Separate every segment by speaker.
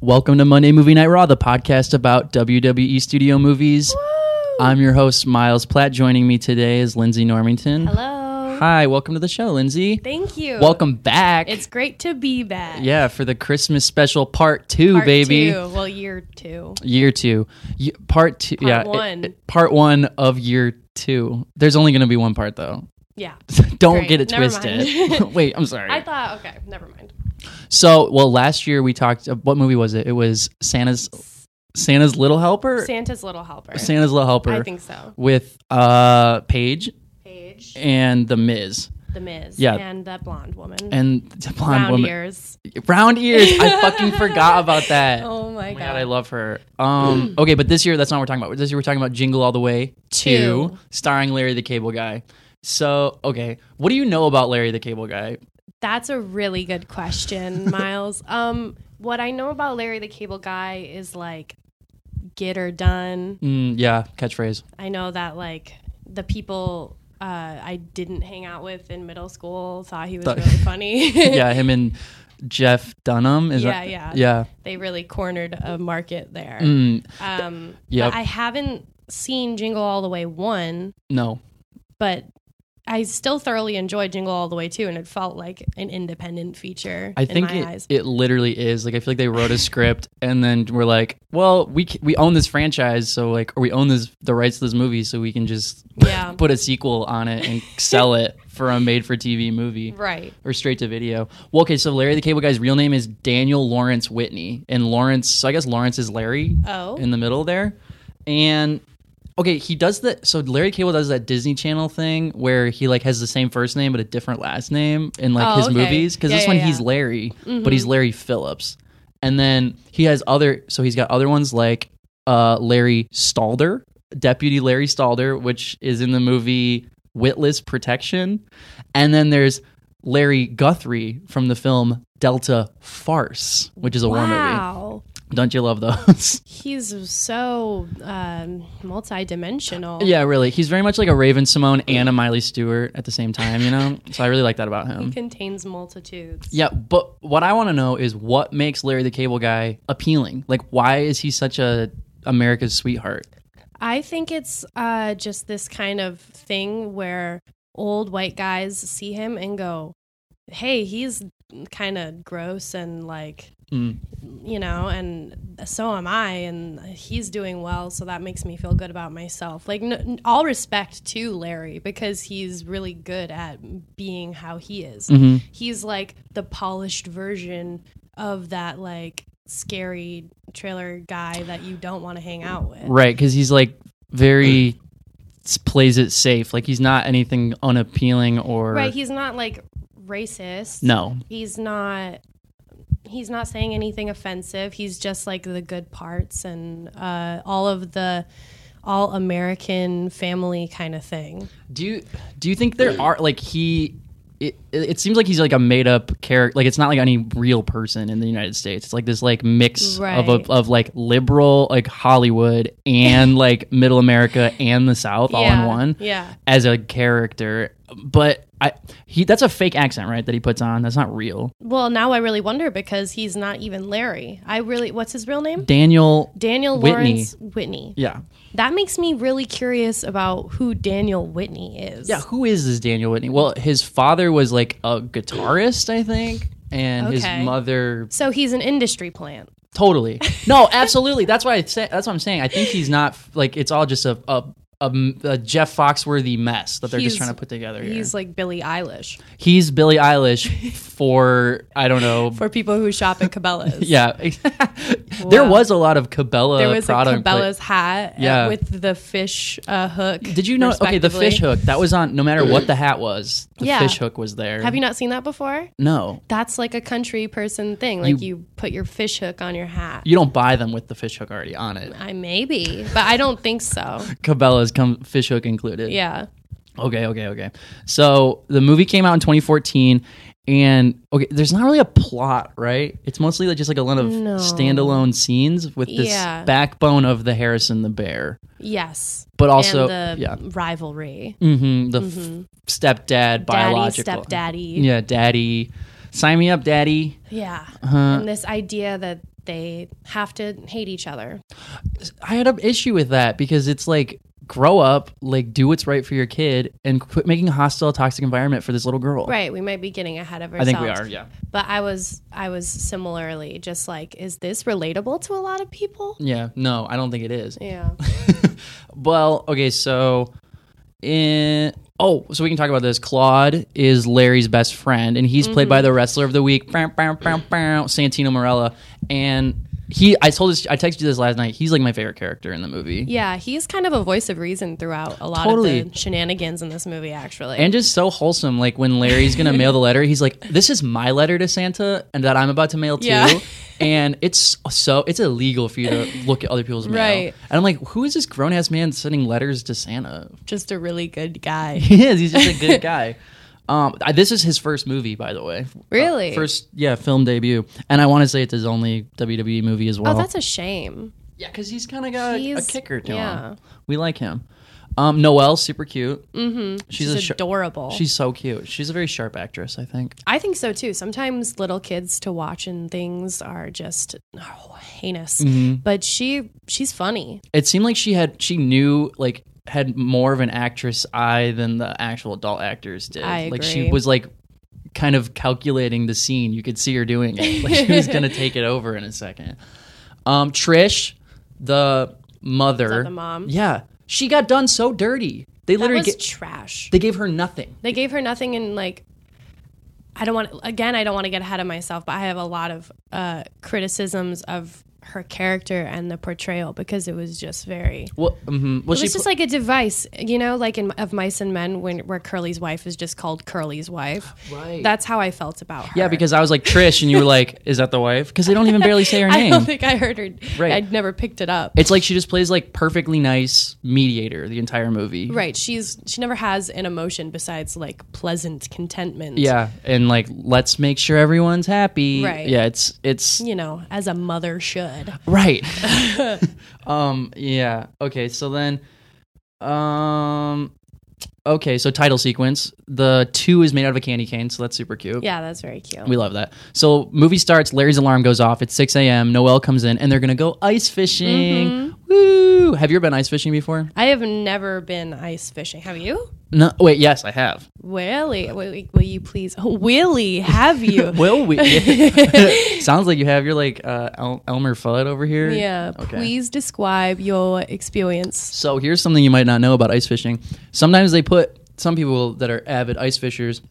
Speaker 1: Welcome to Monday Movie Night Raw, the podcast about WWE studio movies. I'm your host, Miles Platt. Joining me today is Lindsay Normington.
Speaker 2: Hello.
Speaker 1: Hi, welcome to the show, Lindsay.
Speaker 2: Thank you.
Speaker 1: Welcome back.
Speaker 2: It's great to be back.
Speaker 1: yeah, for the Christmas special part two,
Speaker 2: Part
Speaker 1: baby.
Speaker 2: Two. Well, year two.
Speaker 1: Year two. Y- part two. yeah. it-
Speaker 2: one.
Speaker 1: it- part one of year two. There's only going to be one part, though.
Speaker 2: Yeah.
Speaker 1: Don't
Speaker 2: Great,
Speaker 1: get it
Speaker 2: never
Speaker 1: twisted.
Speaker 2: mind.
Speaker 1: Wait, I'm sorry.
Speaker 2: I thought, okay, never mind.
Speaker 1: so, well, last year we talked. uh, What movie was it? It was Santa's Santa's Little Helper.
Speaker 2: Santa's Little Helper.
Speaker 1: Santa's Little Helper.
Speaker 2: I think so.
Speaker 1: with uh Paige
Speaker 2: Paige,
Speaker 1: and the Miz
Speaker 2: The Miz,
Speaker 1: Yeah.
Speaker 2: and that blonde woman.
Speaker 1: and the blonde
Speaker 2: Round
Speaker 1: woman.
Speaker 2: ears.
Speaker 1: Round ears. I fucking forgot about that. Oh
Speaker 2: Oh my,
Speaker 1: my god, I love her. Um, okay, but this year that's not what we're talking about. This year we're talking about Jingle All the Way Two,
Speaker 2: Two.
Speaker 1: starring Larry the Cable Guy. So, okay, what do you know about Larry the Cable Guy?
Speaker 2: That's a really good question, Miles. um, what I know about Larry the Cable Guy is like get her done.
Speaker 1: Mm, yeah, catchphrase.
Speaker 2: I know that like the people uh, I didn't hang out with in middle school thought he was
Speaker 1: Thought-
Speaker 2: really funny.
Speaker 1: Yeah, him and Jeff Dunham. Is
Speaker 2: Yeah,
Speaker 1: that,
Speaker 2: yeah.
Speaker 1: yeah.
Speaker 2: they really cornered a market there.
Speaker 1: Mm,
Speaker 2: Um,
Speaker 1: Yep.
Speaker 2: but I haven't seen Jingle All the Way one,
Speaker 1: no,
Speaker 2: but I still thoroughly enjoyed Jingle All the Way two, and it felt like an independent feature.
Speaker 1: I think
Speaker 2: in my
Speaker 1: it,
Speaker 2: eyes.
Speaker 1: it literally is. Like I feel like they wrote a script and then we're like, well, we c- we own this franchise, so like, or we own this the rights to this movie, so we can just
Speaker 2: Yeah.
Speaker 1: put a sequel on it and sell it for a made for TV movie.
Speaker 2: right.
Speaker 1: Or straight to video. Well, okay, so Larry the Cable Guy's real name is Daniel Lawrence Whitney. And Lawrence, so I guess Lawrence is Larry
Speaker 2: Oh.
Speaker 1: in the middle there. And okay, he does that. So Larry Cable does that Disney Channel thing where he like has the same first name but a different last name in like
Speaker 2: Oh,
Speaker 1: his
Speaker 2: okay.
Speaker 1: movies because
Speaker 2: Yeah,
Speaker 1: this
Speaker 2: yeah,
Speaker 1: one
Speaker 2: yeah.
Speaker 1: he's Larry, but he's Larry Phillips. And then he has other. So he's got other ones like uh, Larry Stalder, Deputy Larry Stalder, which is in the movie Witless Protection. And then there's Larry Guthrie from the film Delta Farce, which is a war movie.
Speaker 2: Wow.
Speaker 1: Don't you love those?
Speaker 2: He's so um, multi-dimensional.
Speaker 1: Yeah, really. He's very much like a Raven Simone and a Miley Stewart at the same time, you know? So I really like that about
Speaker 2: He
Speaker 1: him.
Speaker 2: contains multitudes.
Speaker 1: Yeah, but what I want to know is what makes Larry the Cable Guy appealing? Like why is he such a America's sweetheart?
Speaker 2: I think it's uh, just this kind of thing where old white guys see him and go, "Hey, he's kind of gross and like,
Speaker 1: Mm.
Speaker 2: you know, and so am I, and he's doing well, so that makes me feel good about myself." Like, n- all respect to Larry because he's really good at being how he is. He's like the polished version of that like scary trailer guy that you don't want to hang out with.
Speaker 1: Right, cuz he's like very s- plays it safe. Like he's not anything unappealing or
Speaker 2: Right, he's not like racist.
Speaker 1: No.
Speaker 2: He's not he's not saying anything offensive. He's just like the good parts and uh, all of the all American family kind of thing.
Speaker 1: Do you do you think there are like he it, it seems like he's like a made up character. Like it's not like any real person in the United States. It's like this like mix of
Speaker 2: Right.
Speaker 1: a, of like liberal like Hollywood and like middle America and the South all in
Speaker 2: Yeah,
Speaker 1: one.
Speaker 2: yeah.
Speaker 1: As a character, but I he that's a fake accent right that he puts on. That's not real.
Speaker 2: Well, now I really wonder because he's not even Larry. I really what's his real name?
Speaker 1: Daniel.
Speaker 2: Daniel
Speaker 1: Whitney.
Speaker 2: Lawrence Whitney.
Speaker 1: yeah.
Speaker 2: That makes me really curious about who Daniel Whitney is.
Speaker 1: Yeah, who is this Daniel Whitney? Well, his father was like a guitarist, I think, and
Speaker 2: Okay.
Speaker 1: his mother
Speaker 2: So he's an industry plant.
Speaker 1: Totally. No, absolutely. That's why I say. That's what I'm saying. I think he's not like it's all just a, a a, a Jeff Foxworthy mess that they're
Speaker 2: He's-
Speaker 1: just trying to put together here.
Speaker 2: He's
Speaker 1: He's,
Speaker 2: like Billie Eilish
Speaker 1: Billie Eilish for I don't know.
Speaker 2: for people who shop at Cabela's.
Speaker 1: yeah, there
Speaker 2: Wow.
Speaker 1: was a lot of Cabela
Speaker 2: There was a
Speaker 1: product. pla-
Speaker 2: Cabela's hat uh,
Speaker 1: Yeah.
Speaker 2: with the fish uh, hook.
Speaker 1: Did you know? Okay, the
Speaker 2: respectively.
Speaker 1: fish hook that was on. No matter what the hat was, the
Speaker 2: Yeah.
Speaker 1: fish hook was there.
Speaker 2: Have you not seen that before?
Speaker 1: No,
Speaker 2: That's like a country person thing. Like you, put your fish hook on your hat.
Speaker 1: you don't buy them with the fish hook already on it.
Speaker 2: I maybe, but I don't think so.
Speaker 1: Cabela's come fish hook included.
Speaker 2: Yeah.
Speaker 1: Okay, okay, okay. So the movie came out in 2014, and okay, there's not really a plot, right? It's mostly like just like a lot of
Speaker 2: No.
Speaker 1: standalone scenes with this
Speaker 2: Yeah.
Speaker 1: backbone of the Harrison the bear,
Speaker 2: Yes.
Speaker 1: but also
Speaker 2: and the
Speaker 1: yeah,
Speaker 2: rivalry.
Speaker 1: hmm the f- stepdad,
Speaker 2: Mm-hmm. Daddy,
Speaker 1: biological, Mm.
Speaker 2: stepdaddy.
Speaker 1: yeah, daddy. Sign me up, daddy.
Speaker 2: Yeah.
Speaker 1: Uh-huh.
Speaker 2: And this idea that they have to hate each other.
Speaker 1: I had an issue with that because it's like grow up, like do what's right for your kid, and quit making a hostile, toxic environment for this little girl.
Speaker 2: Right. We might be getting ahead of
Speaker 1: I think
Speaker 2: ourselves.
Speaker 1: we are. Yeah.
Speaker 2: But I was I was similarly just like, is this relatable to a lot of people?
Speaker 1: Yeah. No, I don't think it is.
Speaker 2: Yeah.
Speaker 1: Well, okay, so in oh, so we can talk about this. Claude is Larry's best friend, and he's played by
Speaker 2: Mm-hmm.
Speaker 1: the wrestler of the week, bow, bow, bow, bow, Santino Morella, and he. I told this. I texted you this last night. He's like my favorite character in the movie,
Speaker 2: Yeah. He's kind of a voice of reason throughout a lot
Speaker 1: Totally.
Speaker 2: of the shenanigans in this movie actually.
Speaker 1: and just so wholesome. Like when Larry's gonna mail the letter, he's like, "This is my letter to Santa, and that I'm about to mail to."
Speaker 2: Yeah.
Speaker 1: And it's so it's illegal for you to look at other people's mail.
Speaker 2: Right.
Speaker 1: And I'm like, who is this grown ass man sending letters to Santa?
Speaker 2: just a really good guy.
Speaker 1: He is. He's just a good guy. Um, I, this is his first movie, by the way.
Speaker 2: Really?
Speaker 1: uh, First, yeah, film debut, and I want to say it's his only WWE movie as well.
Speaker 2: Oh, that's a shame.
Speaker 1: yeah, because he's kind of got a, a
Speaker 2: He's-
Speaker 1: kicker to
Speaker 2: yeah.
Speaker 1: him. We like him. Um, Noelle, super cute. Mm-hmm. She's,
Speaker 2: She's
Speaker 1: a sh-
Speaker 2: adorable.
Speaker 1: she's so cute. She's a very sharp actress, I think.
Speaker 2: I think so too. Sometimes little kids to watch and things are just oh, heinous.
Speaker 1: Mm-hmm.
Speaker 2: But she she's funny.
Speaker 1: It seemed like she had she knew like had more of an actress eye than the actual adult actors did.
Speaker 2: I
Speaker 1: Like she
Speaker 2: agree.
Speaker 1: was like kind of calculating the scene. You could see her doing it. Like she was gonna take it over in a second. Um, Trish, the mother,
Speaker 2: the mom?
Speaker 1: yeah, she got done so dirty. They
Speaker 2: That
Speaker 1: literally
Speaker 2: was
Speaker 1: ga-
Speaker 2: trash.
Speaker 1: they gave her nothing.
Speaker 2: They gave her nothing and like I don't want again I don't want to get ahead of myself, but I have a lot of uh criticisms of her character and the portrayal because it was just very
Speaker 1: Well, hmm well,
Speaker 2: it
Speaker 1: she
Speaker 2: was just
Speaker 1: pl-
Speaker 2: like a device, you know, like in of Mice and Men when where Curly's wife is just called Curly's wife.
Speaker 1: Right.
Speaker 2: That's how I felt about her.
Speaker 1: yeah, because I was like Trish, and you were like, "Is that the wife?" Because they don't even barely say her
Speaker 2: I
Speaker 1: name.
Speaker 2: don't think I heard her.
Speaker 1: Right.
Speaker 2: I'd never picked it up.
Speaker 1: it's like she just plays like perfectly nice mediator the entire movie.
Speaker 2: Right. She's she never has an emotion besides like pleasant contentment.
Speaker 1: Yeah, and like let's make sure everyone's happy.
Speaker 2: Right.
Speaker 1: Yeah, it's it's
Speaker 2: You know, as a mother should.
Speaker 1: right. um yeah. Okay, so then um okay, so title sequence. The 2 is made out of a candy cane, so that's super cute.
Speaker 2: Yeah, that's very cute.
Speaker 1: We love that. So movie starts. Larry's alarm goes off. It's six a.m. Noel comes in, and they're gonna go ice fishing.
Speaker 2: Mm-hmm.
Speaker 1: Woo! Have you ever been ice fishing before?
Speaker 2: I have never been ice fishing. Have you?
Speaker 1: No. Wait. Yes, I have.
Speaker 2: Willie, will, will you please? Oh, Willie, have you?
Speaker 1: Will we? Sounds like you have. You're like uh, El- Elmer Fudd over here.
Speaker 2: yeah. Please describe your experience.
Speaker 1: So here's something you might not know about ice fishing. Sometimes they put some people that are avid ice fishers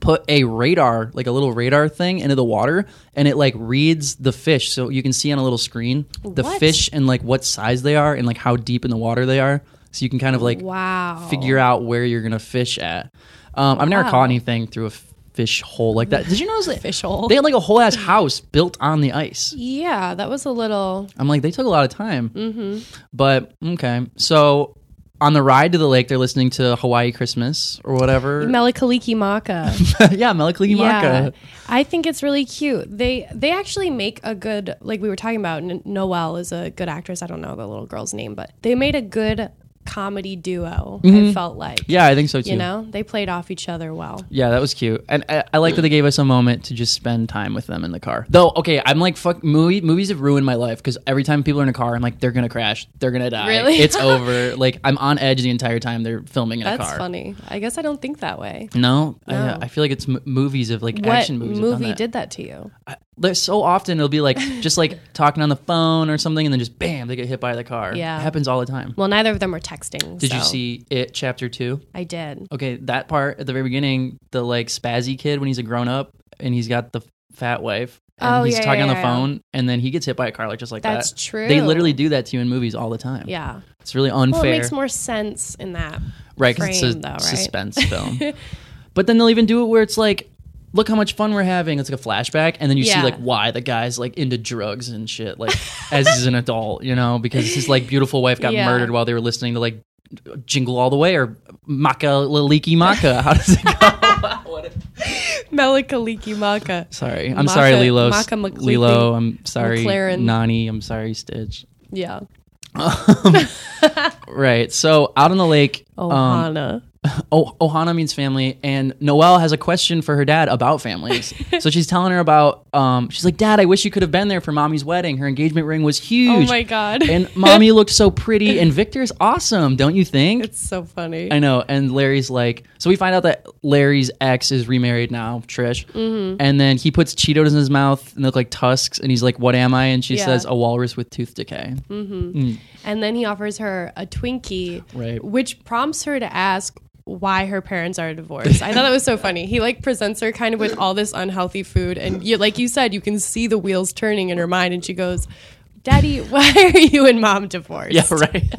Speaker 1: put a radar, like a little radar thing, into the water, and it like reads the fish, so you can see on a little screen the
Speaker 2: What?
Speaker 1: fish and like what size they are and like how deep in the water they are, so you can kind of like
Speaker 2: Wow.
Speaker 1: figure out where you're gonna fish at. Um, I've never
Speaker 2: Wow.
Speaker 1: caught anything through a f- fish hole like that. Did you notice that
Speaker 2: Fish hole.
Speaker 1: They had like a whole ass house built on the ice.
Speaker 2: Yeah, that was a little.
Speaker 1: I'm like, they took a lot of time. Mm-hmm. But okay, so on the ride to the lake, they're listening to Hawaii Christmas or whatever.
Speaker 2: Melikaliki Maka.
Speaker 1: yeah, Melikaliki Maka.
Speaker 2: I think it's really cute. They they actually make a good like we were talking about. N- Noelle is a good actress. I don't know the little girl's name, but they made a good comedy duo. I felt like
Speaker 1: Mm-hmm. Yeah, I think so too.
Speaker 2: you know they played off each other well.
Speaker 1: Yeah, that was cute, and I, I like that they gave us a moment to just spend time with them in the car. Though, okay, I'm like, fuck, movie, movies have ruined my life because every time people are in a car, I'm like, they're gonna crash, they're gonna die,
Speaker 2: Really?
Speaker 1: it's over. Like, I'm on edge the entire time they're filming in
Speaker 2: That's
Speaker 1: a car.
Speaker 2: funny. I guess I don't think that way.
Speaker 1: No, I, I feel like it's m- movies of like
Speaker 2: What
Speaker 1: action movies. have done
Speaker 2: movie
Speaker 1: that.
Speaker 2: did that to you?
Speaker 1: there's so often it'll be like just like talking on the phone or something and then just bam bam, they get hit by the car.
Speaker 2: Yeah.
Speaker 1: It happens all the time.
Speaker 2: Well, neither of them were texting.
Speaker 1: Did you
Speaker 2: so
Speaker 1: see it chapter two?
Speaker 2: I did.
Speaker 1: Okay, that part at the very beginning, the like spazzy kid when he's a grown up and he's got the fat wife and
Speaker 2: Oh,
Speaker 1: he's
Speaker 2: yeah,
Speaker 1: talking
Speaker 2: yeah,
Speaker 1: on the
Speaker 2: yeah, yeah.
Speaker 1: phone and then he gets hit by a car like just like
Speaker 2: That's
Speaker 1: that.
Speaker 2: true.
Speaker 1: They literally do that to you in movies all the time.
Speaker 2: Yeah.
Speaker 1: It's really
Speaker 2: Well,
Speaker 1: unfair.
Speaker 2: it makes more sense in that.
Speaker 1: right, 'cause it's a
Speaker 2: frame, though, right?
Speaker 1: suspense film. But then they'll even do it where it's like, look how much fun we're having. It's like a flashback, and then you see
Speaker 2: Yeah.
Speaker 1: like why the guy's like into drugs and shit, like as he's an adult, you know, because his like beautiful wife got
Speaker 2: Yeah.
Speaker 1: murdered while they were listening to like Jingle All the Way or Maka Laliki Maka. How does it go?
Speaker 2: Melikaliki Maka.
Speaker 1: sorry, I'm
Speaker 2: Maka-
Speaker 1: sorry, Lilo.
Speaker 2: Maka McLeaky.
Speaker 1: Lilo, I'm sorry,
Speaker 2: McLaren.
Speaker 1: Nani. I'm sorry, Stitch.
Speaker 2: Yeah.
Speaker 1: Right. So out on the lake.
Speaker 2: Oh,
Speaker 1: um,
Speaker 2: Hana.
Speaker 1: Oh, Ohana means family, and Noelle has a question for her dad about families. so she's telling her about, um, she's like, Dad, I wish you could have been there for mommy's wedding. Her engagement ring was
Speaker 2: Oh
Speaker 1: huge.
Speaker 2: my god.
Speaker 1: And mommy looked so pretty, and Victor's awesome, don't you think?
Speaker 2: it's so funny.
Speaker 1: I know. And Larry's like, so we find out that Larry's ex is remarried now, Trish.
Speaker 2: Mm-hmm.
Speaker 1: And then he puts Cheetos in his mouth and look like tusks, and he's like, What am I? And she
Speaker 2: Yeah.
Speaker 1: says, A walrus with tooth decay.
Speaker 2: and then he offers her a Twinkie,
Speaker 1: Right.
Speaker 2: which prompts her to ask why her parents are divorced. I thought that was so funny. He like presents her kind of with all this unhealthy food, and you, like you said, you can see the wheels turning in her mind, and she goes, "Daddy, why are you and Mom divorced?"
Speaker 1: Yeah, right.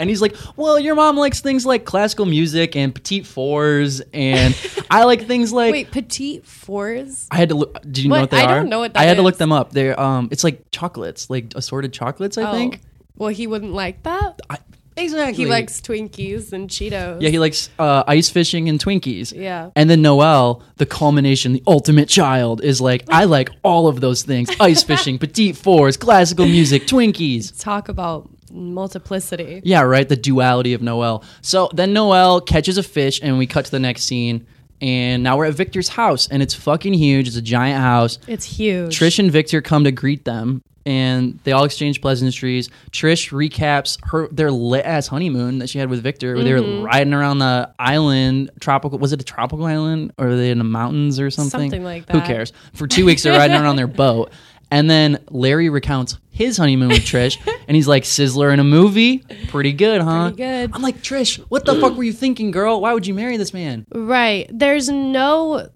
Speaker 1: and he's like, "Well, your mom likes things like classical music and petite fours, and I like things like."
Speaker 2: Wait, petite fours?
Speaker 1: I had to look. Do you know
Speaker 2: What?
Speaker 1: what they
Speaker 2: I
Speaker 1: are?
Speaker 2: don't know what
Speaker 1: I
Speaker 2: that
Speaker 1: had to look
Speaker 2: is.
Speaker 1: them up. They're um, it's like chocolates, like assorted chocolates.
Speaker 2: Oh.
Speaker 1: I think
Speaker 2: Well, he wouldn't like that.
Speaker 1: I, exactly.
Speaker 2: He likes Twinkies and Cheetos.
Speaker 1: Yeah, he likes uh, ice fishing and Twinkies.
Speaker 2: Yeah.
Speaker 1: And then Noel, the culmination, the ultimate child, is like, I like all of those things: ice fishing, petite fours, classical music, Twinkies.
Speaker 2: Talk about multiplicity.
Speaker 1: Yeah, right. The duality of Noel. So then Noel catches a fish, and we cut to the next scene. And now we're at Victor's house, and it's fucking huge. It's a giant house.
Speaker 2: It's huge.
Speaker 1: Trish and Victor come to greet them, and they all exchange pleasantries. Trish recaps her their lit ass honeymoon that she had with Victor. where They
Speaker 2: Mm-hmm.
Speaker 1: were riding around the island, tropical. Was it a tropical island, or were they in the mountains or something?
Speaker 2: Something like
Speaker 1: Who
Speaker 2: that.
Speaker 1: cares? For two weeks, they're riding around on their boat. And then Larry recounts his honeymoon with Trish, and he's like, "Sizzler in a movie, pretty good, huh?"
Speaker 2: Pretty good.
Speaker 1: I'm like, Trish, what the fuck were you thinking, girl? Why would you marry this man?
Speaker 2: Right. There's no.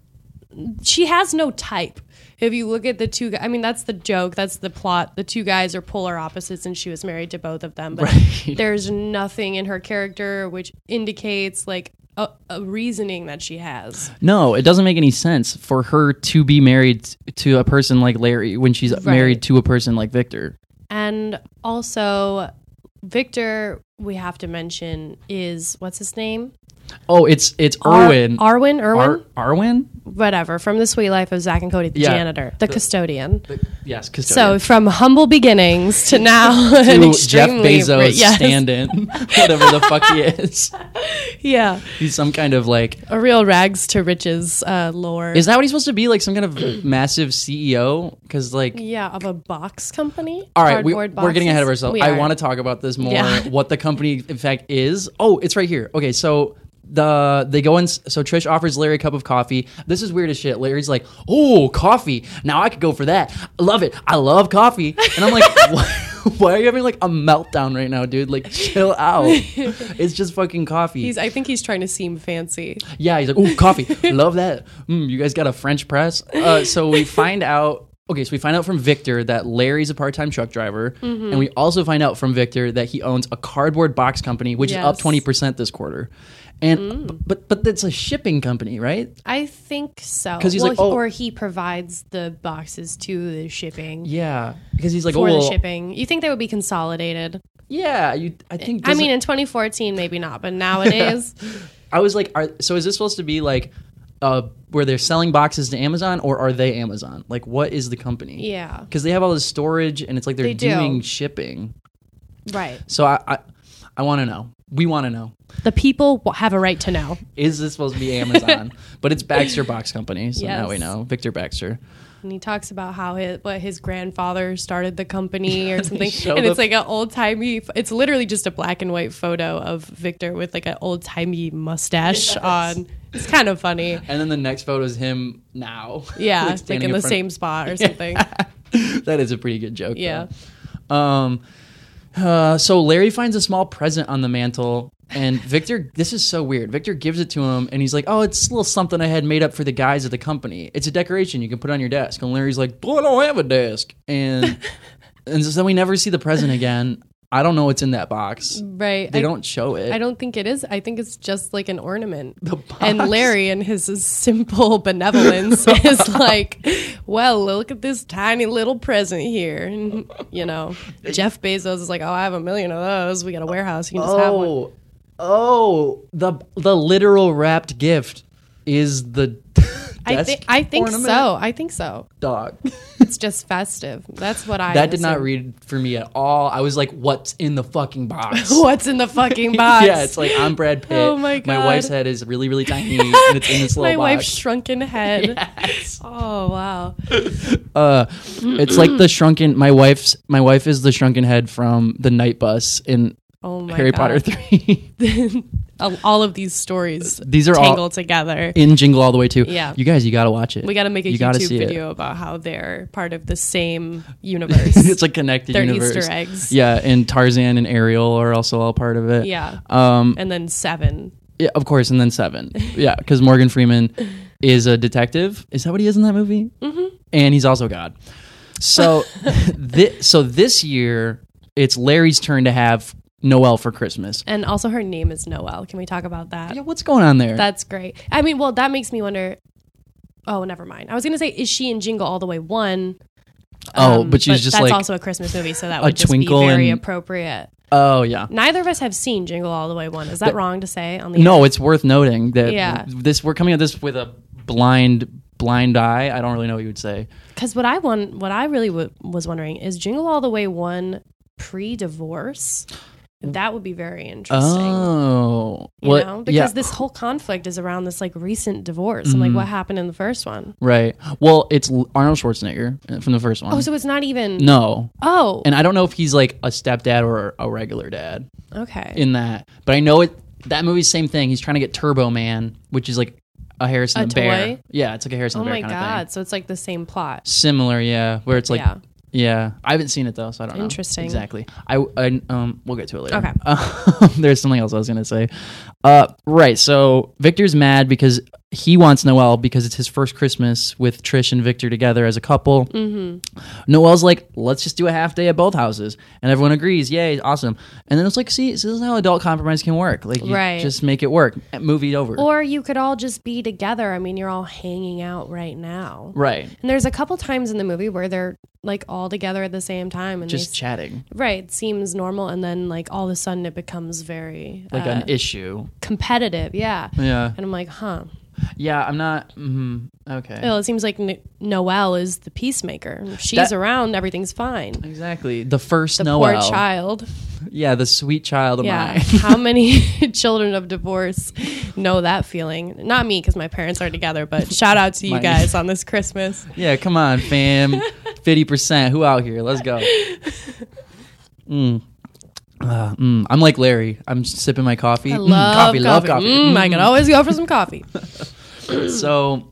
Speaker 2: She has no type. If you look at the two, gu- I mean, that's the joke. That's the plot. The two guys are polar opposites, and she was married to both of them. But there's nothing in her character which indicates like a, a reasoning that she has.
Speaker 1: No, it doesn't make any sense for her to be married to a person like Larry when she's married to a person like Victor.
Speaker 2: And also, Victor, we have to mention is what's his name?
Speaker 1: Oh, it's it's
Speaker 2: Ar-
Speaker 1: Erwin.
Speaker 2: Arwin. Erwin.
Speaker 1: Ar- Arwin?
Speaker 2: whatever. From the Sweet Life of Zach and Cody, the
Speaker 1: Yeah.
Speaker 2: janitor, the, custodian.
Speaker 1: Yes,
Speaker 2: So
Speaker 1: custodian.
Speaker 2: from humble beginnings to now, an
Speaker 1: Ooh, Jeff
Speaker 2: extremely
Speaker 1: Bezos
Speaker 2: ri- yes.
Speaker 1: stand-in, whatever the fuck he is.
Speaker 2: Yeah,
Speaker 1: He's some kind of like.
Speaker 2: a real rags to riches uh, lore.
Speaker 1: Is that what he's supposed to be? Like some kind of massive CEO? Because like.
Speaker 2: yeah, of a box company.
Speaker 1: All right, we, we're
Speaker 2: Cardboard
Speaker 1: getting ahead of
Speaker 2: boxes?
Speaker 1: ourselves.
Speaker 2: We
Speaker 1: I
Speaker 2: are.
Speaker 1: want to talk about this more.
Speaker 2: Yeah.
Speaker 1: What the company, in fact, is. Oh, it's right here. Okay, so the they go in. So Trish offers Larry a cup of coffee. This is weird as shit. Larry's like, "Oh, coffee! Now I could go for that. I love it. I love coffee." And I'm like, why, "Why are you having like a meltdown right now, dude? Like, chill out. it's just fucking coffee."
Speaker 2: He's, I think he's trying to seem fancy.
Speaker 1: Yeah, he's like, ooh, coffee. Love that. Mm, you guys got a French press? Uh, so we find out. Okay, so we find out from Victor that Larry's a part-time truck driver,
Speaker 2: Mm-hmm.
Speaker 1: and we also find out from Victor that he owns a cardboard box company, which is up
Speaker 2: Yes. Mm.
Speaker 1: twenty percent this quarter. And but but that's a shipping company, right?
Speaker 2: I think so.
Speaker 1: 'Cause he's
Speaker 2: Well,
Speaker 1: like,
Speaker 2: he-
Speaker 1: oh-
Speaker 2: or he provides the boxes to the shipping
Speaker 1: Yeah, because he's like,
Speaker 2: for
Speaker 1: oh, well,
Speaker 2: the shipping. You think they would be consolidated?
Speaker 1: yeah. You, I think.
Speaker 2: I
Speaker 1: doesn't-
Speaker 2: mean, in 2014, maybe not, but nowadays,
Speaker 1: I was like, are, so is this supposed to be like, uh, where they're selling boxes to Amazon, or are they Amazon? Like, what is the company?
Speaker 2: Yeah.
Speaker 1: because they have all this storage, and it's like they're
Speaker 2: They do.
Speaker 1: doing shipping.
Speaker 2: right?
Speaker 1: So I I, I want to know. We want to know.
Speaker 2: The people w- have a right to know.
Speaker 1: Is this supposed to be Amazon? but it's Baxter Box Company, so now
Speaker 2: Yes.
Speaker 1: we know. Victor Baxter.
Speaker 2: and he talks about how his what his grandfather started the company or something
Speaker 1: show
Speaker 2: and
Speaker 1: the-
Speaker 2: it's like an old timey it's literally just a black and white photo of victor with like an old timey mustache on it's kind of funny
Speaker 1: And then the next photo is him now.
Speaker 2: yeah like,
Speaker 1: standing
Speaker 2: in the
Speaker 1: front-
Speaker 2: same spot or something
Speaker 1: That is a pretty good joke.
Speaker 2: Yeah.
Speaker 1: though. Um, uh, so Larry finds a small present on the mantle, and Victor, this is so weird. Victor gives it to him, and he's like, "Oh, it's a little something I had made up for the guys at the company. It's a decoration you can put on your desk." And Larry's like, "But I don't have a desk," and and so then we never see the present again. I don't know what's in that box.
Speaker 2: Right.
Speaker 1: They
Speaker 2: I-
Speaker 1: don't show it.
Speaker 2: I don't think it is. I think it's just like an ornament.
Speaker 1: box.
Speaker 2: And Larry and his simple benevolence is like, well, look at this tiny little present here. And, you know, Jeff Bezos is like, oh, I have a million of those. We got a warehouse. You can just have one.
Speaker 1: Oh, oh, the the literal wrapped gift is the
Speaker 2: I
Speaker 1: desk
Speaker 2: think I think
Speaker 1: ornament
Speaker 2: so. I think so.
Speaker 1: dog.
Speaker 2: It's just festive. That's what I.
Speaker 1: That did not
Speaker 2: assume.
Speaker 1: read for me at all. I was like, "What's in the fucking box?"
Speaker 2: What's in the fucking box?
Speaker 1: Yeah, it's like I'm Brad Pitt.
Speaker 2: Oh my
Speaker 1: My wife's
Speaker 2: God.
Speaker 1: head is really, really tiny, and it's in this
Speaker 2: my
Speaker 1: little
Speaker 2: wife's
Speaker 1: box.
Speaker 2: shrunken head. Oh wow.
Speaker 1: Uh, it's like the shrunken. My wife's my wife is the shrunken head from the Night Bus in
Speaker 2: Oh my
Speaker 1: Harry
Speaker 2: God.
Speaker 1: Potter three.
Speaker 2: All- All of these stories
Speaker 1: These are all-
Speaker 2: tangled together.
Speaker 1: in Jingle All the Way too.
Speaker 2: Yeah.
Speaker 1: you guys, you gotta watch it.
Speaker 2: We got to make a
Speaker 1: you gotta
Speaker 2: YouTube
Speaker 1: see it.
Speaker 2: video about how they're part of the same universe.
Speaker 1: it's like connected
Speaker 2: They're
Speaker 1: universe.
Speaker 2: Easter eggs.
Speaker 1: Yeah, and Tarzan and Ariel are also all part of it.
Speaker 2: yeah.
Speaker 1: Um.
Speaker 2: and then seven.
Speaker 1: Yeah, of course, and then seven. Yeah, because Morgan Freeman is a detective. Is that what he is in that movie? Mm-hmm. And he's also God. So, thi- so this year it's Larry's turn to have Noel for Christmas.
Speaker 2: And also her name is Noel. Can we talk about that?
Speaker 1: Yeah, what's going on there?
Speaker 2: That's great. I mean, well, that makes me wonder. Oh, never mind. I was going to say, is she in Jingle All the Way One?
Speaker 1: oh,
Speaker 2: Um,
Speaker 1: but she's just
Speaker 2: that's
Speaker 1: like,
Speaker 2: also a Christmas movie, so that would just be
Speaker 1: twinkle
Speaker 2: very
Speaker 1: and-
Speaker 2: appropriate.
Speaker 1: oh yeah.
Speaker 2: Neither of us have seen Jingle All the Way One. Is that wrong to say? On the
Speaker 1: No, it's worth noting that
Speaker 2: Yeah.
Speaker 1: this we're coming at this with a blind blind eye. I don't really know what you would say.
Speaker 2: because what I want, what I really w- was wondering is Jingle All the Way One pre-divorce. That would be very interesting.
Speaker 1: Oh,
Speaker 2: you
Speaker 1: What-
Speaker 2: know because
Speaker 1: yeah. Mm-hmm.
Speaker 2: this whole conflict is around this like recent divorce and like what happened in the first one.
Speaker 1: Right. Well, it's L- Arnold Schwarzenegger uh, from the first one.
Speaker 2: Oh, so it's not even
Speaker 1: no.
Speaker 2: oh
Speaker 1: And I don't know if he's like a stepdad or a regular dad
Speaker 2: okay
Speaker 1: in that, but I know it. That movie's same thing. He's trying to get Turbo Man, which is like a Harrison
Speaker 2: A
Speaker 1: the Bear.
Speaker 2: toy?
Speaker 1: Yeah, it's like a Harrison
Speaker 2: oh
Speaker 1: the Bear
Speaker 2: my
Speaker 1: kind of
Speaker 2: god
Speaker 1: thing.
Speaker 2: so it's like the same plot
Speaker 1: Similar, yeah. Where it's like, yeah.
Speaker 2: Yeah.
Speaker 1: I haven't seen it though, so I don't know.
Speaker 2: Interesting.
Speaker 1: Exactly. I, I um, we'll get to it later.
Speaker 2: Okay.
Speaker 1: Uh, there's something else I was gonna say. Uh, right. So Victor's mad because he wants Noel because it's his first Christmas with Trish and Victor together as a couple.
Speaker 2: Mm-hmm.
Speaker 1: Noel's like, let's just do a half day at both houses. And everyone agrees, yay, awesome. And then it's like, see, this is how adult compromise can work. Like, you
Speaker 2: Right.
Speaker 1: just make it work. Movie over.
Speaker 2: or you could all just be together i mean you're all hanging out right now
Speaker 1: right.
Speaker 2: and there's a couple times in the movie where they're like all together at the same time and
Speaker 1: Just
Speaker 2: they s-
Speaker 1: chatting.
Speaker 2: right it seems normal and then like all of a sudden it becomes very
Speaker 1: Like
Speaker 2: uh,
Speaker 1: an issue.
Speaker 2: competitive yeah
Speaker 1: Yeah.
Speaker 2: and i'm like huh
Speaker 1: Yeah, I'm not. mhm, okay.
Speaker 2: well it seems like N- noelle is the peacemaker If she's
Speaker 1: That-
Speaker 2: around everything's fine
Speaker 1: Exactly. The first
Speaker 2: the
Speaker 1: Noel.
Speaker 2: poor child.
Speaker 1: Yeah, the sweet child of
Speaker 2: Yeah.
Speaker 1: mine.
Speaker 2: How many children of divorce know that feeling? Not me, because my parents are together, but shout out to you
Speaker 1: Mine.
Speaker 2: guys on this Christmas.
Speaker 1: yeah, come on, fam. 50%. Who out here? Let's go. Mm. Uh, mm. I'm like Larry. I'm sipping my coffee.
Speaker 2: I
Speaker 1: Mm,
Speaker 2: love
Speaker 1: coffee, love coffee.
Speaker 2: Mm, I
Speaker 1: Mm.
Speaker 2: can always go for some coffee. Mm.
Speaker 1: So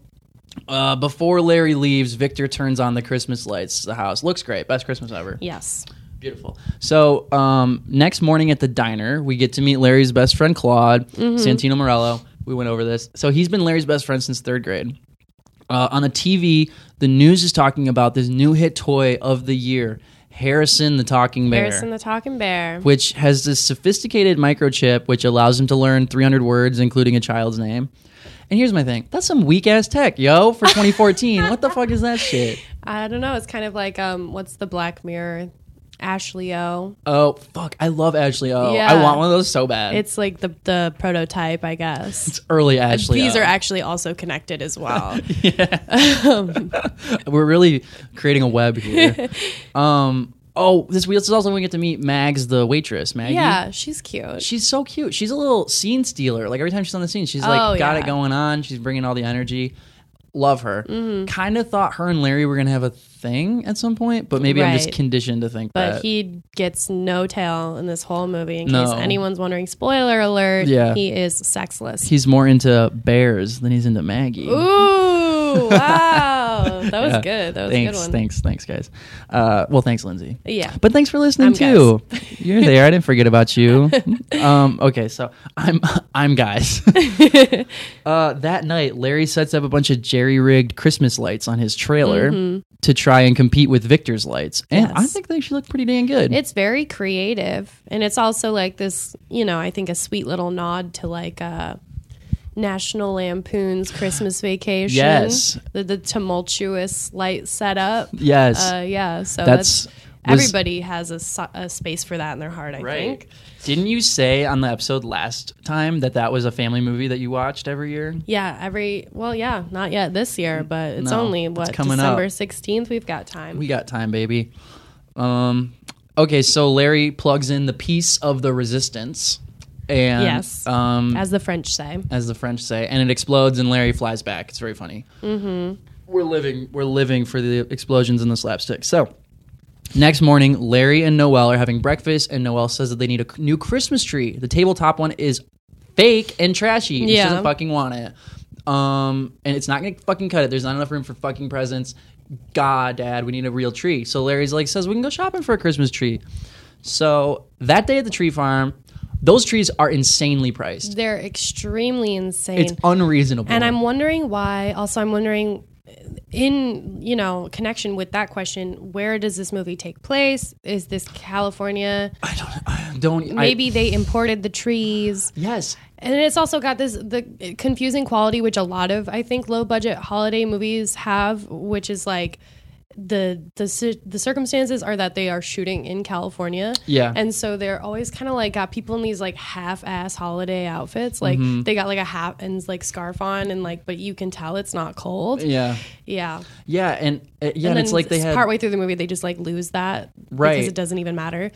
Speaker 1: uh, before Larry leaves, Victor turns on the Christmas lights. The house looks great. Best Christmas ever.
Speaker 2: Yes.
Speaker 1: Beautiful. So um, next morning at the diner, we get to meet Larry's best friend, Claude
Speaker 2: Mm-hmm.
Speaker 1: Santino Morello. We went over this. So he's been Larry's best friend since third grade. Uh, on the TV, the news is talking about this new hit toy of the year, Harrison the Talking Bear
Speaker 2: Harrison the Talking Bear.
Speaker 1: which has this sophisticated microchip which allows him to learn 300 words, including a child's name. And here's my thing that's some weak ass tech, yo, for 2014. what the fuck is that shit?
Speaker 2: I don't know. It's kind of like um, what's the Black Mirror? Ashley O.
Speaker 1: Oh, fuck. I love Ashley O. I
Speaker 2: Yeah.
Speaker 1: want one of those so bad. It's
Speaker 2: It's like the the prototype, I guess.
Speaker 1: early Ashley
Speaker 2: These
Speaker 1: O.
Speaker 2: are actually also connected as well.
Speaker 1: We're really creating a web here. um, oh, this, we- this is also when we get to meet Mags, the waitress, Maggie.
Speaker 2: yeah, she's cute.
Speaker 1: She's so cute. She's a little scene stealer. Like every time she's on the scene, she's like
Speaker 2: Oh,
Speaker 1: got
Speaker 2: yeah.
Speaker 1: it going on. She's bringing all the energy. Love her.
Speaker 2: Mm-hmm.
Speaker 1: Kind of thought her and Larry were gonna have a thing at some point, but maybe I'm just
Speaker 2: Right.
Speaker 1: conditioned to think
Speaker 2: But
Speaker 1: that.
Speaker 2: he gets no tail in this whole movie. In
Speaker 1: No.
Speaker 2: case anyone's wondering, spoiler alert:
Speaker 1: Yeah.
Speaker 2: he is sexless.
Speaker 1: He's more into bears than he's into Maggie.
Speaker 2: Ooh, wow! Oh, that was
Speaker 1: Yeah.
Speaker 2: good. That was
Speaker 1: thanks,
Speaker 2: a good one.
Speaker 1: Thanks, thanks, guys. Uh, well, thanks, Lindsay.
Speaker 2: Yeah.
Speaker 1: But thanks for listening
Speaker 2: I'm
Speaker 1: too. You're there. I didn't forget about you. um, okay, so I'm I'm guys. uh, that night, Larry sets up a bunch of jerry-rigged Christmas lights on his trailer to try and compete with Victor's lights, and I
Speaker 2: Mm-hmm. Yes.
Speaker 1: think they should look pretty dang good.
Speaker 2: It's very creative, and it's also like this, you know, I think a sweet little nod to like uh, National Lampoon's Christmas Vacation.
Speaker 1: Yes.
Speaker 2: the, the tumultuous light setup.
Speaker 1: yes,
Speaker 2: Uh, yeah, so
Speaker 1: that's.
Speaker 2: that's,
Speaker 1: was-
Speaker 2: everybody has a, so- a space for that in their heart. I think.
Speaker 1: Didn't you say on the episode last time that that was a family movie that you watched every year?
Speaker 2: Yeah, every well, yeah, not yet this year, but it's
Speaker 1: Mm, No,
Speaker 2: only
Speaker 1: it's
Speaker 2: what
Speaker 1: coming up.
Speaker 2: December sixteenth. We've got time.
Speaker 1: We got time, baby. Um, okay, so Larry plugs in the piece of the resistance, and
Speaker 2: Yes.
Speaker 1: um,
Speaker 2: as the French say.
Speaker 1: as the French say, and it explodes, and Larry flies back. It's very funny. Mm-hmm. We're living, we're living for the explosions and the slapstick. So. Next morning, Larry and Noel are having breakfast, and Noel says that they need a c- new Christmas tree. The tabletop one is fake and trashy. and She
Speaker 2: Yeah.
Speaker 1: doesn't fucking want it. Um, and it's not gonna fucking cut it. There's not enough room for fucking presents. God, Dad, we need a real tree. So Larry's like says we can go shopping for a Christmas tree. So that day at the tree farm, those trees are insanely priced.
Speaker 2: They're extremely insane.
Speaker 1: It's unreasonable.
Speaker 2: And I'm wondering why. Also, I'm wondering, in you know, connection with that question, where does this movie take place? Is this California?
Speaker 1: I don't I don't I-
Speaker 2: Maybe they imported the trees,
Speaker 1: yes.
Speaker 2: and it's also got this the confusing quality, which a lot of I think low budget holiday movies have, which is like. The, the ci- the circumstances are that they are shooting in California,
Speaker 1: Yeah.
Speaker 2: and so they're always kind of like got people in these like half ass holiday outfits, like
Speaker 1: Mm-hmm.
Speaker 2: they got like a hat and like scarf on, and like but you can tell it's not cold,
Speaker 1: Yeah.
Speaker 2: yeah.
Speaker 1: Yeah, and uh, yeah,
Speaker 2: And
Speaker 1: and it's like they had
Speaker 2: partway through the movie they just like lose that
Speaker 1: Right.
Speaker 2: because it doesn't even matter.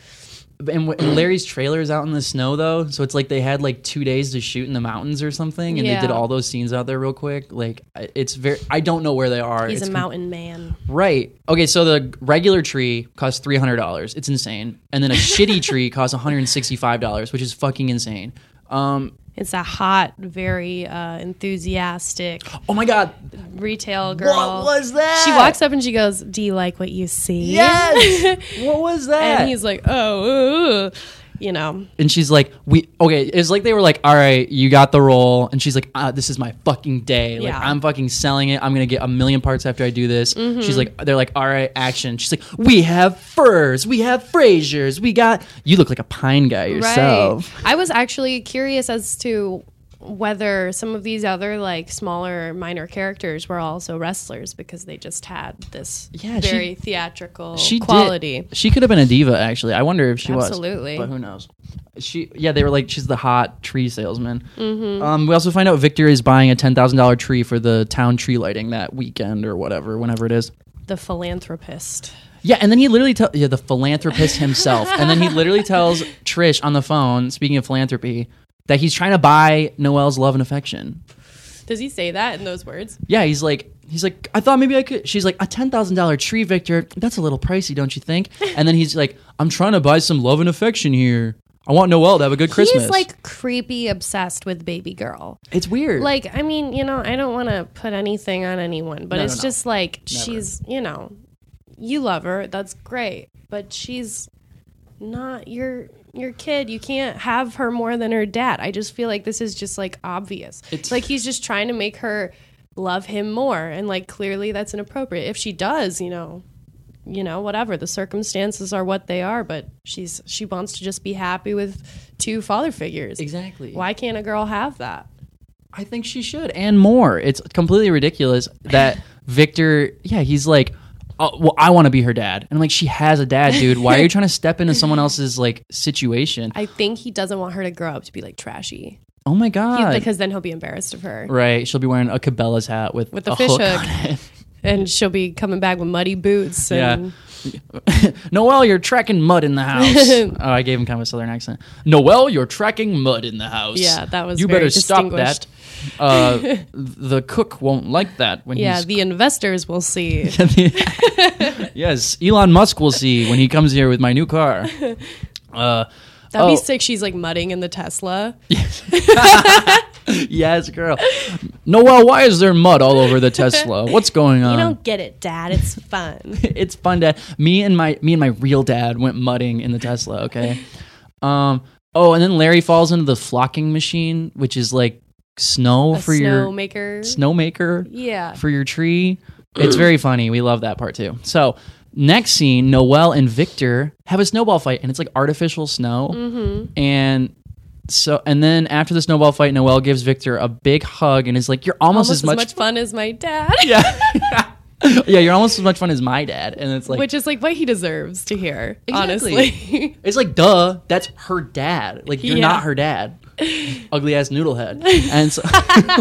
Speaker 1: and, w- and Larry's trailer is out in the snow though, so it's like they had like two days to shoot in the mountains or something, and they did
Speaker 2: Yeah.
Speaker 1: all those scenes out there real quick. Like I- it's very, I don't know where they are.
Speaker 2: He's
Speaker 1: It's
Speaker 2: a
Speaker 1: com-
Speaker 2: mountain man.
Speaker 1: right? Okay, so the regular tree costs three hundred dollars. It's insane, and then a shitty tree costs one hundred and sixty-five dollars, which is fucking insane. Um,
Speaker 2: It's a hot, very uh, enthusiastic
Speaker 1: oh my god,
Speaker 2: retail girl.
Speaker 1: what was that?
Speaker 2: She walks up and she goes, "Do you like what you see?"
Speaker 1: Yes, what was that?
Speaker 2: and he's like, "Oh, ooh, ooh." you know,
Speaker 1: and she's like, "We okay." It's like they were like, "All right, you got the role," and she's like, ah, "This is my fucking day. Like,
Speaker 2: Yeah.
Speaker 1: I'm fucking selling it. I'm gonna get a million parts after I do this."
Speaker 2: Mm-hmm.
Speaker 1: She's like, "They're like, all right, action." She's like, "We have furs. We have Frasers. We got." You look like a pine guy yourself.
Speaker 2: I was actually curious as to whether some of these other like smaller minor characters were also wrestlers because they just had this
Speaker 1: Yeah, she-
Speaker 2: very theatrical
Speaker 1: She did-
Speaker 2: quality.
Speaker 1: she could have been a diva. Actually, I wonder if she
Speaker 2: Absolutely.
Speaker 1: was. But who knows? She yeah, they were like she's the hot tree salesman.
Speaker 2: Mm-hmm.
Speaker 1: Um, we also find out Victor is buying a ten thousand dollar tree for the town tree lighting that weekend or whatever, whenever it is.
Speaker 2: the philanthropist.
Speaker 1: Yeah, and then he literally tells yeah the philanthropist himself, and then he literally tells Trish on the phone, speaking of philanthropy, that he's trying to buy Noel's love and affection.
Speaker 2: Does he say that in those words?
Speaker 1: Yeah, he's like he's like I thought maybe I could. She's like a ten thousand dollar tree, Victor. That's a little pricey, don't you think? And then he's like, I'm trying to buy some love and affection here. I want Noel to have a good Christmas.
Speaker 2: He's like creepy obsessed with baby girl.
Speaker 1: it's weird.
Speaker 2: Like, I mean, you know, I don't want to put anything on anyone,
Speaker 1: No,
Speaker 2: but
Speaker 1: no,
Speaker 2: it's
Speaker 1: no.
Speaker 2: just like she's, you know, you love her, that's great, but she's not your your kid. You can't have her more than her dad. I just feel like this is just like obvious.
Speaker 1: It's-
Speaker 2: It's like he's just trying to make her love him more and like clearly that's inappropriate. If she does, you know, you know whatever the circumstances are what they are but she's she wants to just be happy with two father figures
Speaker 1: exactly.
Speaker 2: why can't a girl have that
Speaker 1: I think she should and more. It's completely ridiculous that Victor, yeah, he's like, oh, well, I want to be her dad. And I'm like, she has a dad, dude. Why are you trying to step into someone else's like situation?
Speaker 2: i think he doesn't want her to grow up to be like trashy
Speaker 1: Oh my
Speaker 2: He-
Speaker 1: god!
Speaker 2: because then he'll be embarrassed of her
Speaker 1: right, she'll be wearing a Cabela's hat with
Speaker 2: With the
Speaker 1: a
Speaker 2: fish
Speaker 1: hook.
Speaker 2: hook.
Speaker 1: on it.
Speaker 2: and she'll be coming back with muddy boots and
Speaker 1: Noel, you're tracking mud in the house. oh, I gave him kind of a southern accent. Noel, you're tracking mud in the house.
Speaker 2: Yeah, that was
Speaker 1: You
Speaker 2: very
Speaker 1: better stop that.
Speaker 2: distinguished.
Speaker 1: Uh, th- the cook won't like that when
Speaker 2: yeah,
Speaker 1: he's
Speaker 2: the investors will see
Speaker 1: yes, Elon Musk will see when he comes here with my new car. Uh,
Speaker 2: that'd
Speaker 1: Oh. Uh-huh.
Speaker 2: be sick she's like mudding in the tesla
Speaker 1: yes, girl. Noel, why is there mud all over the Tesla? What's going
Speaker 2: You
Speaker 1: on?
Speaker 2: don't get it, Dad. It's fun.
Speaker 1: it's fun to me and my me and my real dad went mudding in the Tesla. Okay. Um. Oh, and then Larry falls into the flocking machine, which is like snow
Speaker 2: A
Speaker 1: for your
Speaker 2: snowmaker.
Speaker 1: snowmaker
Speaker 2: yeah.
Speaker 1: for your tree. It's very funny. We love that part too. So next scene, Noel and Victor have a snowball fight, and it's like artificial snow.
Speaker 2: Mm-hmm.
Speaker 1: And so, and then after the snowball fight, Noel gives Victor a big hug and is like, "You're almost,
Speaker 2: Almost as much, fun as my dad. Yeah.
Speaker 1: fun. yeah, you're almost as much fun as my dad." And it's like,
Speaker 2: Which is like what he deserves to hear,
Speaker 1: Exactly.
Speaker 2: honestly.
Speaker 1: It's like, duh, that's her dad. Like, you're
Speaker 2: Yeah.
Speaker 1: not her dad. Ugly ass noodlehead. And so,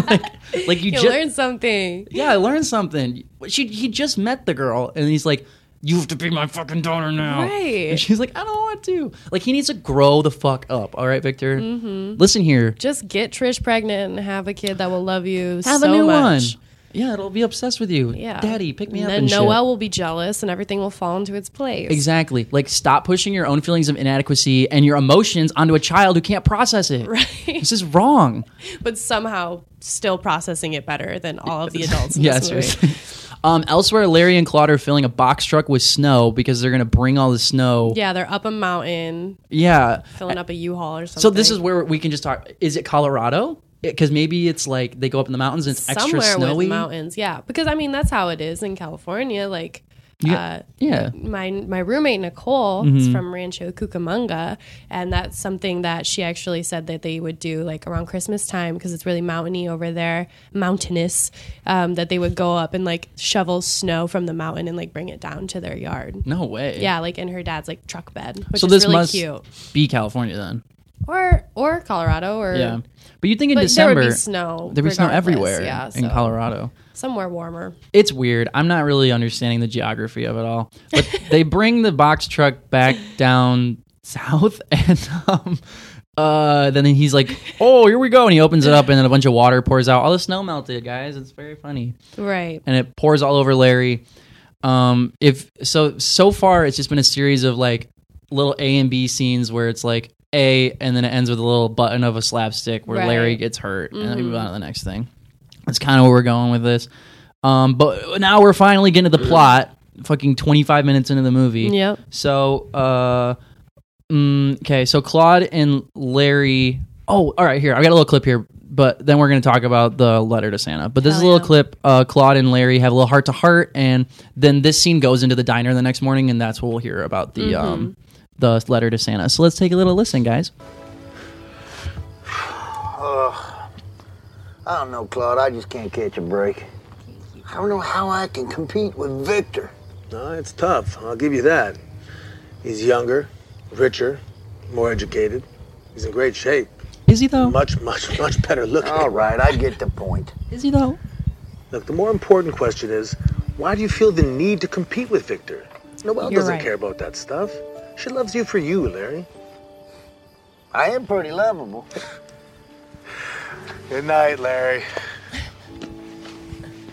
Speaker 1: like, like you
Speaker 2: you
Speaker 1: just,
Speaker 2: learn something.
Speaker 1: yeah, I learned something. She, he just met the girl, and he's like, you have to be my fucking daughter now.
Speaker 2: Right.
Speaker 1: And she's like, I don't want to. Like, he needs to grow the fuck up. All right, Victor.
Speaker 2: Mm-hmm.
Speaker 1: Listen here.
Speaker 2: Just get Trish pregnant and have a kid that will love you
Speaker 1: Have
Speaker 2: so
Speaker 1: a new
Speaker 2: much.
Speaker 1: one. Yeah, it'll be obsessed with you.
Speaker 2: Yeah.
Speaker 1: Daddy, pick me
Speaker 2: and
Speaker 1: up.
Speaker 2: Then
Speaker 1: and shit.
Speaker 2: Noel will be jealous and everything will fall into its place.
Speaker 1: Exactly. Like, stop pushing your own feelings of inadequacy and your emotions onto a child who can't process it.
Speaker 2: Right.
Speaker 1: This is wrong.
Speaker 2: But somehow still processing it better than all of the adults in
Speaker 1: Yeah,
Speaker 2: this movie.
Speaker 1: seriously. Um, elsewhere, Larry and Claude are filling a box truck with snow because they're going to bring all the snow.
Speaker 2: Yeah, they're up a mountain
Speaker 1: Yeah.
Speaker 2: filling up a U-Haul or something.
Speaker 1: So this is where we can just talk. Is it Colorado? Because maybe it's like they go up in the mountains and it's
Speaker 2: somewhere
Speaker 1: extra snowy.
Speaker 2: with mountains. Yeah, because I mean that's how it is in California. Like, uh,
Speaker 1: yeah. Mm-hmm.
Speaker 2: my my roommate Nicole is from Rancho Cucamonga, and that's something that she actually said that they would do like around Christmas time because it's really mountainy over there, mountainous. Um, that they would go up and like shovel snow from the mountain and like bring it down to their yard.
Speaker 1: No way.
Speaker 2: Yeah, like in her dad's like truck bed, which
Speaker 1: So
Speaker 2: is
Speaker 1: this
Speaker 2: really
Speaker 1: must
Speaker 2: cute.
Speaker 1: be California then.
Speaker 2: Or or Colorado or
Speaker 1: Yeah. But you think in
Speaker 2: But there
Speaker 1: December
Speaker 2: would be snow
Speaker 1: there'd be snow
Speaker 2: regardless,
Speaker 1: everywhere
Speaker 2: yeah,
Speaker 1: in
Speaker 2: so.
Speaker 1: Colorado.
Speaker 2: somewhere warmer.
Speaker 1: It's weird. I'm not really understanding the geography of it all. But they bring the box truck back down south, and um, uh, then he's like, "Oh, here we go!" And he opens it up, and then a bunch of water pours out. All the snow melted, guys. It's very funny,
Speaker 2: Right.
Speaker 1: and it pours all over Larry. Um, if so, so far it's just been a series of like little A and B scenes where it's like A, and then it ends with a little button of a slapstick where
Speaker 2: Right.
Speaker 1: Larry gets hurt, and then we move on to the next thing. That's kind of where we're going with this. Um, but now we're finally getting to the plot. Fucking twenty five minutes into the movie.
Speaker 2: Yep.
Speaker 1: So, uh, mm, okay. So Claude and Larry. Oh, all right. Here, I got a little clip here, but then we're gonna talk about the letter to Santa. But this is a
Speaker 2: Hell
Speaker 1: little
Speaker 2: yeah.
Speaker 1: clip. Uh, Claude and Larry have a little heart to heart, and then this scene goes into the diner the next morning, and that's what we'll hear about the
Speaker 2: Mm-hmm.
Speaker 1: um, the letter to Santa. So let's take a little listen, guys.
Speaker 3: I don't know, Claude. I just can't catch a break. I don't know how I can compete with Victor.
Speaker 4: No, it's tough. I'll give you that. He's younger, richer, more educated. He's in great shape.
Speaker 1: Is he though?
Speaker 4: Much, much, much better looking.
Speaker 3: All right, I get the point.
Speaker 1: Is he though?
Speaker 4: Look, the more important question is, why do you feel the need to compete with Victor? Noelle
Speaker 2: You're
Speaker 4: doesn't
Speaker 2: right.
Speaker 4: care about that stuff. She loves you for you, Larry.
Speaker 3: I am pretty lovable.
Speaker 4: Good night, Larry.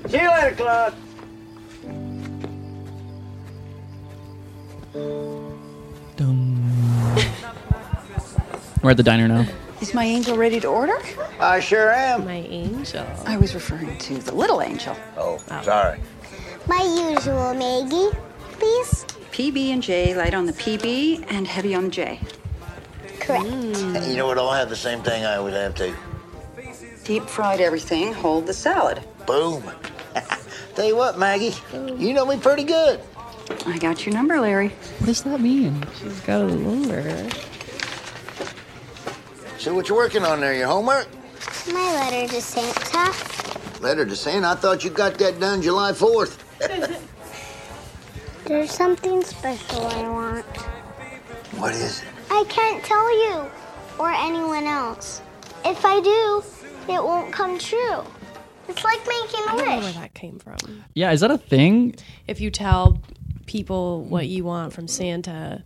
Speaker 3: See you later, Claude.
Speaker 1: We're at the diner now.
Speaker 5: Is my angel ready to order?
Speaker 3: I sure am.
Speaker 2: My angel.
Speaker 5: I was referring to the little angel.
Speaker 3: Oh, sorry.
Speaker 6: My usual, Maggie. Please?
Speaker 5: PB and J, light on the PB and heavy on the J.
Speaker 6: Correct.
Speaker 3: You know what? I'll have the same thing I would have to.
Speaker 5: Deep fried everything, hold the salad.
Speaker 3: Boom. Tell you what, Maggie, you know me pretty good.
Speaker 5: I got your number, Larry.
Speaker 1: What does that mean?
Speaker 2: She's got a lumber.
Speaker 3: So what you working on there? Your homework?
Speaker 6: My letter to Santa.
Speaker 3: Letter to Santa. I thought you got that done July 4th.
Speaker 6: There's something special I want.
Speaker 3: What is it?
Speaker 6: I can't tell you or anyone else. If I do, it won't come true. It's like making
Speaker 2: I
Speaker 6: a
Speaker 2: don't know where
Speaker 6: wish.
Speaker 2: that came from.
Speaker 1: Yeah, is that a thing?
Speaker 2: if you tell people what you want from Santa,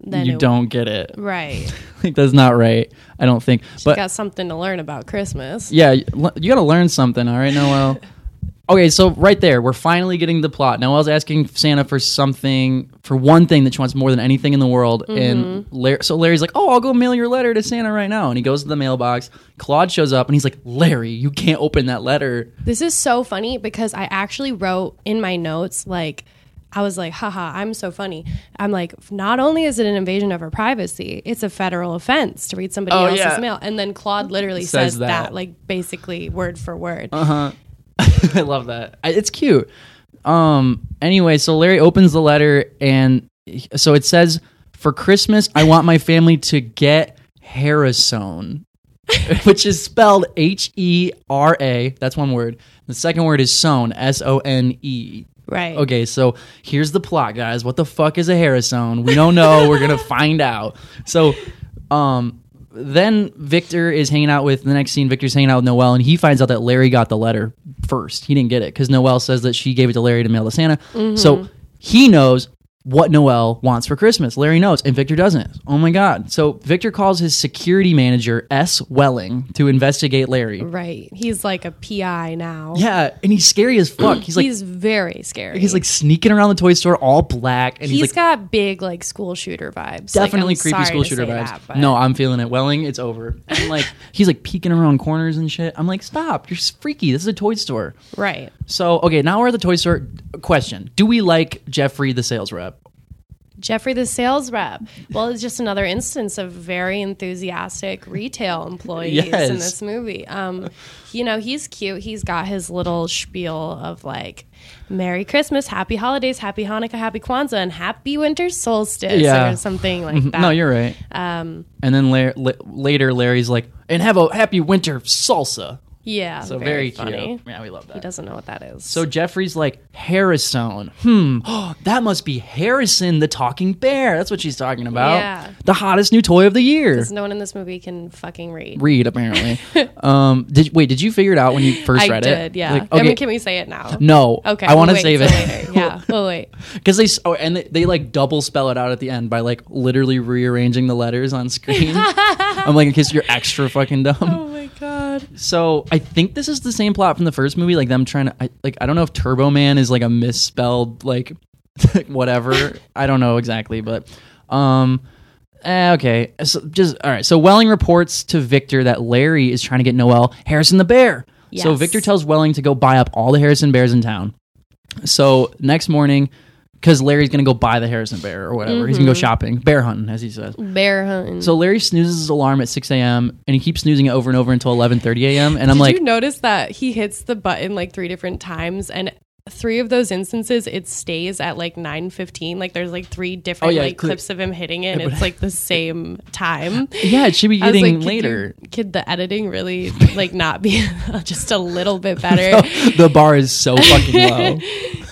Speaker 2: then
Speaker 1: you
Speaker 2: it-
Speaker 1: don't get it.
Speaker 2: Right,
Speaker 1: Like that's not right. I don't think.
Speaker 2: she's
Speaker 1: but
Speaker 2: got something to learn about Christmas.
Speaker 1: Yeah, you got to learn something, all right, Noel. Okay, so right there, we're finally getting the plot. Noelle's asking Santa for something, for one thing that she wants more than anything in the world. And
Speaker 2: Mm-hmm.
Speaker 1: Larry, so Larry's like, "Oh, I'll go mail your letter to Santa right now." And he goes to the mailbox. Claude shows up, and he's like, "Larry, you can't open that letter."
Speaker 2: This is so funny because I actually wrote in my notes like I was like, haha, I'm so funny. I'm like, not only is it an invasion of her privacy, it's a federal offense to read somebody
Speaker 1: Oh,
Speaker 2: else's
Speaker 1: yeah.
Speaker 2: mail. And then Claude literally
Speaker 1: Says
Speaker 2: says,
Speaker 1: that. Uh-huh.
Speaker 2: that. like basically word for word.
Speaker 1: I love that. I, it's cute. Um. Anyway, so Larry opens the letter, and he- so it says, "For Christmas, I want my family to get Harrisone, which is spelled H E R A. That's one word. The second word is Sone, S O N E.
Speaker 2: Right.
Speaker 1: Okay, so here's the plot, guys. What the fuck is a Harrisone? We don't know. We're gonna find out. So, um, then Victor is hanging out with the next scene. Victor's hanging out with Noel, and he finds out that Larry got the letter first. He didn't get it because Noel says that she gave it to Larry to mail to Santa. So he knows what Noel wants for Christmas. Larry knows, and Victor doesn't. Oh my god! So Victor calls his security manager S. Welling to investigate Larry.
Speaker 2: Right. He's like a PI now.
Speaker 1: Yeah, and he's scary as fuck. He's like.
Speaker 2: he's very scary.
Speaker 1: He's like sneaking around the toy store all black, and he's
Speaker 2: he's
Speaker 1: like,
Speaker 2: got big like school shooter vibes. Like,
Speaker 1: definitely
Speaker 2: I'm
Speaker 1: creepy
Speaker 2: sorry
Speaker 1: school
Speaker 2: to
Speaker 1: shooter
Speaker 2: say
Speaker 1: vibes.
Speaker 2: that, but-
Speaker 1: no, I'm feeling it. Welling, it's over. And like he's like peeking around corners and shit. I'm like, stop! You're s- freaky. This is a toy store.
Speaker 2: Right.
Speaker 1: So okay, now we're at the toy store. Question: Do we like Jeffrey the sales rep?
Speaker 2: Jeffrey the sales rep. Well, it's just another instance of very enthusiastic retail employees
Speaker 1: Yes.
Speaker 2: in this movie. Um, you know, he's cute. He's got his little spiel of like, Merry Christmas, Happy Holidays, Happy Hanukkah, Happy Kwanzaa, and Happy Winter Solstice
Speaker 1: Yeah. Mm-hmm.
Speaker 2: or something like that.
Speaker 1: No, you're right. Um, and then Lar- la- later, Larry's like, and have a happy winter salsa.
Speaker 2: Yeah.
Speaker 1: So very,
Speaker 2: funny.
Speaker 1: cute. Yeah, we love that.
Speaker 2: He doesn't know what that is.
Speaker 1: So Jeffrey's like, Harrison. Hmm. that must be Harrison the talking bear. That's what she's talking about.
Speaker 2: Yeah.
Speaker 1: The hottest new toy of the year.
Speaker 2: no one in this movie can fucking read.
Speaker 1: read apparently. um, did wait? Did you figure it out when you first
Speaker 2: I
Speaker 1: read it?
Speaker 2: did, yeah.
Speaker 1: Like,
Speaker 2: I
Speaker 1: okay,
Speaker 2: mean, can we say it now?
Speaker 1: no.
Speaker 2: Okay.
Speaker 1: I want to
Speaker 2: we'll wait
Speaker 1: save
Speaker 2: till
Speaker 1: it
Speaker 2: later. Yeah. We'll wait.
Speaker 1: because they s- oh, and they, they like double spell it out at the end by like literally rearranging the letters on screen. I'm like, in case you're extra fucking dumb.
Speaker 2: Oh my god.
Speaker 1: So I think this is the same plot from the first movie. Like them trying to I, like I don't know if Turbo Man is like a misspelled like whatever. I don't know exactly, but um. eh, okay, so just all right. So Welling reports to Victor that Larry is trying to get Noel Harrison the bear. So
Speaker 2: Yes.
Speaker 1: Victor tells Welling to go buy up all the Harrison bears in town. So next morning, because Larry's gonna go buy the Harrison bear or whatever, he's
Speaker 2: Mm-hmm.
Speaker 1: gonna go shopping, bear hunting, as he says.
Speaker 2: Bear hunting.
Speaker 1: So Larry snoozes his alarm at 6 a.m. and he keeps snoozing it over and over until 11:30 a.m. And I'm
Speaker 2: Did
Speaker 1: like,
Speaker 2: you notice that he hits the button like three different times and three of those instances it stays at like 9.15 like there's like three different
Speaker 1: Oh, yeah,
Speaker 2: like
Speaker 1: cl-
Speaker 2: clips of him hitting it and it's like the same time
Speaker 1: yeah, it should be
Speaker 2: I was
Speaker 1: eating
Speaker 2: like,
Speaker 1: later.
Speaker 2: could, you- could the editing really like not be just a little bit better
Speaker 1: the bar is so fucking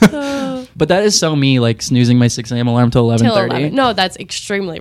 Speaker 1: low. but that is so me, like snoozing my 6 a.m. alarm till 11:30.
Speaker 2: till 11 no that's extremely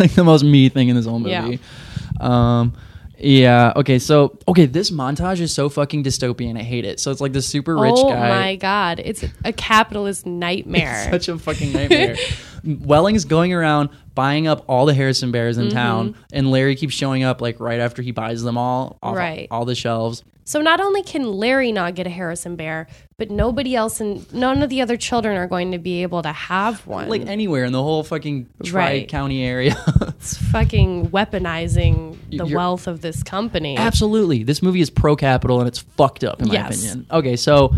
Speaker 1: like the most me thing in this whole movie.
Speaker 2: Yeah.
Speaker 1: Um yeah, okay, so okay, this montage is so fucking dystopian. I hate it. So it's like this super rich
Speaker 2: oh
Speaker 1: guy.
Speaker 2: my god it's a capitalist nightmare
Speaker 1: Such a fucking nightmare. Welling's going around buying up all the Harrison bears
Speaker 2: Mm-hmm.
Speaker 1: in town, and Larry keeps showing up like right after he buys them all, off
Speaker 2: Right.
Speaker 1: all the shelves.
Speaker 2: So not only can Larry not get a Harrison Bear, but nobody else and none of the other children are going to be able to have one.
Speaker 1: Like anywhere in the whole fucking tri
Speaker 2: Right.
Speaker 1: county area.
Speaker 2: it's fucking weaponizing the
Speaker 1: You're-
Speaker 2: wealth of this company.
Speaker 1: Absolutely. This movie is pro capital and it's fucked up in my
Speaker 2: Yes.
Speaker 1: opinion. Okay, so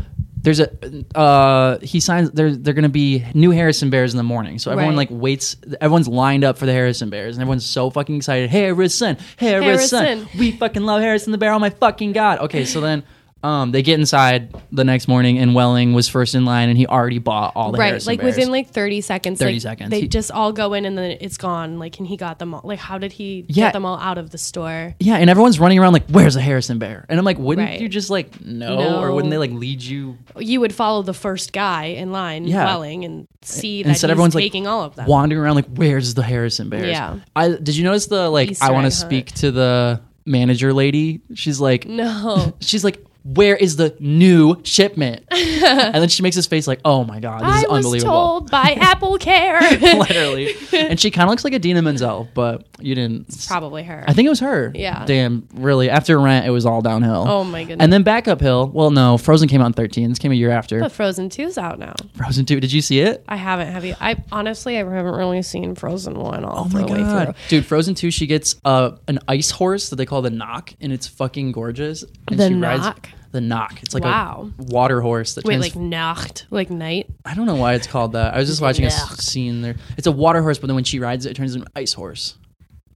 Speaker 1: there's a uh he signs there they're gonna be new Harrison Bears in the morning. So everyone
Speaker 2: Right.
Speaker 1: like waits everyone's lined up for the Harrison Bears and everyone's so fucking excited. Harrison, Harrison,
Speaker 2: Harrison.
Speaker 1: we fucking love Harrison the Bear, oh my fucking god. Okay, so then um, they get inside the next morning, and Welling was first in line, and he already bought all the
Speaker 2: right,
Speaker 1: Harrison
Speaker 2: like
Speaker 1: Bears.
Speaker 2: within like thirty seconds.
Speaker 1: 30
Speaker 2: like,
Speaker 1: seconds.
Speaker 2: They
Speaker 1: He-
Speaker 2: just all go in and then it's gone. Like, and he got them all. Like, how did he
Speaker 1: Yeah.
Speaker 2: get them all out of the store?
Speaker 1: Yeah, and everyone's running around like, "Where's a Harrison Bear?" And I'm like, "Wouldn't
Speaker 2: Right.
Speaker 1: you just like no,
Speaker 2: No.
Speaker 1: or wouldn't they like lead you?"
Speaker 2: You would follow the first guy in line,
Speaker 1: Yeah.
Speaker 2: Welling, and see that
Speaker 1: Instead,
Speaker 2: he's
Speaker 1: everyone's like
Speaker 2: taking all of them.
Speaker 1: wandering around like, "Where's the Harrison Bear?"
Speaker 2: Yeah.
Speaker 1: I did you notice the like?
Speaker 2: Easter
Speaker 1: I want to
Speaker 2: egg
Speaker 1: speak to the manager lady. She's like,
Speaker 2: no,
Speaker 1: she's like, where is the new shipment? and then she makes his face like, oh my god, this
Speaker 2: I
Speaker 1: is
Speaker 2: was
Speaker 1: unbelievable.
Speaker 2: told by Apple Care.
Speaker 1: Literally, and she kind of looks like Adina Menzel, but you didn't.
Speaker 2: Probably her.
Speaker 1: I think it was her.
Speaker 2: Yeah.
Speaker 1: Damn, really. After Rent, it was all downhill.
Speaker 2: Oh my goodness.
Speaker 1: And then back uphill. Well, no, Frozen came out in 13. This came a year after.
Speaker 2: But Frozen 2's out now.
Speaker 1: Frozen 2. Did you see it?
Speaker 2: I haven't. Have you? I honestly, I haven't really seen Frozen 1
Speaker 1: Oh
Speaker 2: all the way through.
Speaker 1: Dude, Frozen 2, she gets uh, an ice horse that they call the Knock, and it's fucking gorgeous. And
Speaker 2: The
Speaker 1: she
Speaker 2: Knock?
Speaker 1: the Knock. It's like
Speaker 2: Wow.
Speaker 1: a water horse that
Speaker 2: Wait,
Speaker 1: turns
Speaker 2: like Nacht, like night?
Speaker 1: I don't know why it's called that. I was just watching a
Speaker 2: Yuck.
Speaker 1: s- scene there. It's a water horse, but then when she rides it, it turns into an ice horse.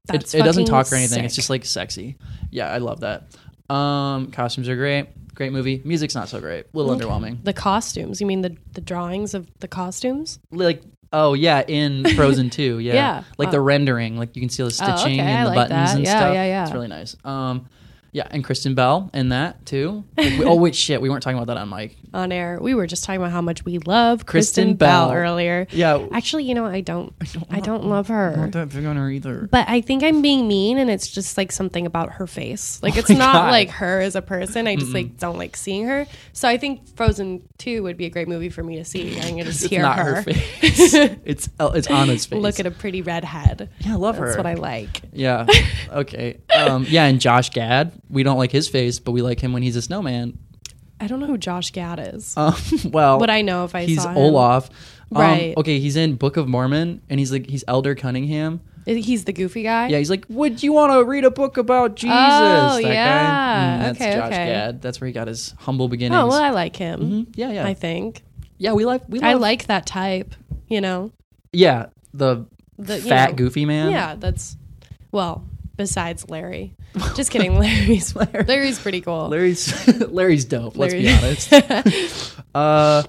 Speaker 1: It,
Speaker 2: That's
Speaker 1: it doesn't
Speaker 2: fucking
Speaker 1: talk or anything. It's
Speaker 2: sick.
Speaker 1: just like sexy. Yeah, I love that. Um, costumes are great. Great movie. Music's not so great. A little underwhelming.
Speaker 2: The costumes. You mean the, the drawings of the costumes?
Speaker 1: Like oh yeah, in Frozen 2, yeah.
Speaker 2: Yeah. Uh, oh,
Speaker 1: Like the rendering, like you can see all the stitching
Speaker 2: okay, I
Speaker 1: and the
Speaker 2: like
Speaker 1: buttons
Speaker 2: that.
Speaker 1: and
Speaker 2: Yeah,
Speaker 1: stuff.
Speaker 2: yeah, yeah.
Speaker 1: It's really nice. Um yeah, and Kristen Bell in that too. Like, we- oh wait, shit, we weren't talking about that on mic.
Speaker 2: On air, we were just talking about how much we love
Speaker 1: Kristen
Speaker 2: Kristen, Bell.
Speaker 1: Bell.
Speaker 2: earlier.
Speaker 1: Yeah.
Speaker 2: actually, you know, I don't, I don't, love her.
Speaker 1: don't think on her either.
Speaker 2: But I think I'm being mean, and it's just like something about her face. Like it's
Speaker 1: Oh my
Speaker 2: not
Speaker 1: God.
Speaker 2: like her as a person. I just like don't like seeing her. So I think Frozen Two would be a great movie for me to see. I can just
Speaker 1: It's
Speaker 2: hear
Speaker 1: not
Speaker 2: her,
Speaker 1: her, face. it's uh, it's Anna's face.
Speaker 2: look at a pretty redhead.
Speaker 1: Yeah, I love
Speaker 2: That's
Speaker 1: her.
Speaker 2: what I like.
Speaker 1: Yeah. Okay. Um, yeah, and Josh Gad, we don't like his face, but we like him when he's a snowman.
Speaker 2: I don't know who Josh Gad is.
Speaker 1: Um, well,
Speaker 2: Would I know if I
Speaker 1: he's
Speaker 2: saw him?
Speaker 1: Olaf. Um,
Speaker 2: Right.
Speaker 1: Okay, he's in Book of Mormon, and he's like he's Elder Cunningham.
Speaker 2: He's the goofy guy.
Speaker 1: Yeah, he's like, would you want to read a book about Jesus? guy.
Speaker 2: Oh, yeah.
Speaker 1: Mm, that's
Speaker 2: Okay,
Speaker 1: Josh
Speaker 2: okay.
Speaker 1: Gad. That's where he got his humble beginnings.
Speaker 2: Oh well, I like him.
Speaker 1: yeah, yeah,
Speaker 2: I think
Speaker 1: yeah. We like we. Love,
Speaker 2: I like that type. You know,
Speaker 1: Yeah, the,
Speaker 2: The- you
Speaker 1: fat
Speaker 2: know.
Speaker 1: goofy man.
Speaker 2: Yeah, that's well. Besides Larry, just kidding. Larry's Larry's pretty cool.
Speaker 1: Larry's Larry's dope. Let's be
Speaker 2: Larry-
Speaker 1: honest. uh,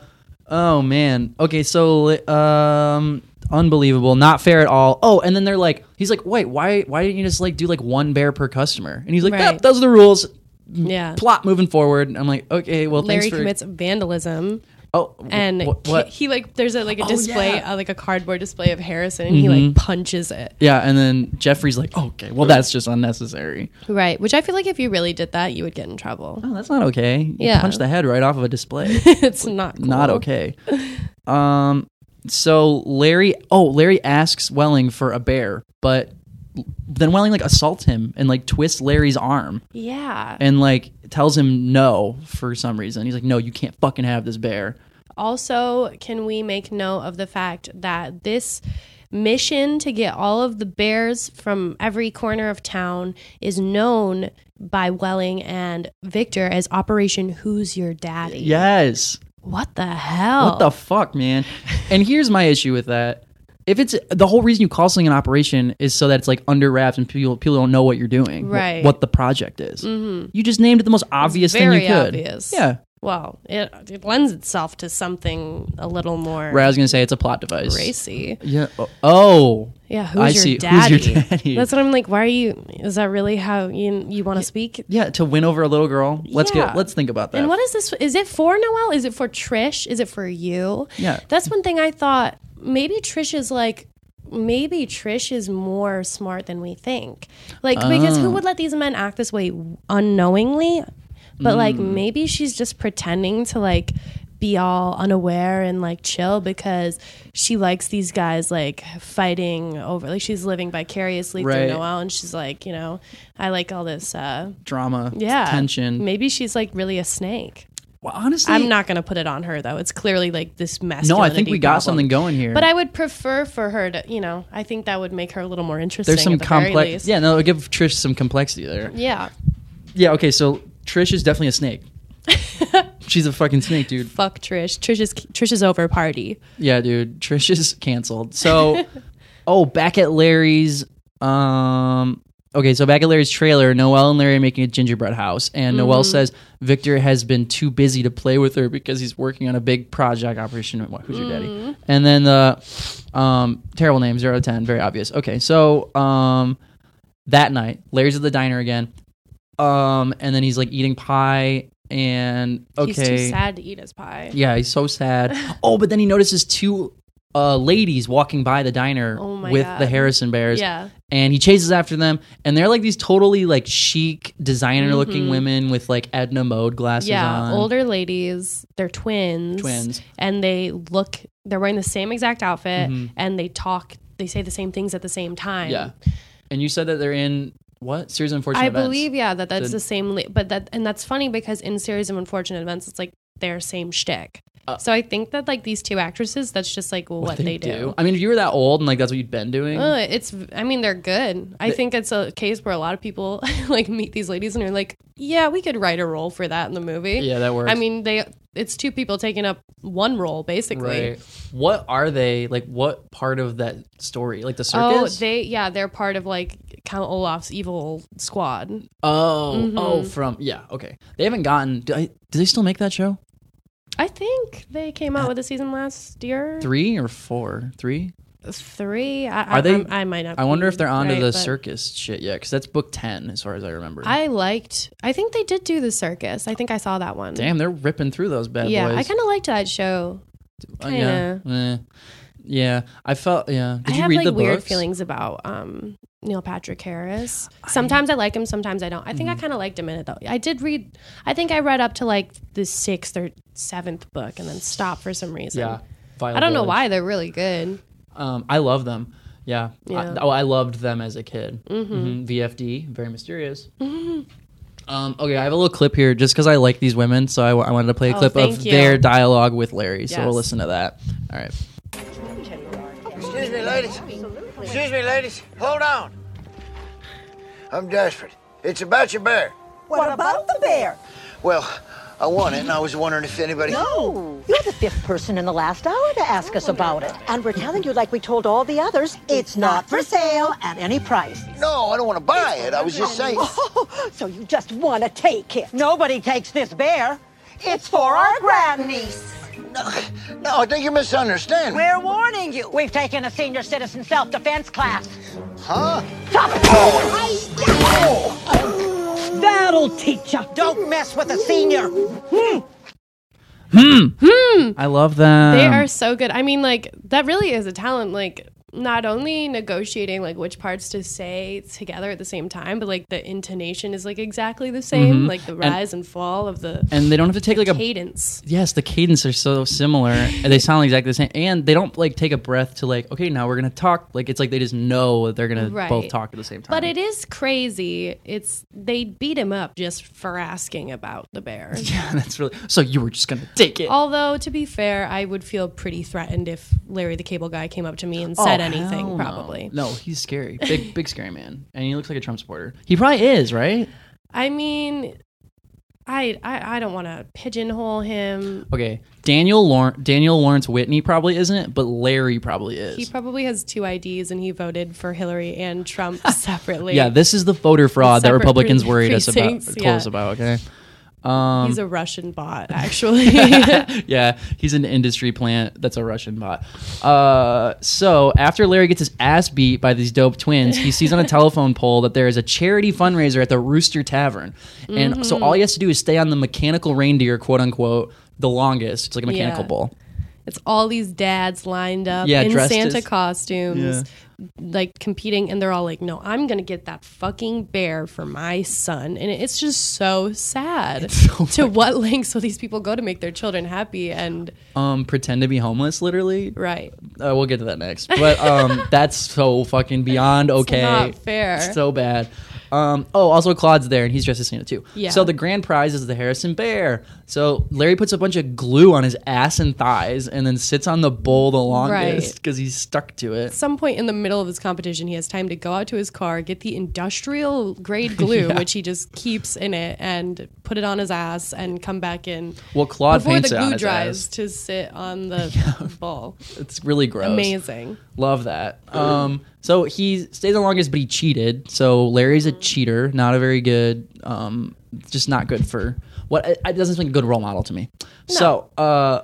Speaker 1: oh man. Okay, so um, unbelievable. Not fair at all. Oh, and then they're like, he's like, wait, why, why didn't you just like do like one bear per customer? And he's like,
Speaker 2: Right.
Speaker 1: yep, those are the rules.
Speaker 2: yeah,
Speaker 1: Plot moving forward. And I'm like, okay, well,
Speaker 2: Larry
Speaker 1: thanks for
Speaker 2: commits vandalism,
Speaker 1: oh
Speaker 2: and
Speaker 1: wh-
Speaker 2: he-
Speaker 1: what?
Speaker 2: He, like there's a like a
Speaker 1: Oh,
Speaker 2: display,
Speaker 1: yeah.
Speaker 2: uh, like a cardboard display of Harrison, and he like punches it.
Speaker 1: yeah, and then Jeffrey's like, okay, well, that's just unnecessary.
Speaker 2: Right, which I feel like if you really did that, you would get in trouble.
Speaker 1: Oh, that's not okay. You
Speaker 2: Yeah.
Speaker 1: punch the head right off of a display.
Speaker 2: it's not cool.
Speaker 1: not okay. Um, so Larry, oh, Larry asks Welling for a bear, but then Welling like assaults him and like twists Larry's arm
Speaker 2: Yeah.
Speaker 1: and like tells him no for some reason. He's like, no, you can't fucking have this bear.
Speaker 2: Also, can we make note of the fact that this mission to get all of the bears from every corner of town is known by Welling and Victor as Operation Who's Your Daddy?
Speaker 1: Yes.
Speaker 2: What the hell?
Speaker 1: What the fuck, man? And here's my issue with that. If it's the whole reason you call something an operation is so that it's like under wraps and people people don't know what you're doing, wh-
Speaker 2: Right.
Speaker 1: What the project is. Mm-hmm. You just named it the most obvious thing
Speaker 2: very
Speaker 1: you could.
Speaker 2: obvious.
Speaker 1: Yeah,
Speaker 2: well, it, it lends itself to something a little more
Speaker 1: where I was gonna say it's a plot device.
Speaker 2: racy.
Speaker 1: Yeah. o- Oh.
Speaker 2: Yeah, who's
Speaker 1: I
Speaker 2: your
Speaker 1: see. Who's
Speaker 2: daddy?
Speaker 1: your daddy?
Speaker 2: That's what I'm like. Why are you? Is that really how you you want to speak?
Speaker 1: Yeah, to win over a little girl. Let's
Speaker 2: Yeah.
Speaker 1: get. Let's think about that.
Speaker 2: And what is this? Is it for Noel? Is it for Trish? Is it for you?
Speaker 1: Yeah.
Speaker 2: That's one thing I thought. Maybe Trish is like, maybe Trish is more smart than we think. Like,
Speaker 1: Ah.
Speaker 2: because who would let these men act this way unknowingly? But like,
Speaker 1: Mm.
Speaker 2: maybe she's just pretending to like be all unaware and like chill because she likes these guys like fighting over like she's living vicariously
Speaker 1: Right.
Speaker 2: through Noel and she's like you know I like all this uh
Speaker 1: drama?
Speaker 2: yeah
Speaker 1: Tension.
Speaker 2: maybe she's like really a snake
Speaker 1: Well, honestly,
Speaker 2: I'm not going to put it on her though. It's clearly like this mess.
Speaker 1: No, I think we got something going here.
Speaker 2: But I would prefer for her to, you know, I think that would make her a little more interesting.
Speaker 1: There's some
Speaker 2: at the very
Speaker 1: complex.
Speaker 2: least.
Speaker 1: Yeah. No, give Trish some complexity there.
Speaker 2: yeah.
Speaker 1: Yeah. Okay. So Trish is definitely a snake. She's a fucking snake, dude.
Speaker 2: Fuck Trish. Trish's Trish's over party.
Speaker 1: Yeah, dude. Trish is canceled. So, oh, back at Larry's. Um. Okay, so back at Larry's trailer, Noelle and Larry are making a gingerbread house, and Noelle says Victor has been too busy to play with her because he's working on a big project operation. What- Who's your daddy? And then the um, terrible name zero to ten, very obvious. Okay, so um, that night, Larry's at the diner again, um, and then he's like eating pie, and okay,
Speaker 2: He's too sad to eat his pie.
Speaker 1: yeah, he's so sad. Oh, but then he notices two uh, ladies walking by the diner
Speaker 2: Oh my
Speaker 1: with
Speaker 2: God.
Speaker 1: the Harrison Bears.
Speaker 2: Yeah.
Speaker 1: And he chases after them, and they're like these totally like chic designer looking women with like Edna Mode glasses
Speaker 2: Mm-hmm. yeah,
Speaker 1: on.
Speaker 2: older ladies. They're twins.
Speaker 1: Twins.
Speaker 2: And they look. They're wearing the same exact outfit, and they talk. They say the same things at the same time.
Speaker 1: Mm-hmm. Yeah. And you said that they're in what series of unfortunate
Speaker 2: I
Speaker 1: events?
Speaker 2: believe yeah that that's
Speaker 1: The-
Speaker 2: the, same. Li- but that and that's funny because in series of unfortunate events, it's like their same shtick.
Speaker 1: Uh,
Speaker 2: so I think that like these two actresses, that's just like what, they, do.
Speaker 1: I mean, if you were that old and like that's what you'd been doing,
Speaker 2: Uh, it's I mean they're good. I think it's a case where a lot of people like meet these ladies and are like, yeah, we could write a role for that in the movie.
Speaker 1: Yeah, that works.
Speaker 2: I mean they it's two people taking up one role basically.
Speaker 1: right? What are they like? What part of that story? Like the
Speaker 2: Oh,
Speaker 1: circus?
Speaker 2: they yeah, they're part of like Count Olaf's evil squad.
Speaker 1: oh, oh,
Speaker 2: Mm-hmm.
Speaker 1: from yeah, okay. They haven't gotten. Do, I, do they still make that show?
Speaker 2: I think they came out with a season last year.
Speaker 1: Three or four? Three?
Speaker 2: Three. I,
Speaker 1: Are
Speaker 2: I,
Speaker 1: they-
Speaker 2: I'm- I might not.
Speaker 1: I wonder
Speaker 2: be
Speaker 1: if they're onto
Speaker 2: right,
Speaker 1: the
Speaker 2: but
Speaker 1: circus shit yet, because that's book ten as far as I remember.
Speaker 2: I liked. I think they did do the circus. I think I saw that one.
Speaker 1: Damn, they're ripping through those bad
Speaker 2: yeah,
Speaker 1: boys.
Speaker 2: I kind of liked that show.
Speaker 1: Uh, yeah, eh. yeah. I felt yeah. Did
Speaker 2: I
Speaker 1: you
Speaker 2: have
Speaker 1: read
Speaker 2: like
Speaker 1: the
Speaker 2: weird
Speaker 1: books?
Speaker 2: feelings about um, Neil Patrick Harris. Sometimes I, like him, sometimes I don't. I
Speaker 1: Mm-hmm.
Speaker 2: think I kind of liked him in it though. I did read. I think I read up to like the sixth or seventh book and then stopped for some reason.
Speaker 1: Yeah,
Speaker 2: I don't know why they're really good.
Speaker 1: Um, I love them. Yeah.
Speaker 2: Yeah.
Speaker 1: I, oh, I loved them as a kid. Mm-hmm. VFD, very mysterious.
Speaker 2: Mm-hmm.
Speaker 1: Um, okay, I have a little clip here just because I like these women, so I, wa- I wanted to play a
Speaker 2: Oh,
Speaker 1: clip of
Speaker 2: thank you.
Speaker 1: their dialogue with Larry. So we'll
Speaker 2: Yes.
Speaker 1: listen to that. All right.
Speaker 3: Excuse me, ladies. Excuse me, ladies. Hold on. I'm desperate. It's about your bear.
Speaker 7: What about the bear?
Speaker 3: Well, I want it, and I was wondering if anybody.
Speaker 7: No. You're the fifth person in the last hour to ask us about it. And we're telling you, like we told all the others, it's not for sale at any price.
Speaker 3: No, I don't want to buy it. I was just saying.
Speaker 7: Oh, So you just want to take it. Nobody takes this bear. It's for our grandniece.
Speaker 3: No, I think you misunderstand. me.
Speaker 7: We're warning you. We've taken a senior citizen self defense class.
Speaker 3: Huh?
Speaker 7: Stop it! That'll teach you. Don't mess with a senior.
Speaker 1: I love them.
Speaker 2: They are so good. I mean, like that really is a talent. Like not only negotiating like which parts to say together at the same time, but like the intonation is like exactly the same, like the rise and, fall of the
Speaker 1: Mm-hmm. and they don't have to take like a
Speaker 2: cadence.
Speaker 1: yes. The cadence are so similar, and they sound exactly the same. And they don't like take a breath to like okay, now we're gonna talk. Like it's like they just know they're gonna
Speaker 2: Right.
Speaker 1: both talk at the same time.
Speaker 2: But it is crazy. It's they beat him up just for asking about the bear.
Speaker 1: yeah, that's really so. You were just gonna take it.
Speaker 2: Although to be fair, I would feel pretty threatened if Larry the Cable Guy came up to me and said anything.
Speaker 1: Oh, Hell no.
Speaker 2: Probably.
Speaker 1: No, he's scary. Big, big scary man. And he looks like a Trump supporter. He probably is, right?
Speaker 2: I mean, I I, I don't want to pigeonhole him.
Speaker 1: Okay. Daniel Lawrence, Daniel Lawrence Whitney probably isn't, but Larry probably is.
Speaker 2: He probably has two IDs and he voted for Hillary and Trump separately.
Speaker 1: yeah, this is the voter fraud that
Speaker 2: Separate
Speaker 1: Republicans
Speaker 2: pre-
Speaker 1: worried us about,
Speaker 2: precincts,
Speaker 1: told
Speaker 2: yeah.
Speaker 1: us about, okay? um,
Speaker 2: he's a Russian bot, actually. yeah.
Speaker 1: yeah, he's an industry plant that's a Russian bot. Uh, so after Larry gets his ass beat by these dope twins, he sees on a telephone pole that there is a charity fundraiser at the Rooster Tavern, and so all he has to do is stay on the mechanical reindeer, quote unquote, the longest. It's like a mechanical
Speaker 2: Yeah.
Speaker 1: bull.
Speaker 2: It's all these dads lined up
Speaker 1: Yeah,
Speaker 2: in
Speaker 1: dressed
Speaker 2: Santa
Speaker 1: as-
Speaker 2: costumes, like competing, and they're all like, no, I'm going to get that fucking bear for my son. And it's just so sad to what lengths will these people go to make their children happy and
Speaker 1: Um, pretend to be homeless, literally.
Speaker 2: right.
Speaker 1: Uh, we'll get to that next, but um, that's so fucking beyond okay.
Speaker 2: not fair.
Speaker 1: So bad. Um, oh, also Claude's there, and he's dressed as Santa too.
Speaker 2: Yeah.
Speaker 1: So the grand prize is the Harrison Bear. So Larry puts a bunch of glue on his ass and thighs, and then sits on the bowl the longest
Speaker 2: Right.
Speaker 1: because he's stuck to it.
Speaker 2: some point in the middle of his competition, he has time to go out to his car, get the industrial grade glue, which he just keeps in it, and put it on his ass, and come back in
Speaker 1: Well, Claude
Speaker 2: before the
Speaker 1: paints it on
Speaker 2: glue
Speaker 1: his
Speaker 2: dries
Speaker 1: ass.
Speaker 2: to sit on the ball.
Speaker 1: It's really gross.
Speaker 2: Amazing.
Speaker 1: Love that. Um, so he stays the longest, but he cheated. So Larry's a cheater, not a very good, um, just not good for what. It doesn't seem like a good role model to me. So uh,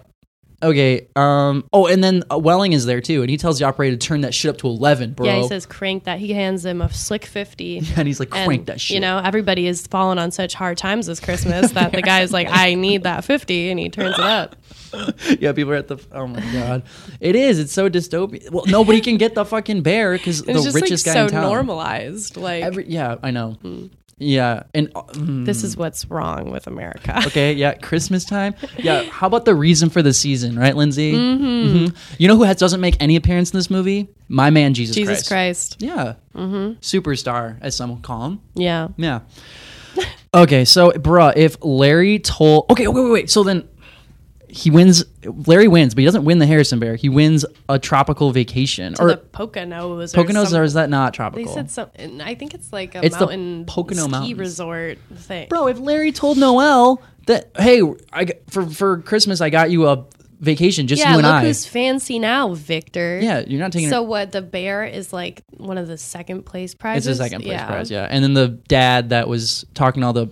Speaker 1: Okay. Um. Oh, and then uh, Welling is there too, and he tells the operator to turn that shit up to eleven, bro.
Speaker 2: Yeah, he says crank that. He hands him a slick fifty,
Speaker 1: and he's like, crank that shit.
Speaker 2: You know, everybody is falling on such hard times this Christmas that the guy's like, I need that fifty, and he turns it up.
Speaker 1: yeah, people are at the. Oh my god, it is. It's so dystopian. Well, nobody can get the fucking bear because the
Speaker 2: It's just like
Speaker 1: richest guy
Speaker 2: so Hmm.
Speaker 1: in town.
Speaker 2: normalized. Like
Speaker 1: Every, yeah, I know. Yeah, and uh, mm,
Speaker 2: this is what's wrong with America.
Speaker 1: okay, yeah, Christmas time. Yeah, how about the reason for the season, right, Lindsay? Mm-hmm. You know who has, doesn't make any appearance in this movie? My man, Jesus,
Speaker 2: Jesus Christ.
Speaker 1: Yeah, mm-hmm. superstar, as some would call him.
Speaker 2: Yeah.
Speaker 1: Yeah. okay, so bruh, if Larry told okay, wait, wait, wait. So then he wins. Larry wins, but he doesn't win the Harrison Bear. He wins a tropical vacation
Speaker 2: Or
Speaker 1: or
Speaker 2: the Poconos.
Speaker 1: Poconos,
Speaker 2: some-
Speaker 1: or is that not
Speaker 2: They
Speaker 1: tropical?
Speaker 2: said something. I think it's like a
Speaker 1: It's the
Speaker 2: mountain
Speaker 1: Pocono
Speaker 2: ski
Speaker 1: Mountains.
Speaker 2: resort thing.
Speaker 1: bro. If Larry told Noel that hey, I g- for for Christmas I got you a vacation, just
Speaker 2: yeah,
Speaker 1: you and
Speaker 2: look
Speaker 1: I.
Speaker 2: who's fancy now, Victor.
Speaker 1: yeah, you're not taking.
Speaker 2: So
Speaker 1: her-
Speaker 2: what? The bear is like one of the second place
Speaker 1: it's
Speaker 2: prizes.
Speaker 1: a second place prize, yeah. And then the dad that was talking all the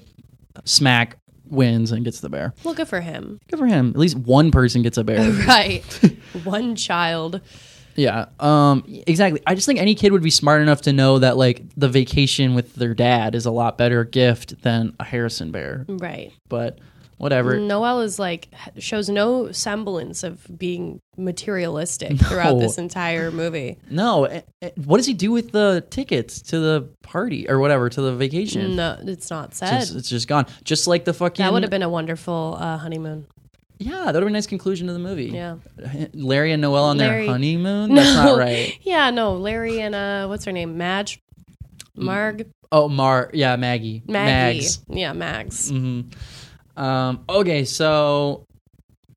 Speaker 1: smack wins and gets the bear.
Speaker 2: Well, good for him.
Speaker 1: Good for him. At least one person gets a bear.
Speaker 2: Right. One child.
Speaker 1: Yeah, um, exactly. I just think any kid would be smart enough to know that like the vacation with their dad is a lot better gift than a Harrison bear.
Speaker 2: Right.
Speaker 1: But whatever.
Speaker 2: Noel is like shows no semblance of being materialistic throughout
Speaker 1: No.
Speaker 2: this entire movie.
Speaker 1: No, eh, eh, what does he do with the tickets to the party or whatever to the vacation?
Speaker 2: No, it's not
Speaker 1: It's
Speaker 2: said.
Speaker 1: just, it's just gone. Just like the fucking
Speaker 2: that would have been a wonderful uh, honeymoon.
Speaker 1: yeah, that would have been a nice conclusion to the movie.
Speaker 2: Yeah.
Speaker 1: Larry and Noel on
Speaker 2: Larry-
Speaker 1: their honeymoon. That's not right.
Speaker 2: Yeah, no, Larry and uh, what's her name, Madge, Marg,
Speaker 1: Oh, Mar. Yeah, Maggie.
Speaker 2: Maggie.
Speaker 1: Mags. Mm-hmm.
Speaker 2: Yeah, Mags.
Speaker 1: Um, okay, so.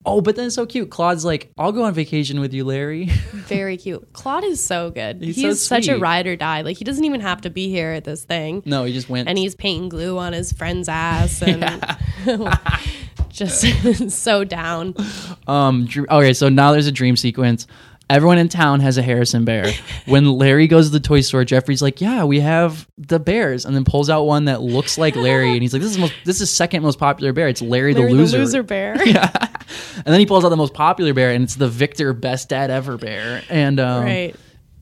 Speaker 1: Oh, but then it's so cute. Claude's like, I'll go on vacation with you, Larry.
Speaker 2: Very cute. Claude is so good.
Speaker 1: He's
Speaker 2: He's,
Speaker 1: so
Speaker 2: such a
Speaker 1: sweet.
Speaker 2: ride or die. Like he doesn't even have to be here at this thing,
Speaker 1: no, he just went.
Speaker 2: and he's painting glue on his friend's ass and just so down.
Speaker 1: um, dr- okay, so now there's a dream sequence. Everyone in town has a Harrison bear. When Larry goes to the toy store, Jeffrey's like, "Yeah, we have the bears," and then pulls out one that looks like Larry, and he's like, "This is the most, this is second most popular bear. It's Larry,
Speaker 2: Larry
Speaker 1: the, loser.
Speaker 2: bear.
Speaker 1: And then he pulls out the most popular bear, and it's the Victor best dad ever bear. And um,
Speaker 2: Right.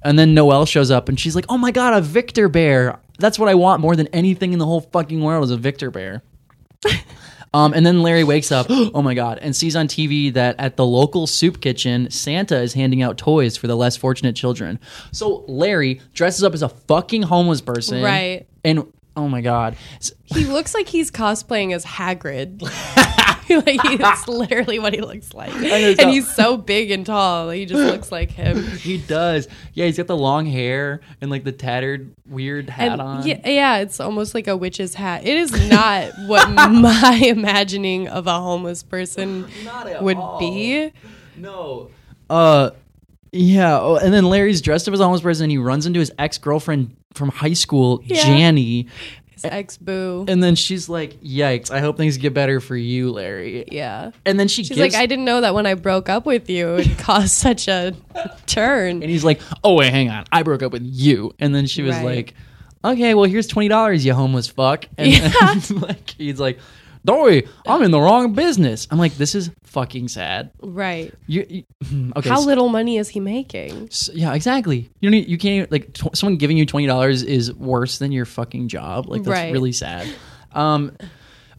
Speaker 1: and then Noelle shows up, and she's like, "Oh my god, a Victor bear! That's what I want more than anything in the whole fucking world is a Victor bear." Um, and then Larry wakes up, oh my God, and sees on TV that at the local soup kitchen, Santa is handing out toys for the less fortunate children. So Larry dresses up as a fucking homeless person.
Speaker 2: Right.
Speaker 1: And oh my God. S-
Speaker 2: He looks like he's cosplaying as Hagrid. like he's literally what he looks like, and he's so big and tall. He just looks like him.
Speaker 1: He does. Yeah, he's got the long hair and like the tattered, weird hat
Speaker 2: And
Speaker 1: on.
Speaker 2: Yeah, yeah, it's almost like a witch's hat. It is not what my imagining of a homeless person would be.
Speaker 1: No. Uh, yeah. Oh, and then Larry's dressed up as a homeless person and he runs into his ex girlfriend from high school,
Speaker 2: Yeah.
Speaker 1: Janny.
Speaker 2: His ex boo.
Speaker 1: And then she's like, yikes, I hope things get better for you, Larry.
Speaker 2: Yeah.
Speaker 1: And then she
Speaker 2: She's
Speaker 1: gives.
Speaker 2: like, I didn't know that when I broke up with you, it caused such a turn.
Speaker 1: and he's like, oh, wait, hang on. I broke up with you. And then she was
Speaker 2: Right.
Speaker 1: like, okay, well, here's $20, you homeless fuck. And then, like, he's like, Dory, I'm in the wrong business. I'm like, this is fucking sad.
Speaker 2: Right.
Speaker 1: You, you- hmm, okay.
Speaker 2: How
Speaker 1: so-
Speaker 2: little money is he making?
Speaker 1: so- yeah, exactly. You don't. e- You can't even, like tw- someone giving you twenty dollars is worse than your fucking job. Like that's
Speaker 2: Right.
Speaker 1: really sad. Um,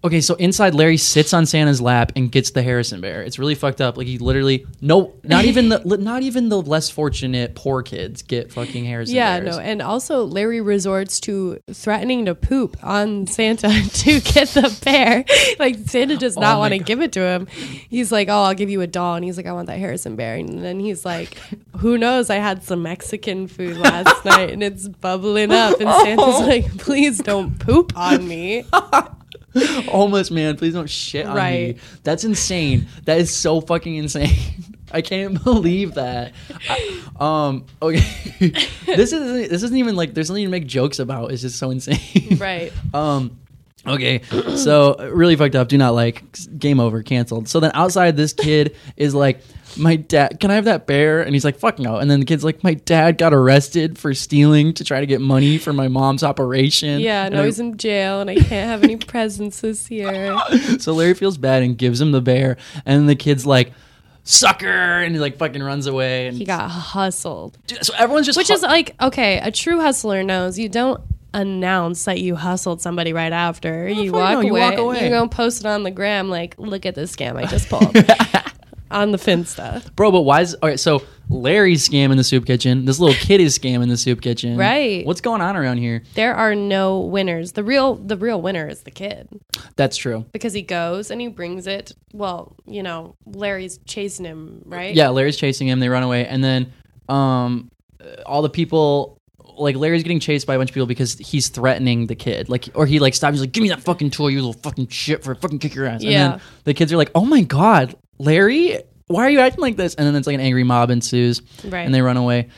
Speaker 1: okay, so inside Larry sits on Santa's lap and gets the Harrison bear. It's really fucked up. Like he literally no, not even the li- not even the less fortunate poor kids get fucking Harrison.
Speaker 2: Yeah,
Speaker 1: bears.
Speaker 2: no. And also, Larry resorts to threatening to poop on Santa to get the bear. like, Santa does not
Speaker 1: Oh my
Speaker 2: want to
Speaker 1: God.
Speaker 2: give it to him. He's like, Oh, I'll give you a doll. And he's like, I want that Harrison bear. And then he's like, Who knows? I had some Mexican food last night and it's bubbling up. And Santa's
Speaker 1: Oh.
Speaker 2: like, Please don't poop on me.
Speaker 1: homeless man, please don't shit on
Speaker 2: Right.
Speaker 1: me. That's insane. That is so fucking insane. I can't believe that. I- um, okay, this is this isn't even like there's nothing to make jokes about. It's just so insane.
Speaker 2: Right.
Speaker 1: Um, okay, so really fucked up. Do not like. Game over. Canceled. So then outside, this kid is like, "My dad, can I have that bear?" And he's like, "Fuck no." And then the kid's like, "My dad got arrested for stealing to try to get money for my mom's operation."
Speaker 2: Yeah,
Speaker 1: And
Speaker 2: no,
Speaker 1: I-
Speaker 2: he's in jail and I can't have any presents this year.
Speaker 1: So Larry feels bad and gives him the bear, and the kid's like, sucker, and he like fucking runs away. And
Speaker 2: He got hustled.
Speaker 1: so everyone's just
Speaker 2: Which
Speaker 1: hu-
Speaker 2: is like, okay, a true hustler knows you don't announce that you hustled somebody right after. You,
Speaker 1: fuck
Speaker 2: walk
Speaker 1: no,
Speaker 2: away,
Speaker 1: you walk away.
Speaker 2: You're going to post it on the gram, like, look at this scam I just pulled on the Finsta.
Speaker 1: bro. But why is all right? So Larry's scamming the soup kitchen. This little kid is scamming the soup kitchen.
Speaker 2: Right.
Speaker 1: What's going on around here?
Speaker 2: There are no winners. The real the real winner is the kid
Speaker 1: That's true.
Speaker 2: because he goes and he brings it. Well, you know, Larry's chasing him, right?
Speaker 1: Yeah, Larry's chasing him. They run away, and then um, uh, all the people like Larry's getting chased by a bunch of people because he's threatening the kid. Like, or he like stops. He's like, "Give me that fucking tool, you little fucking shit, for a fucking kick your ass." And
Speaker 2: Yeah.
Speaker 1: then the kids are like, "Oh my god, Larry, why are you acting like this?" And then it's like an angry mob ensues,
Speaker 2: Right.
Speaker 1: and they run away.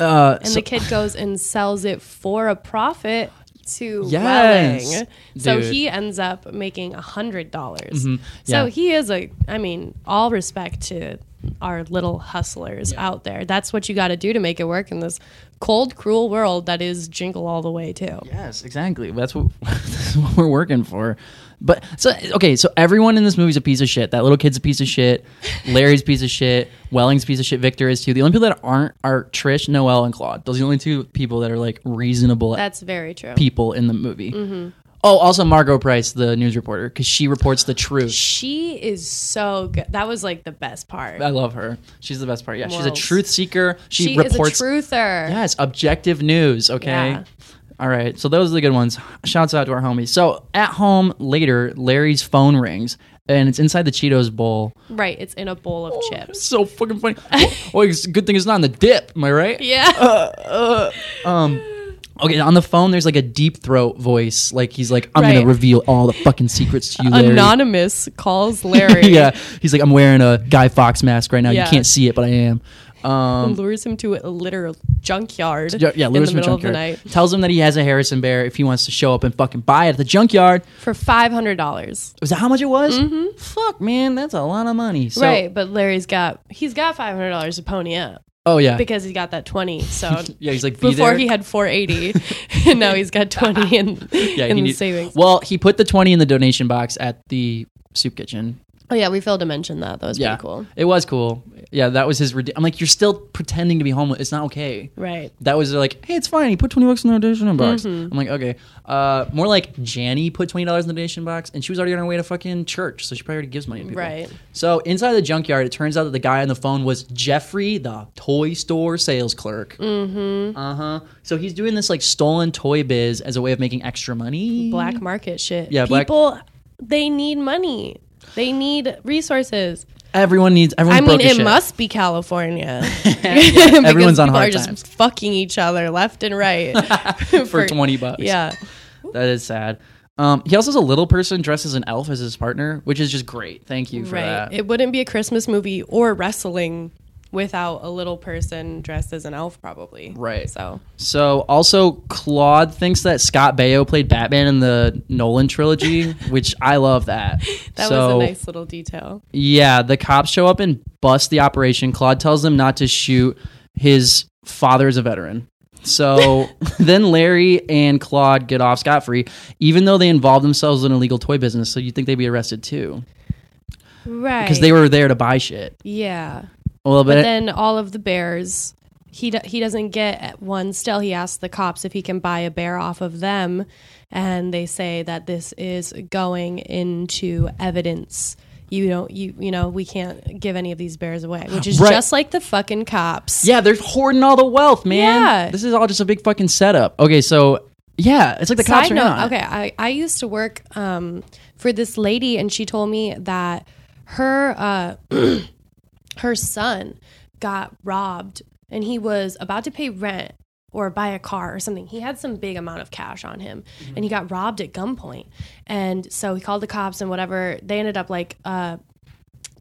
Speaker 1: Uh,
Speaker 2: And
Speaker 1: so-
Speaker 2: the kid goes and sells it for a profit to
Speaker 1: Yes,
Speaker 2: Welling. So
Speaker 1: dude. Mm-hmm.
Speaker 2: he ends up making a hundred dollars.
Speaker 1: yeah.
Speaker 2: So he is a I mean, all respect to our little hustlers out there. That's what you gotta do to make it work in this cold, cruel world that is jingle all the way too.
Speaker 1: Yes, exactly. That's what, that's what we're working for. But so okay, so everyone in this movie's a piece of shit. That little kid's a piece of shit. Larry's a piece of shit. Welling's a piece of shit. Victor is too. The only people that aren't are Trish, Noel, and Claude. Those are the only two people that are like reasonable
Speaker 2: That's very true.
Speaker 1: people in the movie.
Speaker 2: Mm-hmm.
Speaker 1: Oh, also Margot Price, the news reporter, because she reports the truth.
Speaker 2: She is so good. That was like the best part.
Speaker 1: I love her. She's the best part. Yeah, she's a
Speaker 2: Morals.
Speaker 1: truth seeker. Uh, She,
Speaker 2: she
Speaker 1: reports
Speaker 2: is a truther.
Speaker 1: Yes, objective news. Okay.
Speaker 2: Yeah.
Speaker 1: All right. So those are the good ones. Shouts out to our homies. So at home later, Larry's phone rings and it's inside the Cheetos bowl.
Speaker 2: Right. It's in a bowl
Speaker 1: Oh.
Speaker 2: of chips.
Speaker 1: So fucking funny. well, well, it's- good thing it's not in the dip. Am I right?
Speaker 2: Yeah.
Speaker 1: Okay. On the phone, there's like a deep throat voice. Like he's like, I'm
Speaker 2: Right.
Speaker 1: gonna reveal all the fucking secrets to you, Larry.
Speaker 2: Anonymous calls Larry.
Speaker 1: yeah. He's like, I'm wearing a Guy Fox mask right now.
Speaker 2: Yeah.
Speaker 1: You can't see it, but I am. Um,
Speaker 2: lures him to a literal junkyard.
Speaker 1: yeah, yeah,
Speaker 2: in
Speaker 1: lures
Speaker 2: the
Speaker 1: him to
Speaker 2: middle
Speaker 1: junkyard.
Speaker 2: of the night
Speaker 1: Tells him that he has a Harrison bear if he wants to show up and fucking buy it at the junkyard.
Speaker 2: for five hundred dollars.
Speaker 1: Was that how much it was? Mm-hmm. Fuck, man, that's a lot of money. So,
Speaker 2: right, but Larry's got he's got five hundred dollars to pony up
Speaker 1: Oh yeah.
Speaker 2: because he got that twenty. So
Speaker 1: yeah, he's like be
Speaker 2: before
Speaker 1: there.
Speaker 2: he had four eighty, and now he's got twenty in
Speaker 1: yeah,
Speaker 2: in
Speaker 1: he
Speaker 2: the
Speaker 1: need-
Speaker 2: savings.
Speaker 1: Well, he put the twenty in the donation box at the soup kitchen.
Speaker 2: Oh yeah, we failed to mention that. That was
Speaker 1: Yeah,
Speaker 2: pretty cool.
Speaker 1: It was cool. Yeah, that was his. Rede- I'm like, you're still pretending to be homeless. It's not okay.
Speaker 2: Right.
Speaker 1: That was like, hey, it's fine. He put twenty bucks in the donation box.
Speaker 2: Mm-hmm.
Speaker 1: I'm like, okay. Uh, more like Janny put twenty dollars in the donation box, and she was already on her way to fucking church, so she probably already gives money to people.
Speaker 2: Right.
Speaker 1: So inside the junkyard, it turns out that the guy on the phone was Jeffrey, the toy store sales clerk. Mm-hmm. Uh huh. So he's doing this like stolen toy biz as a way of making extra money.
Speaker 2: Black market shit.
Speaker 1: Yeah, black-
Speaker 2: people they need money. They need resources.
Speaker 1: Everyone needs. Everyone.
Speaker 2: I mean, it
Speaker 1: shit.
Speaker 2: must be California. Because
Speaker 1: everyone's on
Speaker 2: people
Speaker 1: hard
Speaker 2: are
Speaker 1: times.
Speaker 2: just fucking each other left and right for,
Speaker 1: for twenty bucks.
Speaker 2: Yeah,
Speaker 1: That is sad. Um, he also is a little person dressed as an elf as his partner, which is just great. Thank you for
Speaker 2: right.
Speaker 1: that.
Speaker 2: It wouldn't be a Christmas movie or wrestling without a little person dressed as an elf, probably.
Speaker 1: Right.
Speaker 2: So
Speaker 1: So also Claude thinks that Scott Baio played Batman in the Nolan trilogy, which I love that.
Speaker 2: that
Speaker 1: So,
Speaker 2: was a nice little detail.
Speaker 1: Yeah, the cops show up and bust the operation. Claude tells them not to shoot. His father is a veteran. So then Larry and Claude get off scot free, even though they involved themselves in illegal toy business. So you'd think they'd be arrested too,
Speaker 2: Right.
Speaker 1: because they were there to buy shit.
Speaker 2: Yeah.
Speaker 1: Well,
Speaker 2: But
Speaker 1: but,
Speaker 2: then all of the bears. He, do- he doesn't get one still he asks the cops if he can buy a bear off of them and they say that this is going into evidence you don't you you know we can't give any of these bears away which is
Speaker 1: Right.
Speaker 2: just like the fucking cops
Speaker 1: yeah, they're hoarding all the wealth, man.
Speaker 2: Yeah.
Speaker 1: This is all just a big fucking setup. Okay, so yeah, it's like the cops
Speaker 2: Side
Speaker 1: are
Speaker 2: note,
Speaker 1: not.
Speaker 2: okay, I, I used to work um, for this lady, and she told me that her uh, her son got robbed, and he was about to pay rent or buy a car or something. He had some big amount of cash on him, and he got robbed at gunpoint. And so he called the cops and whatever. They ended up like uh,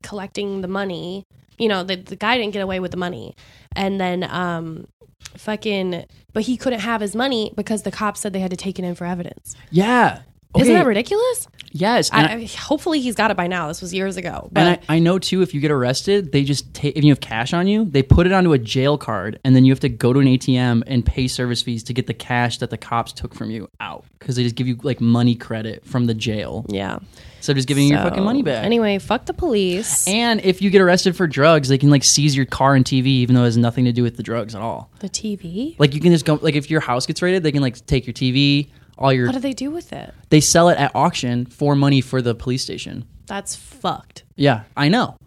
Speaker 2: collecting the money. You know, the, the guy didn't get away with the money, and then um, fucking but he couldn't have his money because the cops said they had to take it in for evidence
Speaker 1: Yeah.
Speaker 2: Isn't
Speaker 1: Okay.
Speaker 2: that ridiculous?
Speaker 1: Yes, and
Speaker 2: I, I, hopefully he's got it by now. This was years ago. But
Speaker 1: And I, I know too, if you get arrested, they just take, if you have cash on you, they put it onto a jail card and then you have to go to an ATM and pay service fees to get the cash that the cops took from you out. Cause they just give you like money credit from the jail.
Speaker 2: yeah,
Speaker 1: So just giving you your
Speaker 2: So,
Speaker 1: fucking money back.
Speaker 2: Anyway, fuck the police.
Speaker 1: and if you get arrested for drugs, they can like seize your car and TV, even though it has nothing to do with the drugs at all.
Speaker 2: the TV.
Speaker 1: Like you can just go, like if your house gets raided, they can like take your TV, all your,
Speaker 2: What do they do with it?
Speaker 1: they sell it at auction for money for the police station.
Speaker 2: That's fucked.
Speaker 1: Yeah, I know.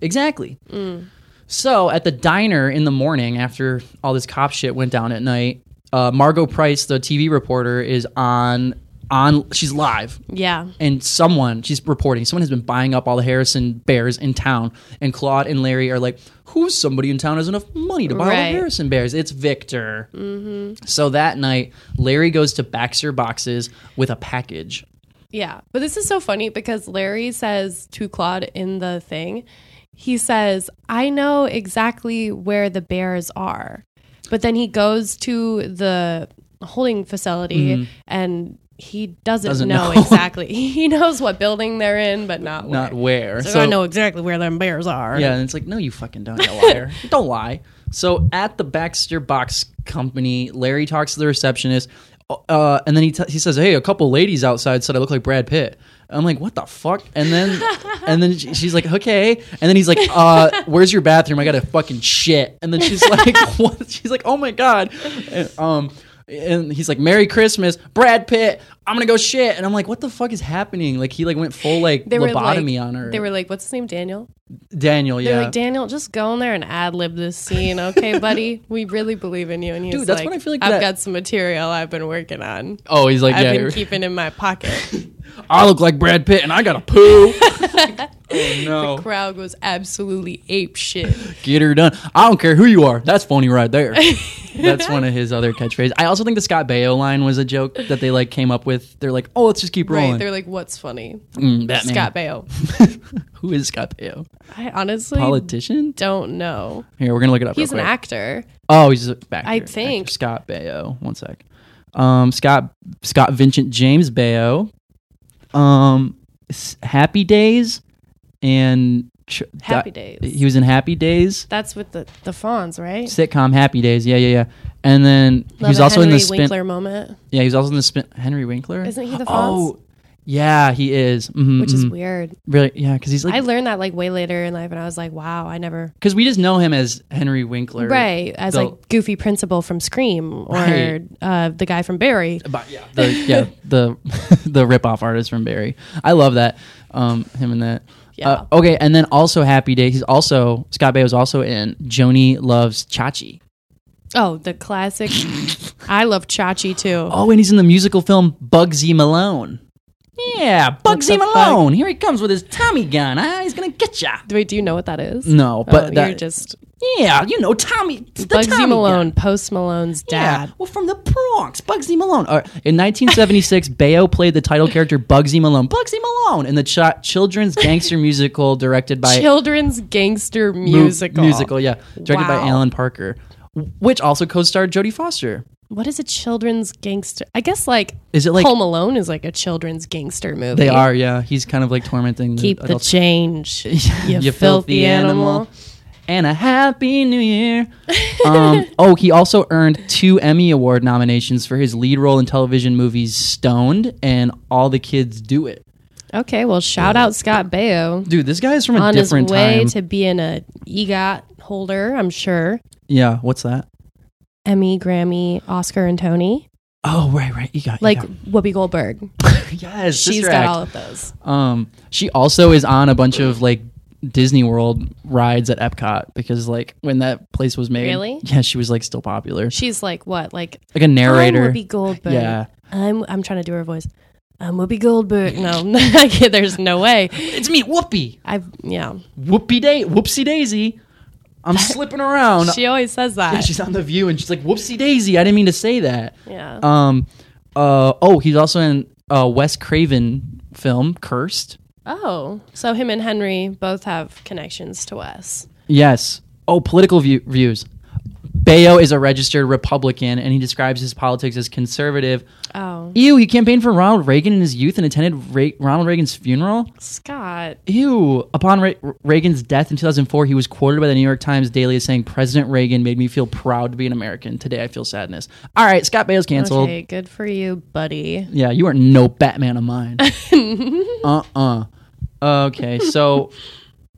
Speaker 1: Exactly.
Speaker 2: Mm.
Speaker 1: So at the diner in the morning, after all this cop shit went down at night, uh, Margot Price, the TV reporter, is on on. She's live,
Speaker 2: Yeah.
Speaker 1: and someone she's reporting. Someone has been buying up all the Harrison Bears in town, and Claude and Larry are like, "Who's somebody in town has enough money to buy all
Speaker 2: Right. Mm-hmm.
Speaker 1: the Harrison Bears?" It's Victor. So that night, Larry goes to Baxter Boxes with a package.
Speaker 2: Yeah. But this is so funny because Larry says to Claude in the thing, he says, I know exactly where the bears are. But then he goes to the holding facility and he doesn't,
Speaker 1: Mm-hmm. Doesn't
Speaker 2: know,
Speaker 1: know.
Speaker 2: exactly. He knows what building they're in, but not where.
Speaker 1: Not where.
Speaker 2: So, I know exactly where them bears are.
Speaker 1: Yeah, and it's like, no, you fucking don't, you liar. don't lie. So at the Baxter Box Company, Larry talks to the receptionist, uh, and then he, t- he says, "Hey, a couple ladies outside said I look like Brad Pitt." I'm like, "What the fuck?" And then, and then she- she's like, "Okay," and then he's like, uh, "Where's your bathroom? I got to fucking shit." And then she's like, "What?" She's like, "Oh my god." And, um, and he's like, "Merry Christmas, Brad Pitt." I'm gonna go shit, and I'm like, "What the fuck is happening?" Like he like went full like
Speaker 2: They were like,
Speaker 1: lobotomy on her.
Speaker 2: They were like, "What's his name? Daniel."
Speaker 1: Daniel,
Speaker 2: They're
Speaker 1: yeah.
Speaker 2: like, "Daniel, just go in there and ad lib this scene, okay, buddy? We really believe in you." And he's
Speaker 1: Dude, that's
Speaker 2: like,
Speaker 1: what I feel like
Speaker 2: I've
Speaker 1: that-
Speaker 2: got some material I've been working on.
Speaker 1: Oh, he's like,
Speaker 2: I've
Speaker 1: yeah,
Speaker 2: been keeping in my pocket."
Speaker 1: I look like Brad Pitt and I got to poo. oh, no.
Speaker 2: Crowd goes absolutely ape shit.
Speaker 1: Get her done. I don't care who you are. That's phony right there. That's one of his other catchphrases. I also think the Scott Baio line was a joke that they like came up with. They're like, oh, let's just keep rolling.
Speaker 2: Right? They're like, "What's funny?"
Speaker 1: Mm, Batman.
Speaker 2: Scott Baio.
Speaker 1: Who is Scott Baio?
Speaker 2: I honestly
Speaker 1: Politician?
Speaker 2: don't know.
Speaker 1: Here, we're going to look it up
Speaker 2: He's an
Speaker 1: real quick.
Speaker 2: actor.
Speaker 1: Oh, he's a back.
Speaker 2: I
Speaker 1: actor,
Speaker 2: think.
Speaker 1: actor. Scott Baio. One sec. Um, Scott Scott Vincent James Baio. Um, S- Happy Days and Ch-
Speaker 2: Happy
Speaker 1: that-
Speaker 2: Days.
Speaker 1: He was in Happy Days
Speaker 2: That's with the the Fawns, right?
Speaker 1: sitcom Happy Days. Yeah, yeah, yeah. And then he
Speaker 2: Love
Speaker 1: was
Speaker 2: a
Speaker 1: also in
Speaker 2: Henry
Speaker 1: the spin.
Speaker 2: Winkler moment,
Speaker 1: Yeah, he was also in the spin. Henry Winkler.
Speaker 2: Isn't he the Fonz?
Speaker 1: Oh, yeah, he is. hmm
Speaker 2: which is weird.
Speaker 1: really yeah, because he's
Speaker 2: I
Speaker 1: like
Speaker 2: learned that like way later in life, and I was like, "Wow, I never
Speaker 1: because we just know him as Henry Winkler.
Speaker 2: right as
Speaker 1: the-
Speaker 2: like goofy principal from scream or
Speaker 1: Right.
Speaker 2: uh, the guy from barry
Speaker 1: But yeah, the yeah the the ripoff artist from Barry. I love that. Um, him and that. Uh, okay, and then also Happy Days. He's also Scott Bay was also in Joni Loves Chachi.
Speaker 2: oh the classic i love chachi too
Speaker 1: Oh, and he's in the musical film Bugsy Malone. Yeah, Bugsy
Speaker 2: the fuck?
Speaker 1: Malone. Here he comes with his Tommy gun. Huh? He's gonna get ya.
Speaker 2: wait do you know what that is
Speaker 1: No,
Speaker 2: Oh,
Speaker 1: but
Speaker 2: you're
Speaker 1: that,
Speaker 2: just
Speaker 1: yeah, you know Tommy. The Tommy
Speaker 2: bugsy malone
Speaker 1: Gun.
Speaker 2: post malone's
Speaker 1: Yeah,
Speaker 2: dad
Speaker 1: well, from the Bronx, Bugsy Malone. All right. In 1976, Bayo played the title character Bugsy Malone. Bugsy Malone in the ch- children's gangster musical directed by
Speaker 2: children's gangster
Speaker 1: Mu-
Speaker 2: musical
Speaker 1: Musical, yeah, directed by
Speaker 2: Wow.
Speaker 1: Alan Parker, which also co-starred Jodie Foster.
Speaker 2: what is a children's gangster i guess like
Speaker 1: Is it like-
Speaker 2: home alone is like a children's gangster movie
Speaker 1: They are, yeah. He's kind of like tormenting.
Speaker 2: keep the
Speaker 1: adults.
Speaker 2: change you, filthy, animal.
Speaker 1: And a happy new year. um, oh, he also earned two Emmy Award nominations for his lead role in television movies Stoned and All the Kids Do It.
Speaker 2: okay well shout out scott baio
Speaker 1: Dude, this guy is from a
Speaker 2: on his way
Speaker 1: different time.
Speaker 2: to being a EGOT holder, I'm sure.
Speaker 1: yeah, what's that?
Speaker 2: Emmy, Grammy, Oscar, and Tony.
Speaker 1: Oh, right, right. You got
Speaker 2: Like
Speaker 1: yeah.
Speaker 2: Whoopi Goldberg.
Speaker 1: yes,
Speaker 2: She's
Speaker 1: Sister
Speaker 2: got
Speaker 1: Act.
Speaker 2: all of those.
Speaker 1: Um, she also is on a bunch of like Disney World rides at Epcot because like when that place was made,
Speaker 2: Really?
Speaker 1: Yeah, she was like still popular,
Speaker 2: She's like what? Like
Speaker 1: like a narrator.
Speaker 2: I'm Whoopi Goldberg.
Speaker 1: Yeah.
Speaker 2: I'm I'm trying to do her voice. I'm Whoopi Goldberg. No, I can't- there's no way.
Speaker 1: it's me, Whoopi.
Speaker 2: I've yeah.
Speaker 1: Whoopie day, whoopsie daisy. I'm slipping around.
Speaker 2: She always says
Speaker 1: Yeah,
Speaker 2: that.
Speaker 1: she's on the View and she's like, whoopsie daisy. I didn't mean to say that.
Speaker 2: Yeah.
Speaker 1: Um. Uh. Oh, he's also in uh Wes Craven film Cursed.
Speaker 2: oh, so him and Henry both have connections to Wes.
Speaker 1: Yes. Oh, political view- views. Bayo is a registered Republican, and he describes his politics as conservative.
Speaker 2: Oh,
Speaker 1: Ew, he campaigned for Ronald Reagan in his youth and attended Re- Ronald Reagan's funeral.
Speaker 2: Scott.
Speaker 1: Ew. Upon Re- Reagan's death in 2004, he was quoted by the New York Times Daily as saying, President Reagan made me feel proud to be an American. Today I feel sadness. All right, Scott Baio's canceled.
Speaker 2: Okay, good for you, buddy.
Speaker 1: Yeah, you are no Batman of mine. uh uh Okay, so,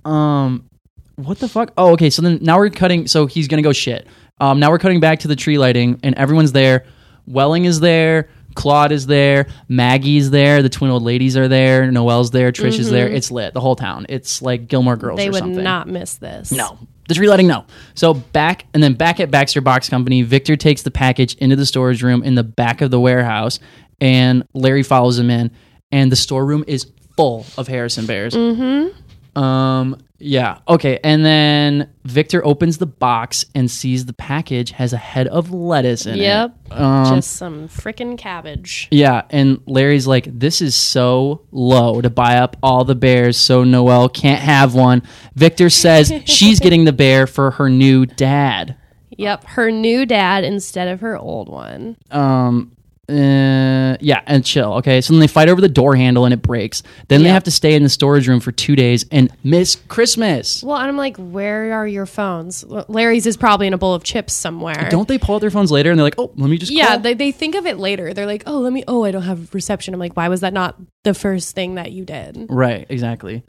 Speaker 1: um, what the fuck? Oh, okay. So then now we're cutting. So he's gonna go shit. Um, now we're cutting back to the tree lighting, and everyone's there. Welling is there. Claude is there. Maggie's there. The twin old ladies are there. Noelle's there. Trish is there. It's lit. The whole town. It's like Gilmore Girls.
Speaker 2: Mm-hmm. They
Speaker 1: or
Speaker 2: would
Speaker 1: something.
Speaker 2: not miss this.
Speaker 1: No. The tree lighting, no. So back and then back at Baxter Box Company, Victor takes the package into the storage room in the back of the warehouse, and Larry follows him in, and the storeroom is full of Harrison bears. Um. Yeah. Okay. And then Victor opens the box and sees the package has a head of lettuce in it.
Speaker 2: Yep.
Speaker 1: Um,
Speaker 2: Just some freaking cabbage.
Speaker 1: Yeah, and Larry's like, "This is so low to buy up all the bears, so Noelle can't have one." Victor says she's getting the bear for her new dad.
Speaker 2: Yep. Her new dad instead of her old one.
Speaker 1: Um, uh, yeah, and chill. Okay, so then they fight over the door handle and it breaks. Then they have to stay in the storage room for two days and miss Christmas.
Speaker 2: Well, and I'm like, where are your phones? L- Larry's is probably in a bowl of chips somewhere.
Speaker 1: Don't they pull out their phones later and they're like, "Oh, let me just
Speaker 2: yeah,
Speaker 1: call."
Speaker 2: they, they think of it later. They're like, oh, let me, oh, I don't have reception. I'm like, why was that not the first thing that you did?
Speaker 1: Right, exactly.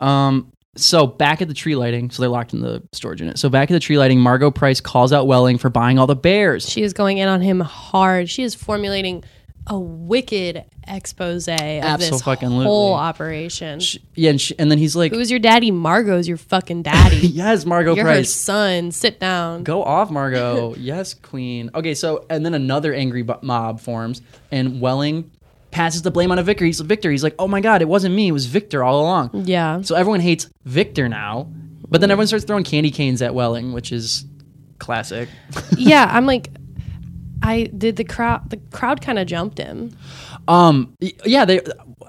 Speaker 1: Um, so back at the tree lighting, so they're locked in the storage unit. So back at the tree lighting, Margot Price calls out Welling for buying all the bears.
Speaker 2: She is going in on him hard. She is formulating a wicked expose of this
Speaker 1: Abso-fucking-lutely.
Speaker 2: whole operation.
Speaker 1: Yeah, and, she, and then he's like,
Speaker 2: Who's your daddy? Margot's your fucking daddy.
Speaker 1: "Yes, Margot
Speaker 2: You're her
Speaker 1: Price,
Speaker 2: son. Sit down.
Speaker 1: go off, Margot. yes, Queen." Okay, so and then another angry bo- mob forms, and Welling passes the blame on a Victor. He's Victor. He's like, "Oh my god, it wasn't me. It was Victor all along."
Speaker 2: Yeah.
Speaker 1: So everyone hates Victor now, but then everyone starts throwing candy canes at Welling, which is classic.
Speaker 2: yeah, I'm like I did the crowd the crowd kind of jumped him.
Speaker 1: Um, y- yeah, they.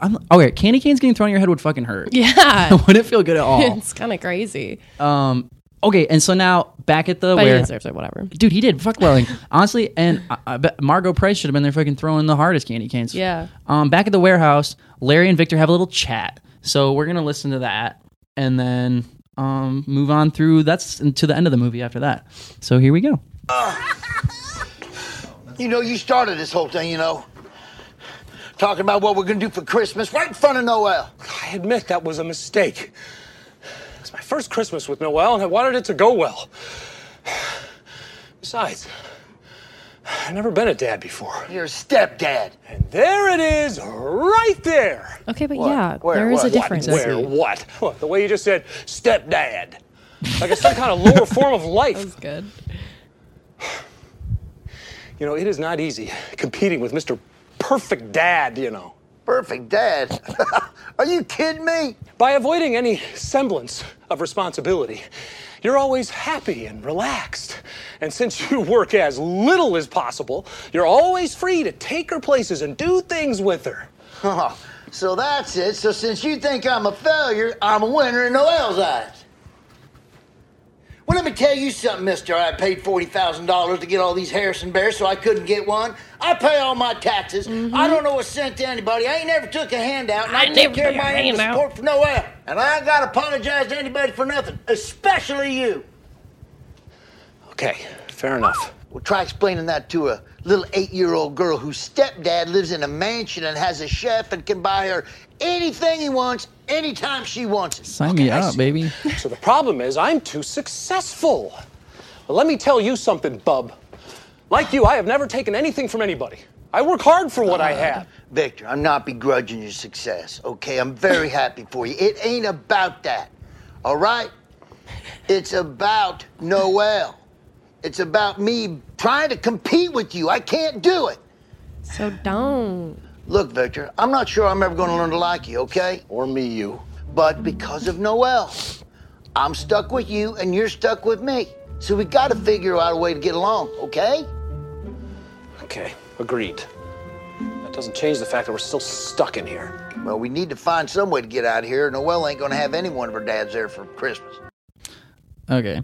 Speaker 1: I'm okay. Candy canes getting thrown in your head would fucking hurt.
Speaker 2: Yeah.
Speaker 1: wouldn't feel good at all.
Speaker 2: it's kind of crazy.
Speaker 1: um, okay, and so now back at the
Speaker 2: But he
Speaker 1: where,
Speaker 2: deserves it, whatever.
Speaker 1: dude, he did fuck Welling honestly, and I, I bet Margot Price should have been there fucking throwing the hardest candy canes.
Speaker 2: Yeah.
Speaker 1: Um, back at the warehouse, Larry and Victor have a little chat. So we're gonna listen to that, and then um, move on through. That's to the end of the movie after that. So here we go.
Speaker 3: You know, you started this whole thing, you know. Talking about what we're gonna do for Christmas right in front of Noel.
Speaker 4: I admit that was a mistake. It's my first Christmas with Noel, and I wanted it to go well. Besides, I've never been a dad before.
Speaker 3: You're a stepdad.
Speaker 4: And there it is, right there.
Speaker 2: Okay, but yeah,
Speaker 3: Where?
Speaker 2: there is
Speaker 3: What?
Speaker 2: a difference.
Speaker 1: Exactly.
Speaker 4: Where? What? Look, the way you just said, stepdad. Like it's some kind of lower form of life.
Speaker 2: That's good.
Speaker 4: You know, it is not easy competing with Mr. Perfect Dad, you know.
Speaker 3: Perfect dad. Are you kidding me?
Speaker 4: By avoiding any semblance of responsibility, you're always happy and relaxed. And since you work as little as possible, you're always free to take her places and do things with her.
Speaker 3: Oh, so that's it. So since you think I'm a failure, I'm a winner in Noel's eyes. Well, let me tell you something, mister. I paid $40,000 to get all these Harrison Bears so I couldn't get one. I pay all my taxes. I don't owe a cent to anybody. I ain't never took a handout, and I,
Speaker 2: Mm-hmm. I
Speaker 3: take
Speaker 2: never
Speaker 3: care of
Speaker 2: took a
Speaker 3: my end to
Speaker 2: handout.
Speaker 3: support for Noel. And I ain't got to apologize to anybody for nothing, especially you.
Speaker 4: Okay, fair enough.
Speaker 3: Well, try explaining that to a little eight year old girl whose stepdad lives in a mansion and has a chef and can buy her anything he wants, anytime she wants it.
Speaker 1: Sign me up, baby.
Speaker 4: So the problem is, I'm too successful. But let me tell you something, bub. Like you, I have never taken anything from anybody. I work hard for what I have.
Speaker 3: Victor, I'm not begrudging your success, okay? I'm very happy for you. It ain't about that, all right? It's about Noel. It's about me trying to compete with you. I can't do it.
Speaker 2: So don't.
Speaker 3: Look, Victor, I'm not sure I'm ever going to learn to like you, okay? Or me, you. But because of Noel, I'm stuck with you and you're stuck with me. So we got to figure out a way to get along, okay?
Speaker 4: Okay, agreed. That doesn't change the fact that we're still stuck in here.
Speaker 3: Well, we need to find some way to get out of here. Noel ain't going to have any one of her dads there for Christmas.
Speaker 1: Okay.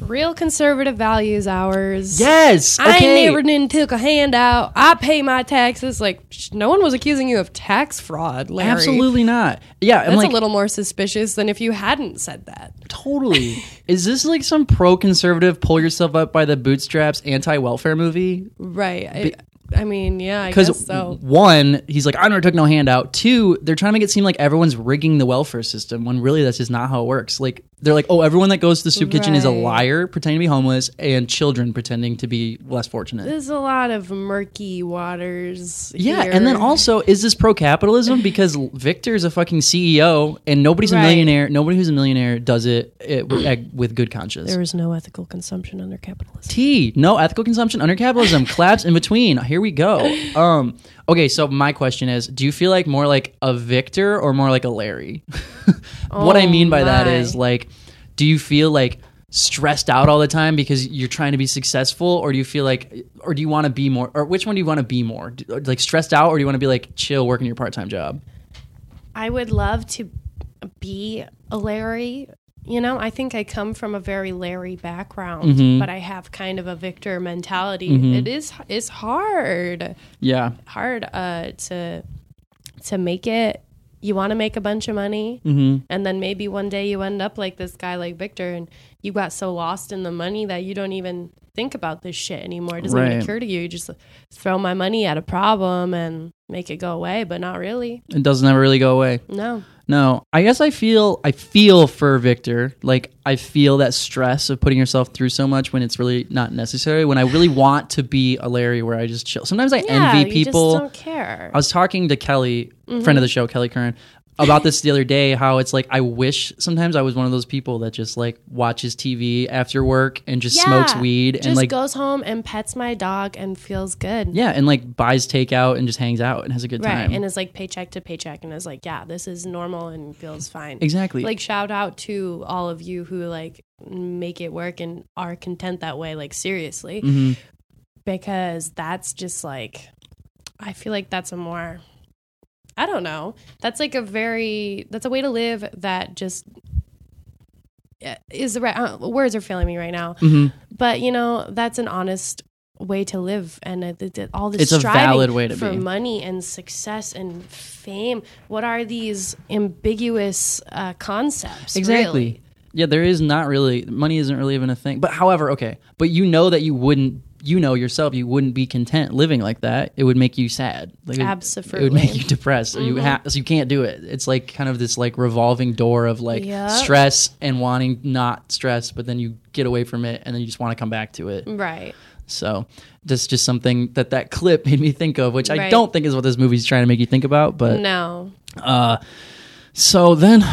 Speaker 2: Real conservative values hours.
Speaker 1: Yes.
Speaker 2: I
Speaker 1: okay.
Speaker 2: never didn't took a handout. I pay my taxes. Like sh- no one was accusing you of tax fraud, Larry.
Speaker 1: Absolutely not. Yeah, I'm
Speaker 2: That's
Speaker 1: like
Speaker 2: a little more suspicious than if you hadn't said that.
Speaker 1: totally. Is this like some pro-conservative, pull yourself up by the bootstraps, anti-welfare movie?
Speaker 2: Right. I, I mean, yeah, I guess
Speaker 1: Because
Speaker 2: so.
Speaker 1: one, he's like, I never took no handout. Two, they're trying to make it seem like everyone's rigging the welfare system when really that's just not how it works. Like they're like, oh, everyone that goes to the soup kitchen is a
Speaker 2: Right.
Speaker 1: liar, pretending to be homeless, and children pretending to be less fortunate.
Speaker 2: There's a lot of murky waters.
Speaker 1: yeah,
Speaker 2: here.
Speaker 1: and then also, is this pro capitalism? Because Victor's a fucking CEO, and nobody's a
Speaker 2: Right.
Speaker 1: millionaire. Nobody who's a millionaire does it, it with- with good conscience.
Speaker 2: there is no ethical consumption under capitalism.
Speaker 1: Tea, no ethical consumption under capitalism. Collapse in between. Here we go. Um, okay, so my question is: Do you feel like more like a Victor or more like a Larry? what I
Speaker 2: Oh,
Speaker 1: mean by that
Speaker 2: my.
Speaker 1: is like, do you feel like stressed out all the time because you're trying to be successful, or do you feel like, or do you want to be more, or which one do you want to be more, Do- like stressed out, or do you want to be like chill, working your part time job?
Speaker 2: I would love to be a Larry. You know, I think I come from a very Larry background, but I have kind of a Victor mentality. It is it's hard.
Speaker 1: Yeah,
Speaker 2: hard uh, to to make it. You want to make a bunch of money, and then maybe one day you end up like this guy, like Victor, and you got so lost in the money that you don't even think about this shit anymore. It doesn't even
Speaker 1: Right.
Speaker 2: occur to you. You just throw my money at a problem and make it go away, but not really.
Speaker 1: it doesn't ever really go away.
Speaker 2: No.
Speaker 1: No, I guess I feel I feel for Victor. Like I feel that stress of putting yourself through so much when it's really not necessary. When I really want to be a Larry, where I just chill. Sometimes I
Speaker 2: Yeah,
Speaker 1: envy people. uh,
Speaker 2: You just don't Mm-hmm. care.
Speaker 1: I was talking to Kelly, friend of the show, Kelly Curran, about this the other day. How it's like I wish sometimes I was one of those people that just like watches TV after work and just smokes
Speaker 2: Yeah.
Speaker 1: weed
Speaker 2: Just
Speaker 1: and like
Speaker 2: goes home and pets my dog and feels good.
Speaker 1: yeah and like buys takeout and just hangs out and has a good
Speaker 2: Right.
Speaker 1: time.
Speaker 2: And is like paycheck to paycheck and is like, yeah, this is normal and feels fine.
Speaker 1: Exactly.
Speaker 2: Like shout out to all of you who like make it work and are content that way, like seriously.
Speaker 1: Mm-hmm.
Speaker 2: Because that's just like I feel like that's a more I don't know. That's like a very that's a way to live that just is the right uh, words are failing me right now.
Speaker 1: Mm-hmm.
Speaker 2: But you know, that's an honest way to live and it, it- it- all this
Speaker 1: It's a
Speaker 2: striving
Speaker 1: valid way to
Speaker 2: for
Speaker 1: be.
Speaker 2: money and success and fame. What are these ambiguous uh, concepts?
Speaker 1: Exactly.
Speaker 2: really?
Speaker 1: Yeah, there is not really money isn't really even a thing. But however, okay, but you know that you wouldn't you know yourself you wouldn't be content living like that. It would make you sad. Like it- It would
Speaker 2: Absolutely. Mm-hmm.
Speaker 1: make you depressed. You ha- so you can't do it. It's like kind of this like revolving door of like
Speaker 2: Yep.
Speaker 1: stress and wanting not stress, but then you get away from it and then you just want to come back to it.
Speaker 2: Right.
Speaker 1: So that's just something that that clip made me think of, which I
Speaker 2: Right.
Speaker 1: don't think is what this movie's trying to make you think about, but
Speaker 2: No.
Speaker 1: so then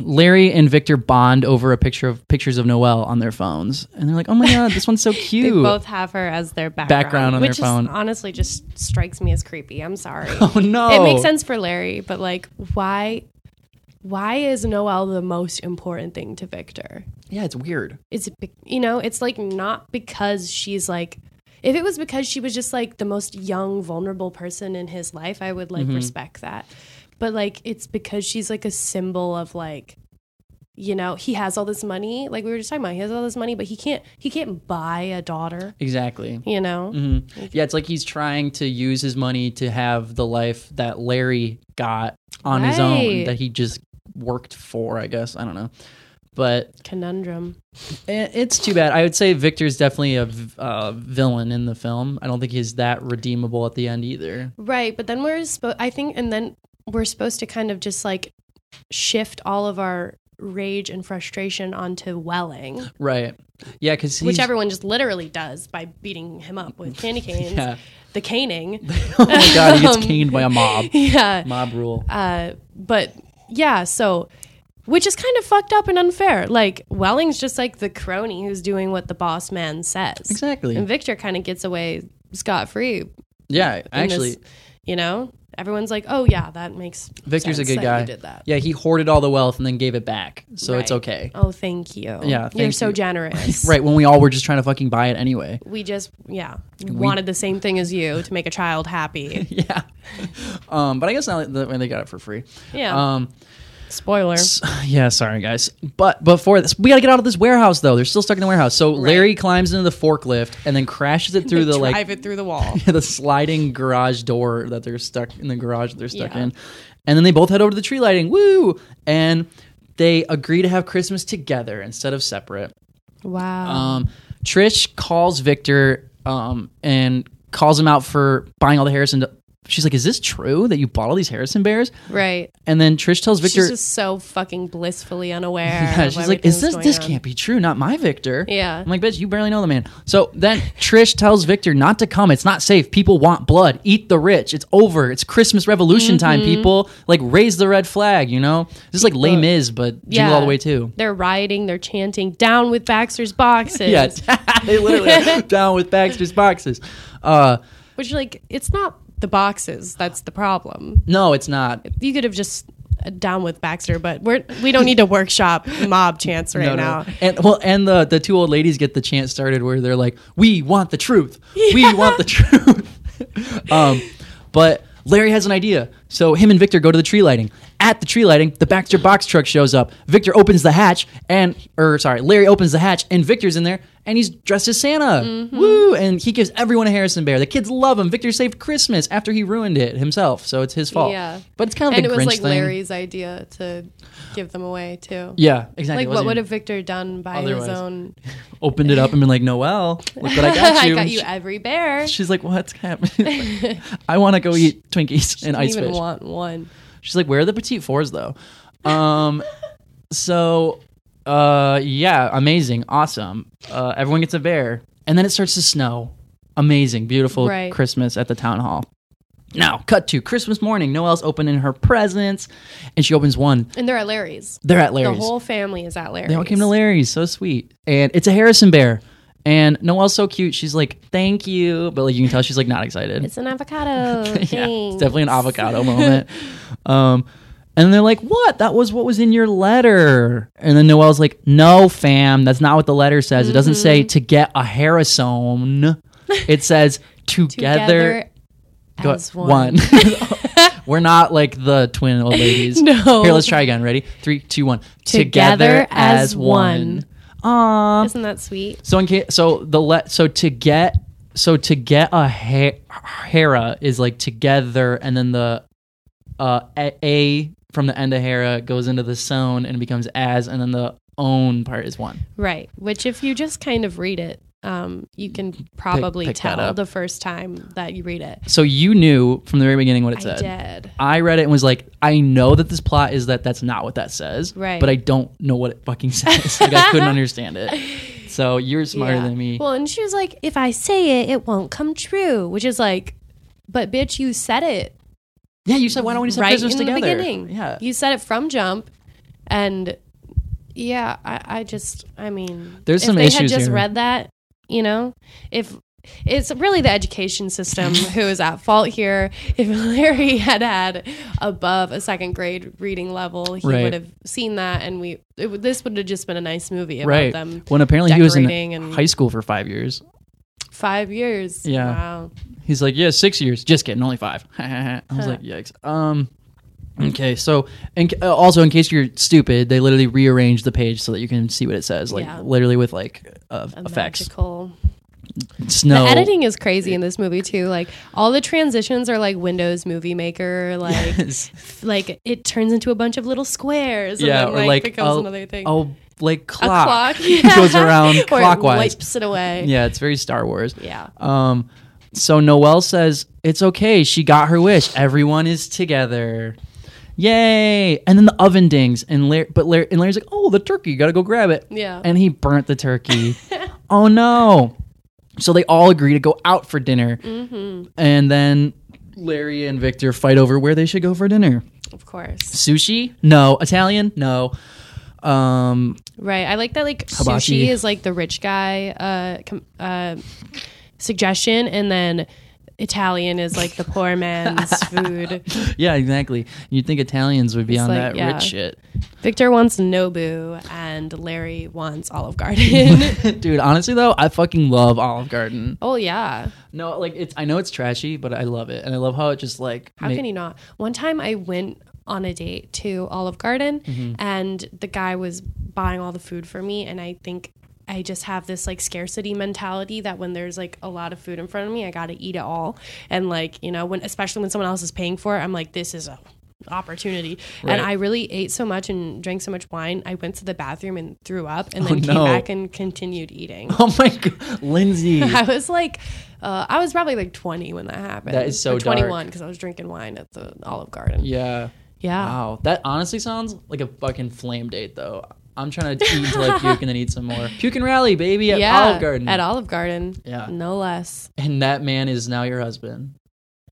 Speaker 1: Larry and Victor bond over a picture of pictures of Noelle on their phones. And they're like, "Oh my god, this one's so
Speaker 2: They
Speaker 1: cute."
Speaker 2: both have her as their background,
Speaker 1: Background on
Speaker 2: which
Speaker 1: their
Speaker 2: is
Speaker 1: phone.
Speaker 2: honestly just strikes me as creepy. I'm sorry.
Speaker 1: oh no.
Speaker 2: It makes sense for Larry, but like, why? Why is Noel the most important thing to Victor?
Speaker 1: Yeah, it's weird.
Speaker 2: it's be- you know it's like not because she's like if it was because she was just like the most young vulnerable person in his life i would like respect that but like it's because she's like a symbol of like you know he has all this money like we were just talking about he has all this money but he can't he can't buy a daughter
Speaker 1: Exactly.
Speaker 2: you know
Speaker 1: Yeah, it's like he's trying to use his money to have the life that Larry got on his own
Speaker 2: Right.
Speaker 1: that he just worked for, I guess. I don't know. But
Speaker 2: conundrum
Speaker 1: i- it's too bad. I would say Victor's definitely a v- uh, villain in the film. I don't think he's that redeemable at the end either.
Speaker 2: Right, but then we're spo- I think and then we're supposed to kind of just like shift all of our rage and frustration onto Welling,
Speaker 1: Right. Yeah, cuz
Speaker 2: which everyone just literally does by beating him up with candy canes,
Speaker 1: Yeah.
Speaker 2: the caning.
Speaker 1: Oh my god, he gets
Speaker 2: Um,
Speaker 1: caned by a mob.
Speaker 2: yeah.
Speaker 1: Mob rule.
Speaker 2: Uh, but yeah, so which is kind of fucked up and unfair. Like Welling's just like the crony who's doing what the boss man says.
Speaker 1: Exactly.
Speaker 2: And Victor kind of gets away scot free
Speaker 1: Yeah,
Speaker 2: in this,
Speaker 1: actually,
Speaker 2: you know, everyone's like, "Oh yeah, that makes
Speaker 1: Victor's a
Speaker 2: sense
Speaker 1: good
Speaker 2: that
Speaker 1: guy.
Speaker 2: You did that.
Speaker 1: Yeah, he hoarded all the wealth and then gave it back, so it's
Speaker 2: Right.
Speaker 1: okay.
Speaker 2: Oh, thank you.
Speaker 1: Yeah,
Speaker 2: you're
Speaker 1: thank
Speaker 2: so
Speaker 1: you.
Speaker 2: generous.
Speaker 1: Right when we all were just trying to fucking buy it anyway.
Speaker 2: We just yeah wanted the same thing as you to make a child happy. Oh.
Speaker 1: Yeah. um, but I guess now that when they got it for free.
Speaker 2: Yeah.
Speaker 1: Um,
Speaker 2: Spoiler.
Speaker 1: yeah, sorry guys. But before this, we gotta get out of this warehouse though. They're still stuck in the warehouse. So Larry climbs into the forklift and then crashes it through
Speaker 2: They
Speaker 1: the like
Speaker 2: drive it through the wall.
Speaker 1: the sliding garage door that they're stuck in the garage that they're stuck
Speaker 2: Yeah.
Speaker 1: in. And then they both head over to the tree lighting. Woo! And they agree to have Christmas together instead of separate.
Speaker 2: Wow.
Speaker 1: Um, Trish calls Victor um, and calls him out for buying all the Harrison. She's like, "Is this true that you bought all these Harrison bears?"
Speaker 2: right.
Speaker 1: And then Trish tells Victor,
Speaker 2: She's just so fucking blissfully unaware.
Speaker 1: yeah,
Speaker 2: of
Speaker 1: she's like, "Is this
Speaker 2: everything that's
Speaker 1: this
Speaker 2: going on."
Speaker 1: can't be true? Not my Victor."
Speaker 2: Yeah.
Speaker 1: I'm like, "Bitch, you barely know the man." So then Trish tells Victor not to come. It's not safe. People want blood. Eat the rich. It's over. It's Christmas Revolution time.
Speaker 2: Mm-hmm.
Speaker 1: People like raise the red flag. You know, this is like Les Mis, but jingle all the way too.
Speaker 2: They're rioting. They're chanting, "Down with Baxter's boxes."
Speaker 1: Yeah, they literally are down with Baxter's boxes. Uh,
Speaker 2: Which, like, it's not the boxes that's the problem.
Speaker 1: no, it's not.
Speaker 2: You could have just uh, down with Baxter, but we're we don't need to workshop mob chants right
Speaker 1: No,
Speaker 2: now.
Speaker 1: no. And well, and the the two old ladies get the chant started where they're like, "We want the truth. We want the truth." um, but Larry has an idea, so him and Victor go to the tree lighting. At the tree lighting, the Baxter box truck shows up. Victor opens the hatch, and or sorry, Larry opens the hatch, and Victor's in there, and he's dressed as Santa.
Speaker 2: Mm-hmm.
Speaker 1: Woo! And he gives everyone a Harrison bear. The kids love him. Victor saved Christmas after he ruined it himself, so it's his fault.
Speaker 2: Yeah.
Speaker 1: but it's kind of
Speaker 2: and
Speaker 1: a
Speaker 2: it was
Speaker 1: Grinch
Speaker 2: like
Speaker 1: thing.
Speaker 2: Larry's idea to give them away too.
Speaker 1: yeah, exactly.
Speaker 2: Like,
Speaker 1: It
Speaker 2: what
Speaker 1: wasn't
Speaker 2: would
Speaker 1: even-
Speaker 2: have Victor done by
Speaker 1: Otherwise.
Speaker 2: his own?
Speaker 1: opened it up and been like, Noel, look what I got you.
Speaker 2: I got
Speaker 1: And
Speaker 2: you
Speaker 1: she-
Speaker 2: every bear.
Speaker 1: She's like, what's happening? I want to go eat Twinkies and
Speaker 2: didn't
Speaker 1: ice
Speaker 2: even
Speaker 1: fish.
Speaker 2: want one.
Speaker 1: She's like, where are the petite fours though? Um, so, uh, yeah, amazing, awesome. Uh, everyone gets a bear, and then it starts to snow. Amazing, beautiful
Speaker 2: Right.
Speaker 1: Christmas at the town hall. Now, cut to Christmas morning. Noelle's opening her presents, and she opens one.
Speaker 2: And they're at Larry's.
Speaker 1: They're at
Speaker 2: The
Speaker 1: Larry's.
Speaker 2: whole family is at Larry's.
Speaker 1: They all came to Larry's. So sweet. And it's a Harrison bear. And Noelle's so cute. She's like, thank you. But like you can tell she's like not excited.
Speaker 2: It's an avocado.
Speaker 1: yeah. It's
Speaker 2: Thanks.
Speaker 1: definitely an avocado moment. Um and they're like, what? That was what was in your letter. And then Noelle's like, no, fam, that's not what the letter says. It doesn't say
Speaker 2: Mm-hmm.
Speaker 1: to get a Harrison. It says together,
Speaker 2: together
Speaker 1: go-
Speaker 2: as one.
Speaker 1: We're not like the twin old ladies.
Speaker 2: No.
Speaker 1: Here, let's try again. Ready? Three, two, one.
Speaker 2: Together as one.
Speaker 1: Aw.
Speaker 2: Isn't that sweet?
Speaker 1: So in case, so the let so to get so to get a ha- Hera is like together, and then the uh, a, a from the end of Hera goes into the sown and becomes as, and then the own part is one.
Speaker 2: Right. Which, if you just kind of read it, um, you can probably
Speaker 1: pick that
Speaker 2: tell
Speaker 1: up.
Speaker 2: the first time that you read it.
Speaker 1: So you knew from the very beginning what it said.
Speaker 2: I did.
Speaker 1: I read it and was like, I know that this plot is that that's not what that says,
Speaker 2: Right.
Speaker 1: But I don't know what it fucking says. like I couldn't understand it. So you're smarter
Speaker 2: Yeah.
Speaker 1: than me.
Speaker 2: Well, and she was like, if I say it, it won't come true, which is like, but bitch, you said it
Speaker 1: yeah, you said why don't we just have
Speaker 2: right in
Speaker 1: Christmas together?
Speaker 2: the beginning.
Speaker 1: Yeah,
Speaker 2: You said it from jump. And yeah, I, I just, I mean,
Speaker 1: There's
Speaker 2: if
Speaker 1: some
Speaker 2: they
Speaker 1: issues
Speaker 2: had just
Speaker 1: here.
Speaker 2: read that, you know, if it's really the education system who is at fault here. If Larry had had above a second grade reading level, he
Speaker 1: Right.
Speaker 2: would have seen that, and we it, would- this would have just been a nice movie about
Speaker 1: right.
Speaker 2: them.
Speaker 1: when apparently he was in
Speaker 2: decorating and-
Speaker 1: high school for five years.
Speaker 2: Five years,
Speaker 1: Yeah.
Speaker 2: Wow.
Speaker 1: He's like, yeah, six years. Just kidding, only five. I was like, yikes. Um, okay, so and uh, also in case you're stupid, they literally rearrange the page so that you can see what it says, like
Speaker 2: Yeah.
Speaker 1: literally with like uh, effects,
Speaker 2: Magical.
Speaker 1: snow,
Speaker 2: The editing is crazy in this movie too. Like all the transitions are like Windows Movie Maker. Like, f- like it turns into a bunch of little squares. And
Speaker 1: yeah,
Speaker 2: then,
Speaker 1: or
Speaker 2: like,
Speaker 1: like
Speaker 2: becomes
Speaker 1: a-
Speaker 2: another thing.
Speaker 1: a, like
Speaker 2: a
Speaker 1: clock,
Speaker 2: yeah.
Speaker 1: goes around
Speaker 2: Or it
Speaker 1: clockwise.
Speaker 2: wipes it away.
Speaker 1: Yeah, it's very Star Wars.
Speaker 2: Yeah.
Speaker 1: Um, so Noelle says it's okay. She got her wish. Everyone is together. Yay! And then the oven dings, and Larry, but Larry, and Larry's like, "Oh, the turkey! You gotta go grab it."
Speaker 2: Yeah.
Speaker 1: And he burnt the turkey. oh no! So they all agree to go out for dinner,
Speaker 2: Mm-hmm.
Speaker 1: and then Larry and Victor fight over where they should go for dinner.
Speaker 2: of course.
Speaker 1: Sushi? No. Italian? No. Um,
Speaker 2: Right. I like that. Like
Speaker 1: Hibachi.
Speaker 2: sushi is like the rich guy uh, com- uh, suggestion, and then Italian is like the poor man's food.
Speaker 1: yeah, exactly. You'd think Italians would be on
Speaker 2: like,
Speaker 1: that
Speaker 2: yeah.
Speaker 1: rich shit.
Speaker 2: Victor wants Nobu, and Larry wants Olive Garden.
Speaker 1: Dude, honestly though, I fucking love Olive Garden.
Speaker 2: oh yeah.
Speaker 1: No, like it's I know it's trashy, but I love it, and I love how it just like
Speaker 2: How
Speaker 1: ma-
Speaker 2: can you not? One time I went on a date to Olive Garden,
Speaker 1: Mm-hmm.
Speaker 2: and the guy was buying all the food for me, and I think. I just have this like scarcity mentality that when there's like a lot of food in front of me, I got to eat it all. And like, you know, when especially when someone else is paying for it, I'm like this is a opportunity. And
Speaker 1: Right.
Speaker 2: I really ate so much and drank so much wine. I went to the bathroom and threw up and then
Speaker 1: Oh,
Speaker 2: came
Speaker 1: no.
Speaker 2: back and continued eating.
Speaker 1: Oh my god, Lindsay.
Speaker 2: I was like, uh, I was probably like 20 when that happened.
Speaker 1: That is so
Speaker 2: or
Speaker 1: dark.
Speaker 2: 21 because I was drinking wine at the Olive Garden.
Speaker 1: yeah.
Speaker 2: Yeah.
Speaker 1: Wow, that honestly sounds like a fucking flame date though. I'm trying to eat until I puke and then eat some more. Puke and rally, baby, at
Speaker 2: Yeah,
Speaker 1: Olive Garden.
Speaker 2: At Olive Garden.
Speaker 1: Yeah.
Speaker 2: No less.
Speaker 1: and that man is now your husband.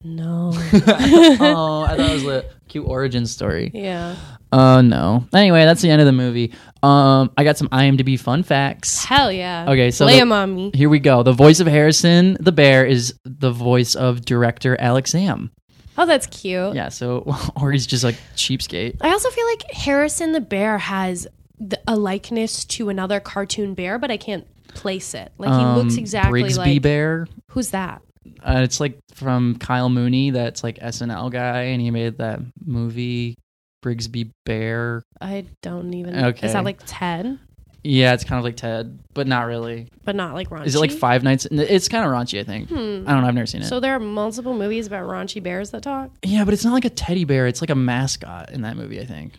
Speaker 2: No.
Speaker 1: oh, I thought it was a cute origin story.
Speaker 2: yeah.
Speaker 1: Oh no. Anyway, that's the end of the movie. Um, I got some IMDb fun facts.
Speaker 2: Hell yeah.
Speaker 1: Okay, so
Speaker 2: lay
Speaker 1: the-
Speaker 2: 'em on me.
Speaker 1: Here we go. The voice of Harrison the Bear is the voice of director Alex Am.
Speaker 2: Oh, that's cute.
Speaker 1: Yeah, so or he's just like cheapskate.
Speaker 2: I also feel like Harrison the bear has the, a likeness to another cartoon bear, but I can't place it. Like he looks
Speaker 1: Um,
Speaker 2: exactly
Speaker 1: Brigsby
Speaker 2: like
Speaker 1: Bear.
Speaker 2: who's that?
Speaker 1: Uh, it's like from Kyle Mooney, that's like SNL guy, and he made that movie Brigsby Bear.
Speaker 2: I don't even.
Speaker 1: Okay.
Speaker 2: Is that like Ted,
Speaker 1: Yeah, it's kind of like Ted, but not really.
Speaker 2: but not like raunchy? Hmm.
Speaker 1: Is it like Five Nights? It's kind of raunchy, I think. I don't know. I've never seen it.
Speaker 2: So there are multiple movies about raunchy bears that talk.
Speaker 1: yeah, but it's not like a teddy bear. It's like a mascot in that movie. I think.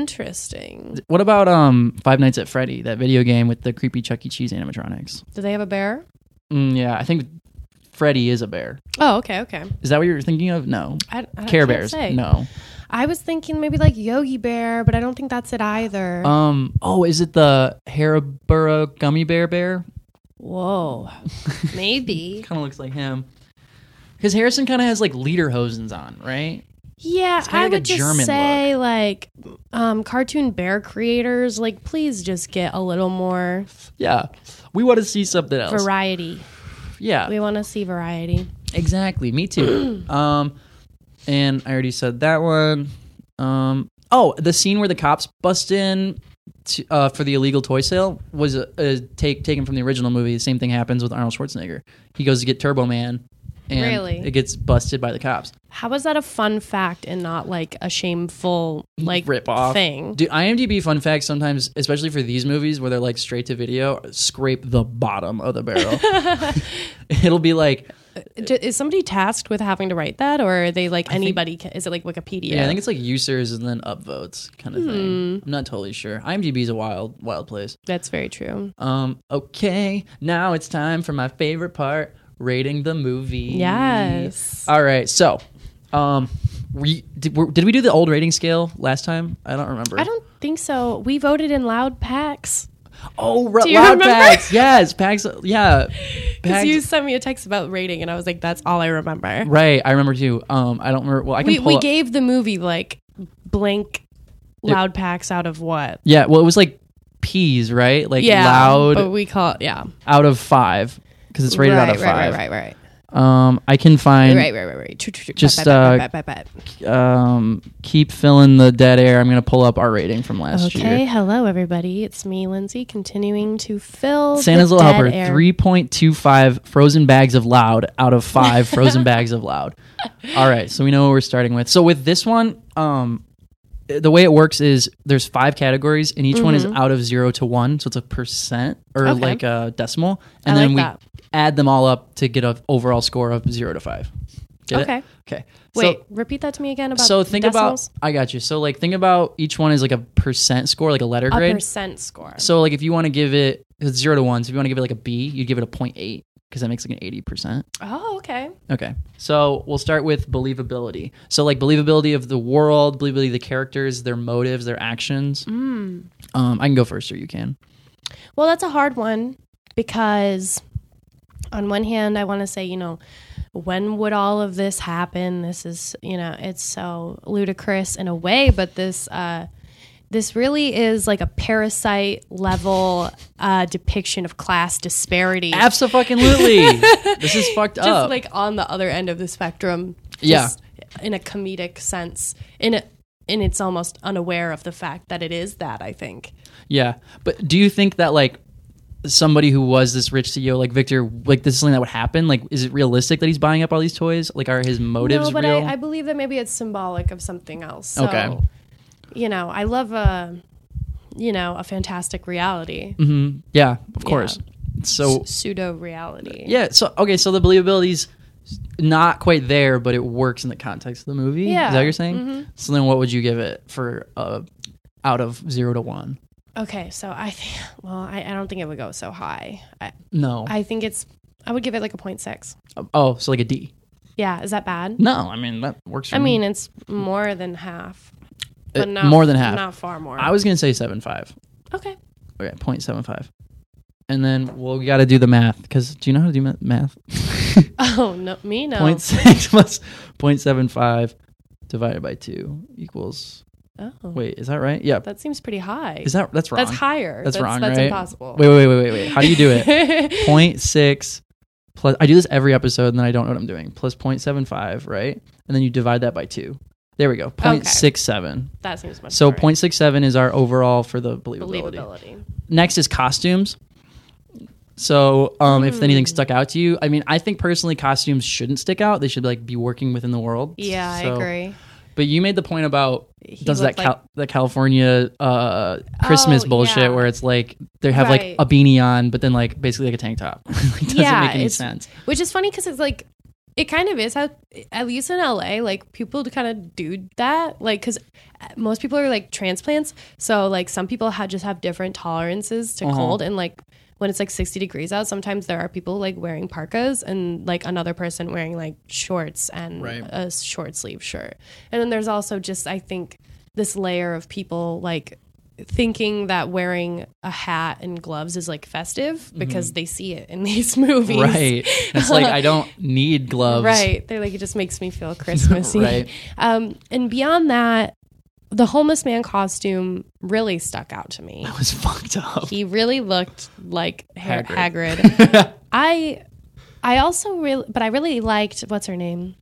Speaker 2: Interesting.
Speaker 1: What about um Five Nights at Freddy, that video game with the creepy Chuck E. Cheese animatronics?
Speaker 2: Do they have a bear?
Speaker 1: Mm, yeah, I think Freddy is a bear.
Speaker 2: Oh, okay, okay.
Speaker 1: Is that what you're thinking of? No.
Speaker 2: I, I
Speaker 1: Care
Speaker 2: can't
Speaker 1: Bears.
Speaker 2: say.
Speaker 1: No.
Speaker 2: I was thinking maybe like Yogi Bear, but I don't think that's it either.
Speaker 1: Um. Oh, is it the Haribo gummy bear bear?
Speaker 2: Whoa, maybe.
Speaker 1: Kind of looks like him. Because Harrison kind of has like lederhosens on, right?
Speaker 2: Yeah,
Speaker 1: kinda
Speaker 2: I
Speaker 1: like a
Speaker 2: would just
Speaker 1: German
Speaker 2: say like um, cartoon bear creators, like please just get a little more
Speaker 1: Yeah. We want to see something else.
Speaker 2: variety.
Speaker 1: Yeah.
Speaker 2: We want to see variety.
Speaker 1: Exactly. Me too. um, and I already said that one. Um, oh, the scene where the cops bust in to, uh, for the illegal toy sale was a, a take taken from the original movie. The same thing happens with Arnold Schwarzenegger. He goes to get Turbo Man, and
Speaker 2: Really?
Speaker 1: it gets busted by the cops.
Speaker 2: How is that a fun fact and not like a shameful like
Speaker 1: Rip off
Speaker 2: thing?
Speaker 1: Dude, IMDb fun facts sometimes, especially for these movies where they're like straight to video, scrape the bottom of the barrel. It'll be like
Speaker 2: D- is somebody tasked with having to write that, or are they like anybody? ca is it like Wikipedia?
Speaker 1: Yeah, I think it's like users and then upvotes kind of
Speaker 2: Hmm.
Speaker 1: thing. I'm not totally sure. IMDb is a wild, wild place.
Speaker 2: that's very true.
Speaker 1: Um, okay, now it's time for my favorite part: rating the movie.
Speaker 2: Yes.
Speaker 1: All right, so, um, we did, we did we do the old rating scale last time? I don't remember.
Speaker 2: I don't think so. We voted in loud packs.
Speaker 1: Oh, r-
Speaker 2: you
Speaker 1: loud
Speaker 2: remember?
Speaker 1: packs. Yes, packs. Yeah,
Speaker 2: Because
Speaker 1: packs.
Speaker 2: you sent me a text about rating, and I was like, that's all I remember.
Speaker 1: right, I remember too. Um, I don't remember. Well, I can
Speaker 2: we,
Speaker 1: pull
Speaker 2: we
Speaker 1: up-
Speaker 2: gave the movie like blank loud packs out of what?
Speaker 1: Yeah, well, it was like peas, right? Like
Speaker 2: Yeah,
Speaker 1: loud
Speaker 2: But we call it yeah.
Speaker 1: out of five because it's rated
Speaker 2: right,
Speaker 1: out of
Speaker 2: right,
Speaker 1: five.
Speaker 2: Right, right, right,
Speaker 1: Um, I can find.
Speaker 2: right, right, right, right. Choo, choo, choo.
Speaker 1: Just,
Speaker 2: Bat, bat,
Speaker 1: uh,
Speaker 2: bat, bat, bat, bat.
Speaker 1: um, keep filling the dead air. I'm gonna pull up our rating from last
Speaker 2: Okay,
Speaker 1: year.
Speaker 2: hello everybody. It's me, Lindsay, continuing to fill
Speaker 1: Santa's
Speaker 2: the
Speaker 1: Little
Speaker 2: dead
Speaker 1: Helper,
Speaker 2: air.
Speaker 1: 3.25 frozen bags of loud out of five frozen bags of loud. All right, so we know what we're starting with. So with this one, um, the way it works is there's five categories, and each one is out of zero to one, so it's a percent or
Speaker 2: Mm-hmm. Okay.
Speaker 1: like a decimal, and
Speaker 2: I
Speaker 1: then
Speaker 2: like
Speaker 1: we
Speaker 2: that.
Speaker 1: add them all up to get an overall score of zero to five. Get it?
Speaker 2: Okay.
Speaker 1: Okay. So-
Speaker 2: Wait, repeat that to me again about
Speaker 1: so think
Speaker 2: decimals?
Speaker 1: about I got you. So like think about each one is like a percent score, like a letter
Speaker 2: a
Speaker 1: grade.
Speaker 2: percent score.
Speaker 1: So like if you want to give it it's zero to one, so if you want to give it like a B, you'd give it a 0.8 because that makes like an eighty percent.
Speaker 2: oh, okay.
Speaker 1: Okay. So we'll start with believability. So like believability of the world, believability of the characters, their motives, their actions.
Speaker 2: Mm.
Speaker 1: Um, I can go first, or you can.
Speaker 2: Well, that's a hard one because, on one hand, I want to say, you know, when would all of this happen? This is, you know, it's so ludicrous in a way, but this, uh, this really is like a parasite level uh, depiction of class disparity.
Speaker 1: Absolutely. this is fucked
Speaker 2: Just
Speaker 1: up.
Speaker 2: like on the other end of the spectrum.
Speaker 1: Oh. Yeah.
Speaker 2: Just In a comedic sense. In a, and it's almost unaware of the fact that it is that, I think.
Speaker 1: Yeah. But do you think that like somebody who was this rich CEO, like Victor, like this is something that would happen? Like, is it realistic that he's buying up all these toys? Like, are his motives
Speaker 2: no, but
Speaker 1: real?
Speaker 2: I, I believe that maybe it's symbolic of something else. So,
Speaker 1: Okay.
Speaker 2: You know, I love a, you know, a fantastic reality,
Speaker 1: yeah, of course. Mm-hmm. So
Speaker 2: pseudo reality.
Speaker 1: yeah, so okay, so the believability's not quite there, but it works in the context of the movie.
Speaker 2: Yeah.
Speaker 1: is
Speaker 2: Mm-hmm.
Speaker 1: that what you're saying? So then, what would you give it for uh, out of zero to one?
Speaker 2: Okay, so I think. Well, I, I don't think it would go so high. I,
Speaker 1: No.
Speaker 2: I think it's. I would give it like a point six.
Speaker 1: oh, so like a D.
Speaker 2: Yeah, is that bad?
Speaker 1: No, I mean that works. For
Speaker 2: I
Speaker 1: me.
Speaker 2: mean, it's more than half,
Speaker 1: Uh,
Speaker 2: but not
Speaker 1: more than half.
Speaker 2: Not far more.
Speaker 1: I was gonna say seven five.
Speaker 2: okay.
Speaker 1: Okay, 0.75. And then well, we got to do the math because do you know how to do ma- math?
Speaker 2: Oh no, me no.
Speaker 1: Point six plus 0.75 divided by two equals.
Speaker 2: Oh,
Speaker 1: Wait, is that right? Yeah,
Speaker 2: that seems pretty high.
Speaker 1: is that that's wrong?
Speaker 2: That's higher.
Speaker 1: That's,
Speaker 2: That's-
Speaker 1: wrong.
Speaker 2: that's
Speaker 1: right?
Speaker 2: impossible.
Speaker 1: Wait, wait, wait, wait, wait. How do you do it? 0.6 plus. I do this every episode, and then I don't know what I'm doing. Plus 0.75, right? And then you divide that by two. There we go. 0.67.
Speaker 2: that seems much.
Speaker 1: So
Speaker 2: more right.
Speaker 1: 0.67 is our overall for the believability.
Speaker 2: believability.
Speaker 1: next is costumes. So, um, if
Speaker 2: Hmm.
Speaker 1: anything stuck out to you, I mean, I think personally, costumes shouldn't stick out. They should like be working within the world.
Speaker 2: Yeah,
Speaker 1: So-
Speaker 2: I agree.
Speaker 1: But you made the point about does that
Speaker 2: looked like-
Speaker 1: cal- the California uh, Christmas
Speaker 2: Oh,
Speaker 1: bullshit
Speaker 2: yeah.
Speaker 1: where it's like they have
Speaker 2: Right.
Speaker 1: like a beanie on, but then like basically like a tank top. it doesn't make any
Speaker 2: it's-
Speaker 1: sense.
Speaker 2: Which is funny because it's like it kind of is how at least in LA like people kind of do that like because most people are like transplants so like some people ha- just have different tolerances
Speaker 1: Uh-huh.
Speaker 2: to cold and like when it's like 60 degrees out sometimes there are people like wearing parkas and like another person wearing like shorts and
Speaker 1: Right.
Speaker 2: a s- short sleeve shirt and then there's also just I think this layer of people like thinking that wearing a hat and gloves is like festive because they see it in these movies.
Speaker 1: Mm-hmm. Right. It's like I don't need gloves.
Speaker 2: Right. They're like, it just makes me feel Christmassy.
Speaker 1: Right.
Speaker 2: um, and beyond that, the homeless man costume really stuck out to me.
Speaker 1: It was fucked up.
Speaker 2: He really looked like Har-
Speaker 1: Hagrid.
Speaker 2: Hagrid. I, I also really, but I really liked what's her name,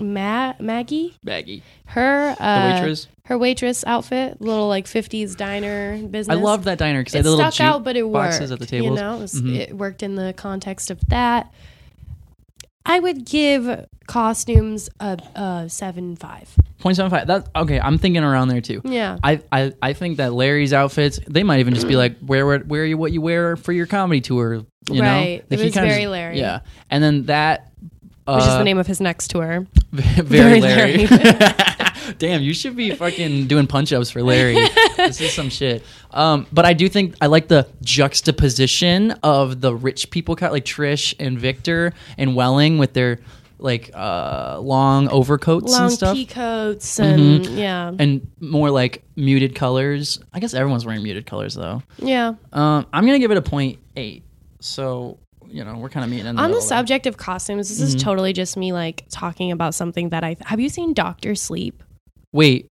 Speaker 2: Ma- Maggie.
Speaker 1: Baggy.
Speaker 2: Her uh,
Speaker 1: waitress?
Speaker 2: her waitress outfit, little like fifties diner business.
Speaker 1: I love that diner because they
Speaker 2: It
Speaker 1: had the little
Speaker 2: stuck
Speaker 1: juke
Speaker 2: out, but it worked.
Speaker 1: boxes at the
Speaker 2: You
Speaker 1: tables. Mm-hmm.
Speaker 2: know, it, was- it worked in the context of that. I would give costumes a, a seven five.
Speaker 1: 0.75. That okay. I'm thinking around there too.
Speaker 2: Yeah.
Speaker 1: I, I I think that Larry's outfits. They might even just be like wear what wear you what you wear for your comedy tour. You
Speaker 2: Right.
Speaker 1: Know?
Speaker 2: It
Speaker 1: he
Speaker 2: was
Speaker 1: kinda
Speaker 2: very Larry.
Speaker 1: Yeah. And then that. Uh,
Speaker 2: Which is the name of his next tour.
Speaker 1: very
Speaker 2: very
Speaker 1: Larry. Damn, you should be fucking doing punch ups for Larry. this is some shit. Um, but I do think I like the juxtaposition of the rich people cut, like Trish and Victor and Welling with their like uh, long overcoats
Speaker 2: Long
Speaker 1: and stuff Mm-hmm.
Speaker 2: pea coats and yeah,
Speaker 1: and more like muted colors. I guess everyone's wearing muted colors though.
Speaker 2: yeah.
Speaker 1: Um, I'm gonna give it a point eight. So you know we're kind of meeting in the
Speaker 2: On the
Speaker 1: middle there.
Speaker 2: subject of costumes, this
Speaker 1: Mm-hmm.
Speaker 2: is totally just me like talking about something that I have you seen Doctor Sleep?
Speaker 1: Wait,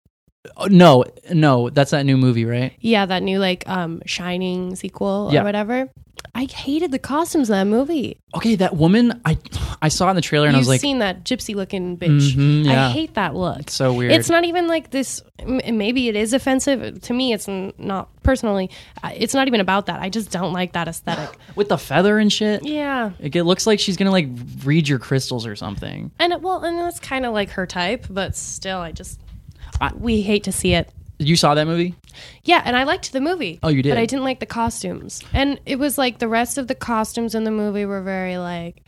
Speaker 1: Oh, no, no, that's that new movie, right?
Speaker 2: Yeah, that new like um Shining sequel
Speaker 1: Yeah.
Speaker 2: or whatever. I hated the costumes in that movie.
Speaker 1: Okay, that woman I I saw in the trailer and I
Speaker 2: You've
Speaker 1: was like,
Speaker 2: seen that gypsy looking bitch.
Speaker 1: Mhm, yeah.
Speaker 2: I hate that look. It's
Speaker 1: so weird.
Speaker 2: It's not even like this. m- Maybe it is offensive to me. It's n- not personally. uh, It's not even about that. I just don't like that aesthetic.
Speaker 1: with the feather and shit.
Speaker 2: yeah,
Speaker 1: Like, it looks like she's gonna like read your crystals or something.
Speaker 2: and it- well, and that's kind of like her type, but still, I just we hate to see it.
Speaker 1: You saw that movie?
Speaker 2: Yeah, and I liked the movie.
Speaker 1: Oh, you did?
Speaker 2: But I didn't like the costumes. And it was like the rest of the costumes in the movie were very like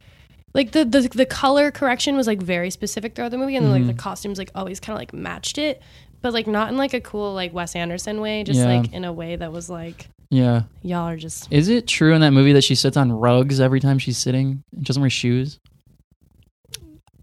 Speaker 2: like the the, the color correction was like very specific throughout the movie and like
Speaker 1: Mm-hmm.
Speaker 2: the costumes like always kind of like matched it, but like not in like a cool like Wes Anderson way, just
Speaker 1: Yeah.
Speaker 2: like in a way that was like
Speaker 1: Yeah.
Speaker 2: y'all are just
Speaker 1: Is it true in that movie that she sits on rugs every time she's sitting and doesn't wear shoes?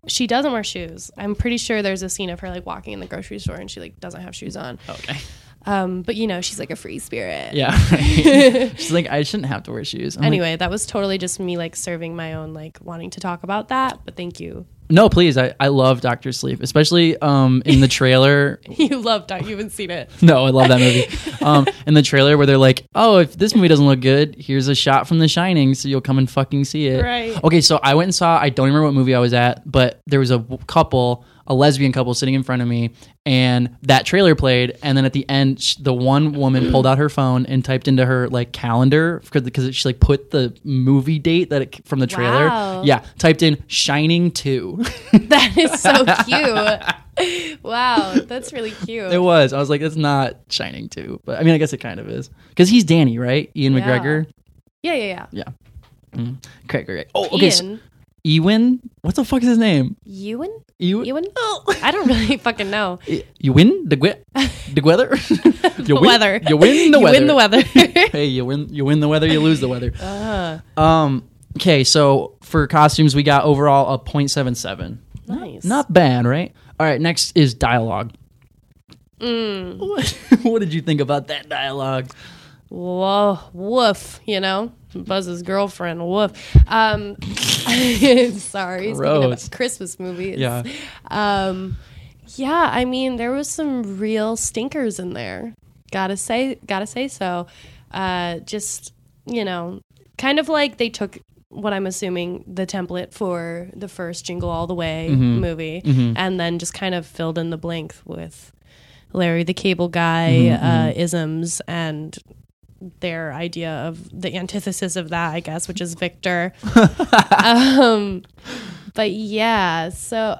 Speaker 2: she doesn't wear shoes. I'm pretty sure there's a scene of her like walking in the grocery store and she like doesn't have shoes on.
Speaker 1: Okay.
Speaker 2: Um but you know, she's like a free spirit.
Speaker 1: Yeah. right. she's like, I shouldn't have to wear shoes. I'm like,
Speaker 2: Anyway, that was totally just me like serving my own like wanting to talk about that, but thank you.
Speaker 1: No, please. I, I love Doctor Sleep, especially um, in the trailer.
Speaker 2: You loved it. You haven't seen it.
Speaker 1: no, I love that movie. Um, in the trailer where they're like, "Oh, if this movie doesn't look good, here's a shot from The Shining, so you'll come and fucking see it."
Speaker 2: Right.
Speaker 1: Okay, so I went and saw. I don't remember what movie I was at, but there was a w- couple. a lesbian couple sitting in front of me, and that trailer played. And then at the end, sh the one woman pulled out her phone and typed into her like calendar because she like put the movie date that it, from the trailer.
Speaker 2: Wow.
Speaker 1: Yeah, typed in Shining Two.
Speaker 2: That is so cute. wow, that's really cute.
Speaker 1: it was. I was like, that's not Shining Two, but I mean, I guess it kind of is because he's Danny, right? Ian
Speaker 2: Yeah.
Speaker 1: McGregor.
Speaker 2: yeah, yeah, yeah.
Speaker 1: Okay, great, great. Oh, okay. So
Speaker 2: Ian,
Speaker 1: Ewan, what the fuck is his name?
Speaker 2: Ewan,
Speaker 1: Ewan.
Speaker 2: Ewan. I don't really fucking know.
Speaker 1: You win the gui- the weather. you
Speaker 2: The
Speaker 1: win,
Speaker 2: weather.
Speaker 1: You win the
Speaker 2: You
Speaker 1: weather.
Speaker 2: win the weather.
Speaker 1: hey, you win. You win the weather. You lose the weather.
Speaker 2: Uh-huh.
Speaker 1: Um. Okay, so for costumes, we got overall a .77.
Speaker 2: nice.
Speaker 1: Not bad, right? All right. Next is dialogue.
Speaker 2: Mm.
Speaker 1: What, what did you think about that dialogue?
Speaker 2: Whoa, woof, you know? Buzz's girlfriend, woof. Um, sorry, speaking
Speaker 1: Gross.
Speaker 2: of Christmas movies.
Speaker 1: Yeah.
Speaker 2: Um, yeah, I mean, there was some real stinkers in there. Gotta say, gotta say so. Uh, just you know, kind of like they took what I'm assuming the template for the first Jingle All the Way movie, and then just kind of filled in the blank with Larry the Cable Guy uh, isms and their idea of the antithesis of that, I guess, which is Victor. um, but yeah, so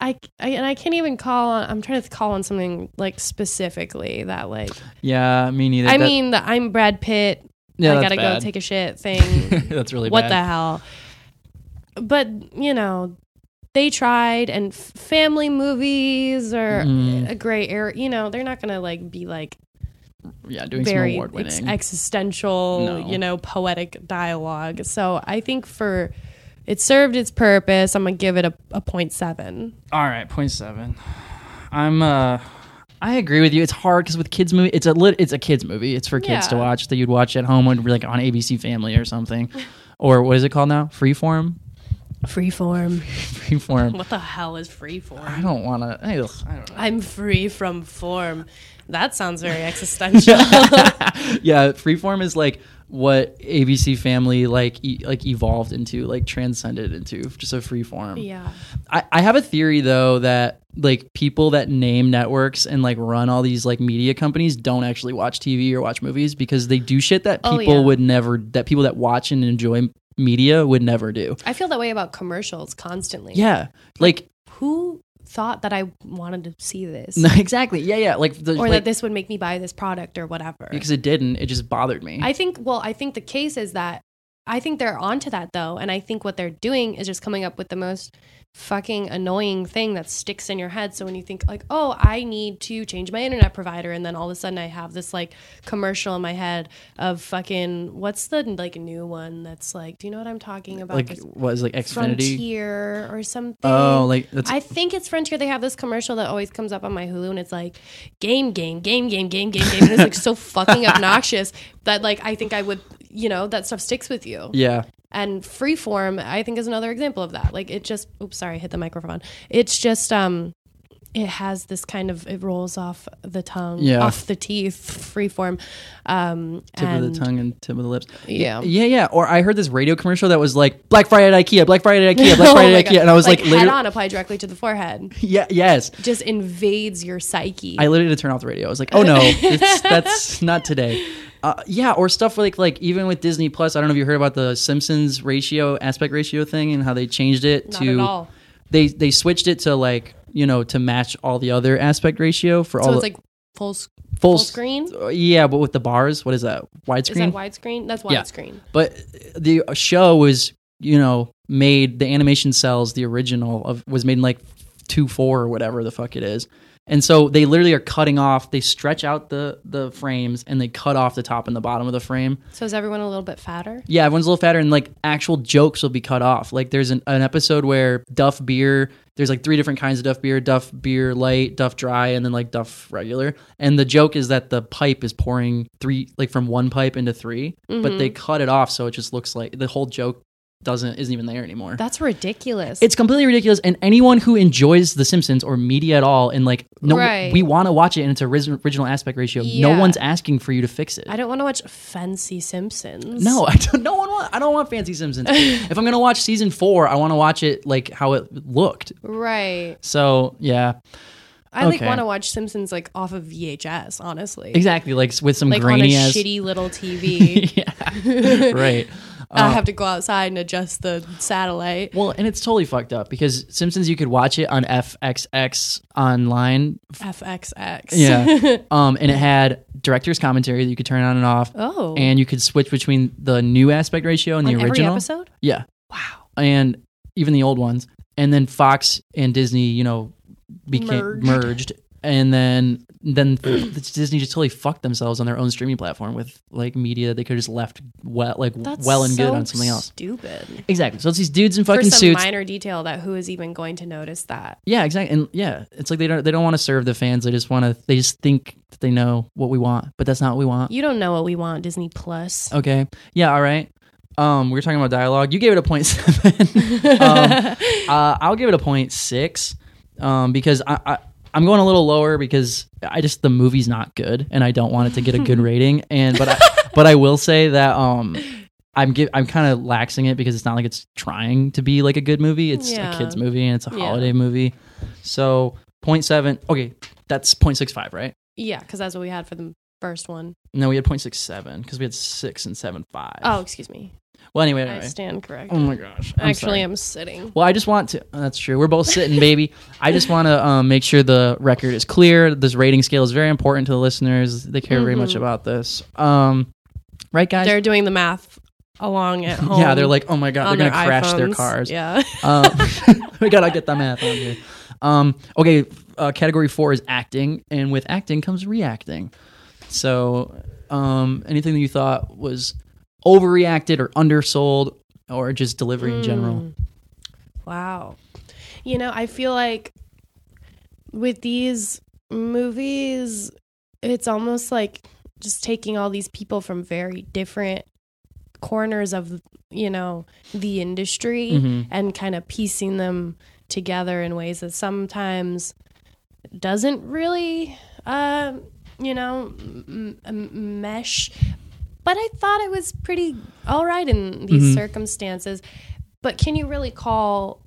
Speaker 2: I, I and I can't even call on. I'm trying to call on something like specifically that like
Speaker 1: Yeah, me neither.
Speaker 2: I
Speaker 1: That-
Speaker 2: mean the I'm Brad Pitt.
Speaker 1: Yeah,
Speaker 2: I
Speaker 1: that's
Speaker 2: gotta
Speaker 1: bad.
Speaker 2: go take a shit thing.
Speaker 1: that's really
Speaker 2: what
Speaker 1: bad.
Speaker 2: the hell? But you know, they tried, and f- family movies are
Speaker 1: Mm-hmm.
Speaker 2: a gray area. You know, they're not gonna like be like
Speaker 1: Yeah, doing some
Speaker 2: very
Speaker 1: award
Speaker 2: ex-
Speaker 1: winning.
Speaker 2: existential,
Speaker 1: No.
Speaker 2: you know, poetic dialogue. So I think for it served its purpose. I'm gonna give it a, a point seven.
Speaker 1: All right, point seven. I'm uh I agree with you. It's hard because with kids movie, it's a lit, it's a kids movie. It's for kids to
Speaker 2: Yeah.
Speaker 1: watch that you'd watch at home when like on ABC Family or something, or what is it called now? Freeform.
Speaker 2: Freeform.
Speaker 1: Freeform.
Speaker 2: What the hell is freeform?
Speaker 1: I don't want to. I don't know.
Speaker 2: I'm free from form. That sounds very existential.
Speaker 1: Yeah, Freeform is like what ABC Family like e- like evolved into, like transcended into just a freeform.
Speaker 2: yeah.
Speaker 1: I, I have a theory though that like people that name networks and like run all these like media companies don't actually watch TV or watch movies because they do shit that
Speaker 2: Oh,
Speaker 1: people
Speaker 2: yeah.
Speaker 1: would never that people that watch and enjoy media would never do.
Speaker 2: I feel that way about commercials constantly.
Speaker 1: Yeah. Like
Speaker 2: Who thought that I wanted to see this?
Speaker 1: no, exactly. Yeah, yeah. Like the,
Speaker 2: Or
Speaker 1: like,
Speaker 2: that this would make me buy this product or whatever.
Speaker 1: because it didn't, it just bothered me.
Speaker 2: I think, well, I think the case is that I think they're onto that though. And I think what they're doing is just coming up with the most fucking annoying thing that sticks in your head. So when you think, like, oh, I need to change my internet provider. And then all of a sudden I have this like commercial in my head of fucking, what's the like new one that's like, do you know what I'm talking about?
Speaker 1: like
Speaker 2: It's
Speaker 1: what is it, like Xfinity?
Speaker 2: Frontier or something.
Speaker 1: Oh, like that's
Speaker 2: I think it's Frontier. They have this commercial that always comes up on my Hulu, and it's like game, game, game, game, game, game, game. And it's like so fucking obnoxious that like I think I would, you know, that stuff sticks with you.
Speaker 1: yeah.
Speaker 2: And Freeform, I think, is another example of that. Like it just, oops, sorry, I hit the microphone. It's just, um, it has this kind of it rolls off the tongue,
Speaker 1: Yeah.
Speaker 2: off the teeth, Freeform, um,
Speaker 1: Tip of
Speaker 2: and
Speaker 1: the tongue and tip of the lips.
Speaker 2: yeah.
Speaker 1: Yeah, yeah. Or I heard this radio commercial that was like Black Friday at IKEA, Black Friday at IKEA, Black Friday
Speaker 2: Oh my
Speaker 1: at
Speaker 2: God.
Speaker 1: IKEA, and I was like,
Speaker 2: head
Speaker 1: literally-
Speaker 2: on, apply directly to the forehead.
Speaker 1: yeah, yes.
Speaker 2: Just invades your psyche.
Speaker 1: I literally had to turn off the radio. I was like, oh no, it's, that's not today. Uh, yeah, or stuff like like even with Disney Plus. I don't know if you heard about the Simpsons ratio aspect ratio thing and how they changed it
Speaker 2: Not
Speaker 1: to
Speaker 2: at all.
Speaker 1: they they switched it to like you know to match all the other aspect ratio for
Speaker 2: So
Speaker 1: all
Speaker 2: it's
Speaker 1: the
Speaker 2: like full s-
Speaker 1: full
Speaker 2: full
Speaker 1: s-
Speaker 2: screen. Is
Speaker 1: Uh, yeah, but with the bars, what is that
Speaker 2: that
Speaker 1: widescreen?
Speaker 2: widescreen? That's
Speaker 1: Yeah.
Speaker 2: widescreen.
Speaker 1: but the show was you know made the animation cells the original of was made in like two four or whatever the fuck it is and so they literally are cutting off they stretch out the the frames and they cut off the top and the bottom of the frame
Speaker 2: So is everyone a little bit fatter?
Speaker 1: yeah everyone's a little fatter and like actual jokes will be cut off like there's an, an episode where duff beer there's like three different kinds of duff beer duff beer light duff dry and then like duff regular and the joke is that the pipe is
Speaker 2: Mm-hmm.
Speaker 1: pouring three like from one pipe into 3 but they cut it off so it just looks like the whole joke doesn't isn't even there anymore.
Speaker 2: That's ridiculous.
Speaker 1: it's completely ridiculous, and anyone who enjoys The Simpsons or media at all, and like, no,
Speaker 2: Right.
Speaker 1: we want to watch it, and it's a ris- original aspect ratio. No
Speaker 2: Yeah.
Speaker 1: one's asking for you to fix it.
Speaker 2: I don't want to watch fancy Simpsons.
Speaker 1: No, I don't. No one. Want, I don't want fancy Simpsons. if I'm gonna watch season four, I want to watch it like how it looked.
Speaker 2: Right.
Speaker 1: So yeah,
Speaker 2: I like
Speaker 1: Okay.
Speaker 2: want to watch Simpsons like off of VHS, honestly.
Speaker 1: exactly. Like with some
Speaker 2: Like
Speaker 1: grainy
Speaker 2: on a
Speaker 1: ass.
Speaker 2: shitty little TV.
Speaker 1: right.
Speaker 2: I have to go outside and adjust the satellite.
Speaker 1: Well, and it's totally fucked up because Simpsons you could watch it on FXX online.
Speaker 2: FXX.
Speaker 1: Yeah. um, and it had director's commentary that you could turn on and off.
Speaker 2: Oh.
Speaker 1: And you could switch between the new aspect ratio and
Speaker 2: On
Speaker 1: the
Speaker 2: every
Speaker 1: original
Speaker 2: episode?
Speaker 1: Yeah. Wow. And even the old ones. And then Fox and Disney, you know, became merged.
Speaker 2: Merged.
Speaker 1: And then then Disney just totally fucked themselves on their own streaming platform with like media that they could have just left well like
Speaker 2: That's
Speaker 1: well and good
Speaker 2: so
Speaker 1: on something else.
Speaker 2: Stupid.
Speaker 1: Exactly. So it's these dudes in
Speaker 2: For
Speaker 1: fucking
Speaker 2: some
Speaker 1: suits.
Speaker 2: minor detail that who is even going to notice that?
Speaker 1: Yeah, exactly. And yeah, it's like they don't they don't want to serve the fans. They just want to they just think that they know what we want, but that's not what we want.
Speaker 2: You don't know what we want, Disney Plus.
Speaker 1: Okay. Yeah, all right. Um we were talking about dialogue. You gave it a point seven. um, uh, I'll give it a point six. Um because I, I I'm going a little lower because I just the movie's not good and I don't want it to get a good rating. And but I, but I will say that um I'm give, I'm kind of laxing it because it's not like it's trying to be like a good movie. It's a
Speaker 2: Yeah.
Speaker 1: kids movie and it's a
Speaker 2: Yeah.
Speaker 1: holiday movie. So 0.7 Okay, that's 0.65, right?
Speaker 2: Yeah, because that's what we had for the first one.
Speaker 1: No, we had 0.67 because we had six and seven five.
Speaker 2: Oh, excuse me.
Speaker 1: well, anyway,
Speaker 2: I
Speaker 1: anyway.
Speaker 2: stand corrected.
Speaker 1: Oh my gosh! I'm
Speaker 2: Mm. Actually,
Speaker 1: sorry.
Speaker 2: I'm sitting.
Speaker 1: Well, I just want to. oh, That's true. We're both sitting, baby. I just want to um, make sure the record is clear. This rating scale is very important to the listeners. They care very much about this. Um, right, guys?
Speaker 2: Mm-hmm. They're doing the math along at home.
Speaker 1: yeah, they're like, oh my god,
Speaker 2: on
Speaker 1: they're gonna crash their
Speaker 2: iPhones.
Speaker 1: cars.
Speaker 2: Yeah.
Speaker 1: Uh, we gotta get the math on here. Um, okay, uh, category four is acting, and with acting comes reacting. So, um, anything that you thought was overreacted or undersold, or just delivery in
Speaker 2: Mm.
Speaker 1: general.
Speaker 2: Wow. You know, I feel like with these movies, it's almost like just taking all these people from very different corners of, you know, the industry and kind of piecing them together in ways that sometimes doesn't really, uh, you know, m- m- mesh. But I thought it was pretty all right in these circumstances. But can you really call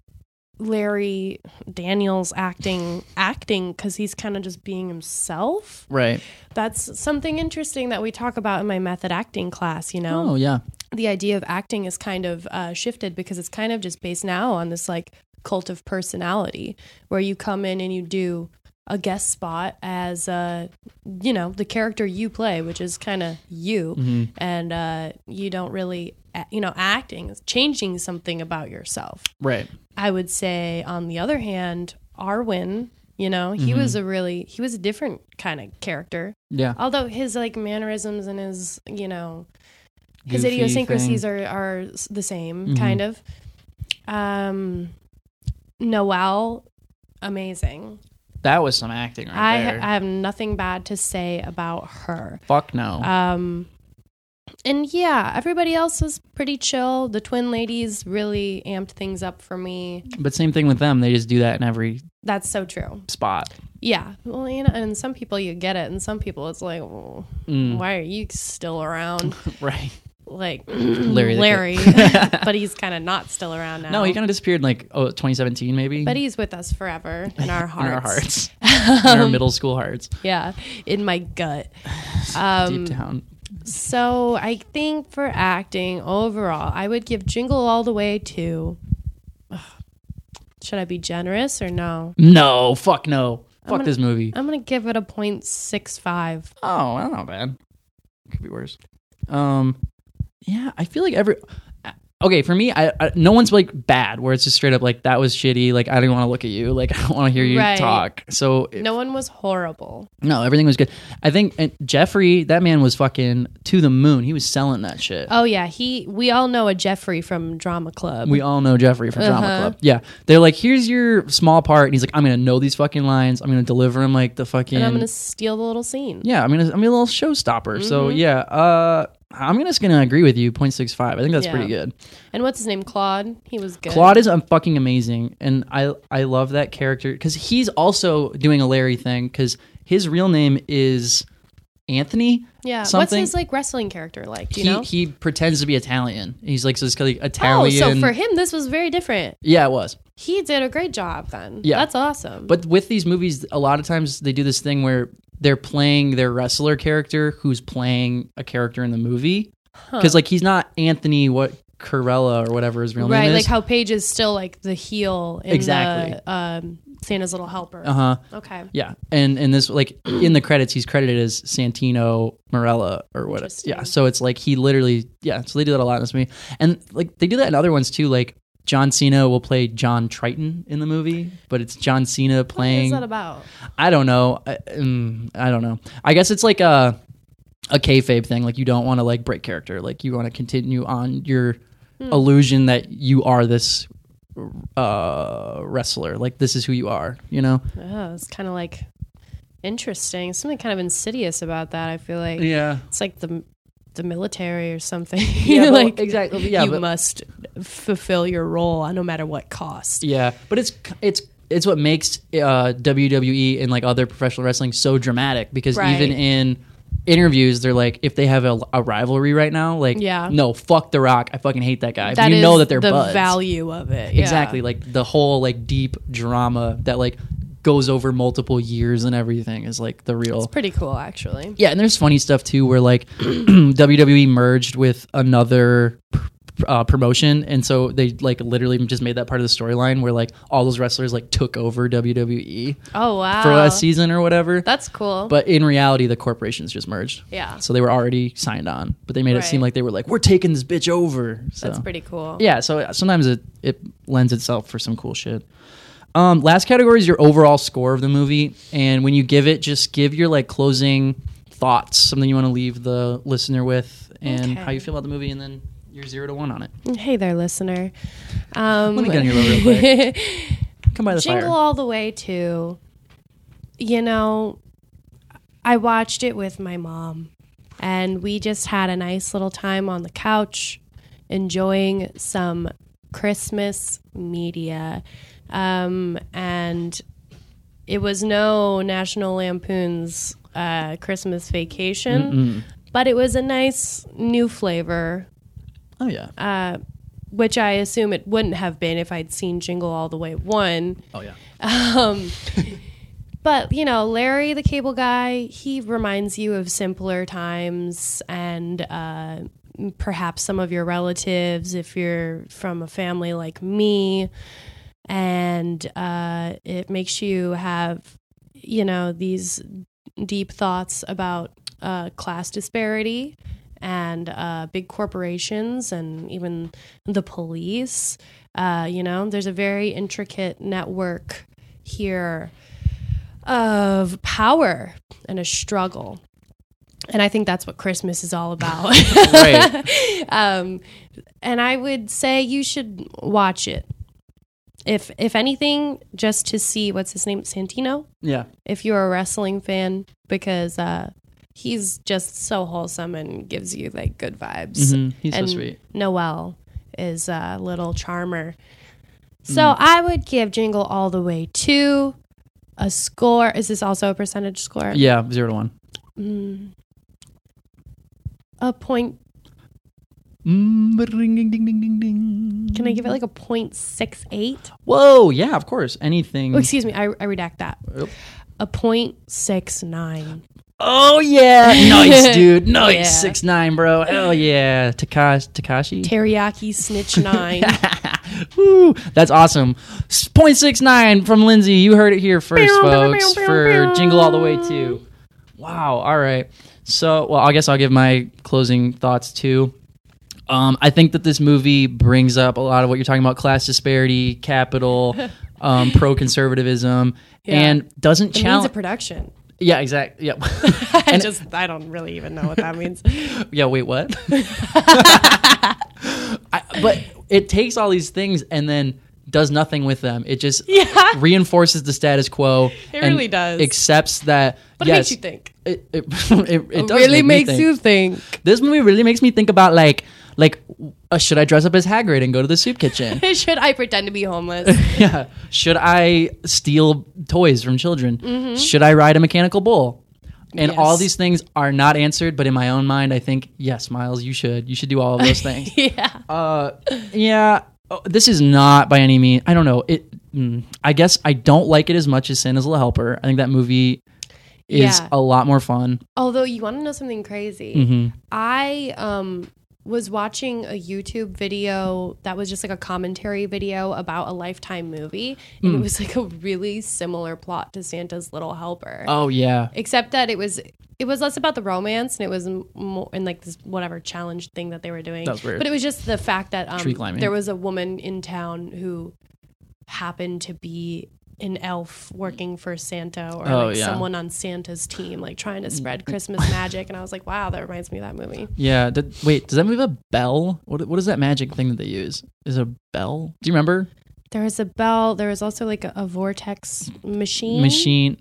Speaker 2: Larry Daniels acting acting because he's kind of just being himself?
Speaker 1: Right.
Speaker 2: That's something interesting that we talk about in my method acting class. You know,
Speaker 1: Oh yeah.
Speaker 2: the idea of acting is kind of uh, shifted because it's kind of just based now on this like cult of personality where you come in and you do a guest spot as uh you know the character you play which is kind of you and uh you don't really a- you know acting is changing something about yourself
Speaker 1: Right.
Speaker 2: I would say, on the other hand, Arwen, you know, he was a really he was a different kind of character.
Speaker 1: Yeah.
Speaker 2: Although his like mannerisms and his you know his
Speaker 1: Goofy
Speaker 2: idiosyncrasies
Speaker 1: thing. Mm-hmm.
Speaker 2: are are s- the same kind of. Um, Noel, amazing.
Speaker 1: That was some acting right
Speaker 2: I
Speaker 1: there.
Speaker 2: I have nothing bad to say about her.
Speaker 1: Fuck no.
Speaker 2: Um, and yeah, everybody else was pretty chill. The twin ladies really amped things up for me.
Speaker 1: but same thing with them. They just do that in every
Speaker 2: That's so true.
Speaker 1: spot.
Speaker 2: Yeah. Well, you know, and some people you get it, and some people it's like, well,
Speaker 1: Mm.
Speaker 2: why are you still around?
Speaker 1: Right.
Speaker 2: Like
Speaker 1: Larry
Speaker 2: Mm, Larry,
Speaker 1: the
Speaker 2: but he's kind of not still around now.
Speaker 1: No, he kind of disappeared in like oh, 2017 maybe.
Speaker 2: but he's with us forever in our
Speaker 1: in
Speaker 2: hearts.
Speaker 1: our hearts, in our middle school hearts,
Speaker 2: Yeah, in my gut. Um,
Speaker 1: deep down.
Speaker 2: So I think for acting overall, I would give Jingle All the Way to. Ugh. Should I be generous or no?
Speaker 1: No, fuck no, fuck
Speaker 2: gonna-
Speaker 1: this movie.
Speaker 2: I'm gonna give it a point six five.
Speaker 1: Oh, well, not bad. Could be worse. Um, yeah, I feel like every. uh, Okay, for me, I, I no one's like bad where it's just straight up like that was shitty. Like I didn't want to look at you. Like I don't want to hear you
Speaker 2: Right.
Speaker 1: talk. So
Speaker 2: No one was horrible.
Speaker 1: No, everything was good. I think and Jeffrey, that man was fucking to the moon. He was selling that shit.
Speaker 2: Oh yeah, he. We all know a Jeffrey from Drama Club.
Speaker 1: we all know Jeffrey from
Speaker 2: Uh-huh.
Speaker 1: Drama Club. Yeah. They're like, here's your small part. And he's like, I'm going to know these fucking lines. I'm going to deliver him like the fucking.
Speaker 2: and I'm gonna steal the little scene. Mm-hmm.
Speaker 1: yeah, I'm going to, I'm gonna be a little showstopper. So, yeah. Uh, I'm just gonna agree with you. 0.65. I think that's
Speaker 2: Yeah.
Speaker 1: pretty good.
Speaker 2: And what's his name? Claude. He was good.
Speaker 1: Claude is um, fucking amazing, and I I love that character because he's also doing a Larry thing because his real name is Anthony.
Speaker 2: Yeah. What's
Speaker 1: something.
Speaker 2: his like wrestling character like? Do you
Speaker 1: he,
Speaker 2: know?
Speaker 1: he pretends to be Italian. He's like so this kind of
Speaker 2: oh,
Speaker 1: Italian.
Speaker 2: so for him, this was very different.
Speaker 1: yeah, it was.
Speaker 2: He did a great job then.
Speaker 1: Yeah.
Speaker 2: That's awesome.
Speaker 1: But with these movies, a lot of times they do this thing where they're playing their wrestler character who's playing a character in the movie because like he's not Anthony what Corella or whatever his real
Speaker 2: right,
Speaker 1: name is.
Speaker 2: like how Paige is still like the heel in
Speaker 1: Exactly.
Speaker 2: the um, Santa's little helper.
Speaker 1: uh huh.
Speaker 2: Okay.
Speaker 1: Yeah, and and this like in the credits he's credited as Santino Morella or what? Yeah, so it's like he literally yeah. So they do that a lot in this movie, and like they do that in other ones too. Like John Cena will play John Triton in the movie, but it's John Cena
Speaker 2: What
Speaker 1: playing.
Speaker 2: is that about?
Speaker 1: I don't know. I, mm, I don't know. I guess it's like a a kayfabe thing. Like you don't want to like break character. Like you want to continue on your
Speaker 2: Hmm.
Speaker 1: illusion that you are this uh wrestler like this is who you are you know
Speaker 2: Oh, it's kind of like interesting. Something kind of insidious about that. I feel like
Speaker 1: yeah
Speaker 2: it's like the the military or something.
Speaker 1: Yeah, but-
Speaker 2: like
Speaker 1: exactly, yeah,
Speaker 2: you
Speaker 1: but-
Speaker 2: must fulfill your role uh, no matter what cost.
Speaker 1: Yeah, but it's it's it's what makes uh, WWE and like other professional wrestling so dramatic because
Speaker 2: Right.
Speaker 1: even in interviews they're like if they have a, a rivalry right now like
Speaker 2: Yeah.
Speaker 1: no fuck the rock i fucking hate that guy
Speaker 2: That
Speaker 1: you
Speaker 2: is
Speaker 1: know that they're
Speaker 2: the
Speaker 1: buds
Speaker 2: value of it. Yeah.
Speaker 1: exactly like the whole like deep drama that like goes over multiple years and everything is like the real
Speaker 2: Pretty cool, actually.
Speaker 1: yeah, and there's funny stuff too, where like WWE merged with another uh, promotion, and so they like literally just made that part of the storyline where like all those wrestlers like took over WWE
Speaker 2: Oh wow.
Speaker 1: for a season or whatever.
Speaker 2: That's cool.
Speaker 1: but in reality, the corporations just merged.
Speaker 2: Yeah.
Speaker 1: so they were already signed on, but they made it seem
Speaker 2: Right.
Speaker 1: like they were like, "We're taking this bitch over." So
Speaker 2: that's pretty cool.
Speaker 1: yeah, so uh, sometimes it, it lends itself for some cool shit. Um, last category is your overall score of the movie, and when you give it, just give your like closing thoughts, something you want to leave the listener with, and how you feel about the movie, and then your zero to one on it.
Speaker 2: Hey there, listener. Um,
Speaker 1: Let me get on your low real quick. Come by the
Speaker 2: Jingle
Speaker 1: fire.
Speaker 2: All the Way to, you know, I watched it with my mom, and we just had a nice little time on the couch, enjoying some Christmas media, um, and it was no National Lampoon's uh, Christmas Vacation, but it was a nice new flavor
Speaker 1: Oh yeah.
Speaker 2: which I assume it wouldn't have been if I'd seen Jingle All the Way one. Um,
Speaker 1: oh yeah.
Speaker 2: But you know, Larry, the cable guy, he reminds you of simpler times and uh, perhaps some of your relatives if you're from a family like me, and uh, it makes you have you know these deep thoughts about uh, class disparity and uh, big corporations and even the police. Uh, you know, there's a very intricate network here of power and a struggle. And I think that's what Christmas is all about.
Speaker 1: Right.
Speaker 2: um, and I would say you should watch it. If if anything, just to see what's his name, Santino.
Speaker 1: Yeah.
Speaker 2: If you're a wrestling fan, because uh, he's just so wholesome and gives you like good vibes.
Speaker 1: Mhm. He's so
Speaker 2: and
Speaker 1: sweet.
Speaker 2: Noel is a little charmer.
Speaker 1: Mm.
Speaker 2: So I would give Jingle All the Way to a score. Is this also a percentage score?
Speaker 1: Yeah. Zero to one.
Speaker 2: A point.
Speaker 1: Mm, ba-ding, ding, ding, ding, ding, ding. Mm.
Speaker 2: Can I give it like a point six eight?
Speaker 1: Whoa. Yeah. Of course. Anything.
Speaker 2: Oh, excuse me. I, I redact that. A point six nine.
Speaker 1: Oh yeah. Nice, dude. Nice.
Speaker 2: Yeah.
Speaker 1: Six nine, bro. Hell yeah. Takashi. Takashi.
Speaker 2: Teriyaki snitch nine.
Speaker 1: Woo, that's awesome. S- 0.69 from Lindsay. You heard it here first, folks, for Jingle All the Way too. Wow. All right. So, well, I guess I'll give my closing thoughts too. Um, I think that this movie brings up a lot of what you're talking about class disparity, capital, um, pro conservatism, and doesn't
Speaker 2: it means a
Speaker 1: challenge.
Speaker 2: production.
Speaker 1: yeah, exactly. Yeah.
Speaker 2: I just I don't really even know what that means.
Speaker 1: yeah wait what I, but it takes all these things and then does nothing with them. It just
Speaker 2: Yeah.
Speaker 1: reinforces the status quo.
Speaker 2: It
Speaker 1: and
Speaker 2: really does.
Speaker 1: Accepts that.
Speaker 2: But
Speaker 1: yes,
Speaker 2: it makes you think.
Speaker 1: It, it, it, it
Speaker 2: It
Speaker 1: does
Speaker 2: really
Speaker 1: make me
Speaker 2: makes
Speaker 1: think.
Speaker 2: you think.
Speaker 1: This movie really makes me think about like like uh, should I dress up as Hagrid and go to the soup kitchen?
Speaker 2: Should I pretend to be homeless?
Speaker 1: yeah. Should I steal toys from children? Should I ride a mechanical bull? And all
Speaker 2: Mm-hmm. Yes.
Speaker 1: these things are not answered, but in my own mind, I think yes, Miles, you should. You should do all of those things. Uh,
Speaker 2: yeah.
Speaker 1: yeah, oh, this is not by any means. I don't know. It. mm, I guess I don't like it as much as Santa's Little Helper. I think that movie is
Speaker 2: Yeah.
Speaker 1: a lot more fun.
Speaker 2: Although you want to know something crazy,
Speaker 1: Mm-hmm.
Speaker 2: I um was watching a YouTube video that was just like a commentary video about a lifetime movie, and
Speaker 1: Hmm.
Speaker 2: it was like a really similar plot to Santa's Little Helper,
Speaker 1: Oh yeah,
Speaker 2: except that it was. It was less about the romance, and it was m- more in like this whatever challenge thing that they were doing.
Speaker 1: That's weird.
Speaker 2: But it was just the fact that um,
Speaker 1: Tree climbing.
Speaker 2: there was a woman in town who happened to be an elf working for Santa or
Speaker 1: Oh,
Speaker 2: like
Speaker 1: yeah. Mm-hmm.
Speaker 2: someone on Santa's team, like trying to spread Christmas magic. And I was like, wow, that reminds me of that movie.
Speaker 1: yeah. Did, wait, does that move a bell? What What is that magic thing that they use? Is it a bell? Do you remember
Speaker 2: There was a bell. There was also like a, a vortex machine.
Speaker 1: machine?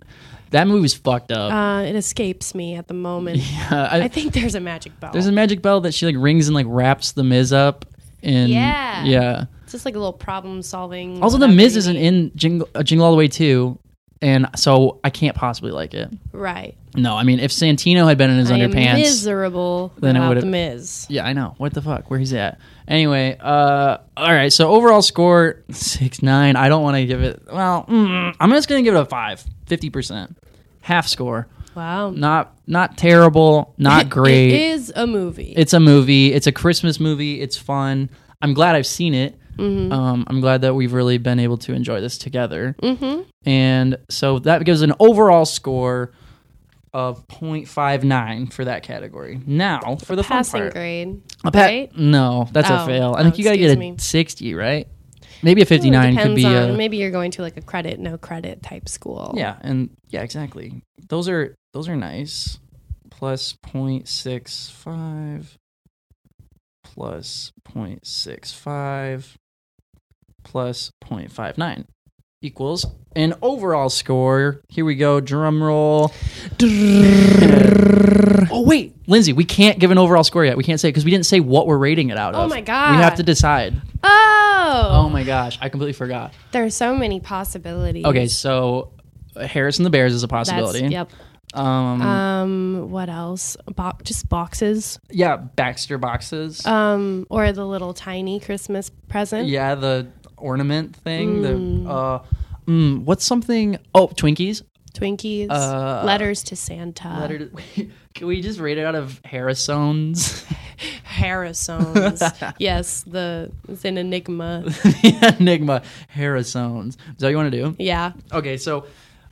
Speaker 1: That movie was fucked up.
Speaker 2: Uh, it escapes me at the moment.
Speaker 1: Uh, I-
Speaker 2: I think there's a magic bell.
Speaker 1: there's a magic bell that she like rings and like wraps the Miz up. And
Speaker 2: Yeah.
Speaker 1: yeah.
Speaker 2: it's just like a little problem solving.
Speaker 1: Also, the
Speaker 2: whatever
Speaker 1: Miz
Speaker 2: you
Speaker 1: isn't
Speaker 2: need.
Speaker 1: in Jingle, uh, Jingle All the Way too, and so I can't possibly like it.
Speaker 2: Right.
Speaker 1: No, I mean if Santino had been in his
Speaker 2: I am
Speaker 1: underpants,
Speaker 2: miserable
Speaker 1: then it
Speaker 2: without
Speaker 1: would've-
Speaker 2: the Miz.
Speaker 1: yeah, I know what the fuck where he's at. Anyway, uh, all right. So overall score six nine. I don't want to give it. Well, mm, I'm just gonna give it a five, 50 percent, half score.
Speaker 2: Wow.
Speaker 1: Not not terrible, not great.
Speaker 2: It is a movie.
Speaker 1: it's a movie. It's a Christmas movie. It's fun. I'm glad I've seen it.
Speaker 2: Mm-hmm.
Speaker 1: Um, I'm glad that we've really been able to enjoy this together. Mm-hmm. And so that gives an overall score of 0.59 for that category. Now for the fun
Speaker 2: passing
Speaker 1: part.
Speaker 2: grade.
Speaker 1: A pa-
Speaker 2: right?
Speaker 1: No, that's a
Speaker 2: Oh,
Speaker 1: fail. I
Speaker 2: oh,
Speaker 1: think you gotta get a
Speaker 2: excuse me.
Speaker 1: 60, right? Maybe a
Speaker 2: Well, it
Speaker 1: 59 could
Speaker 2: depends
Speaker 1: be
Speaker 2: on
Speaker 1: a
Speaker 2: maybe you're going to like a credit no credit type school
Speaker 1: yeah, and yeah, exactly. Those are those are nice. Plus 0.65 plus 0.65 plus 0.59 equals an overall score. Here we go. Drum roll. oh wait, Lindsay, we can't give an overall score yet. We can't say because we didn't say what we're rating it out
Speaker 2: Oh
Speaker 1: of.
Speaker 2: my God.
Speaker 1: We have to decide. Oh
Speaker 2: oh,
Speaker 1: my gosh, I completely forgot.
Speaker 2: there are so many possibilities
Speaker 1: Okay, so Harris and the Bears is a possibility.
Speaker 2: That's, yep
Speaker 1: Um,
Speaker 2: um what else Bo- just boxes
Speaker 1: yeah, Baxter boxes.
Speaker 2: um or the little tiny christmas present
Speaker 1: yeah, the ornament thing. The uh, mm, what's something? Oh, Twinkies.
Speaker 2: twinkies
Speaker 1: Uh,
Speaker 2: letters to santa
Speaker 1: Letter to- Can we just rate it out of Harrison's
Speaker 2: harrison's yes the it's an enigma
Speaker 1: enigma? Harrison's. Is that what you want to do?
Speaker 2: yeah
Speaker 1: Okay, so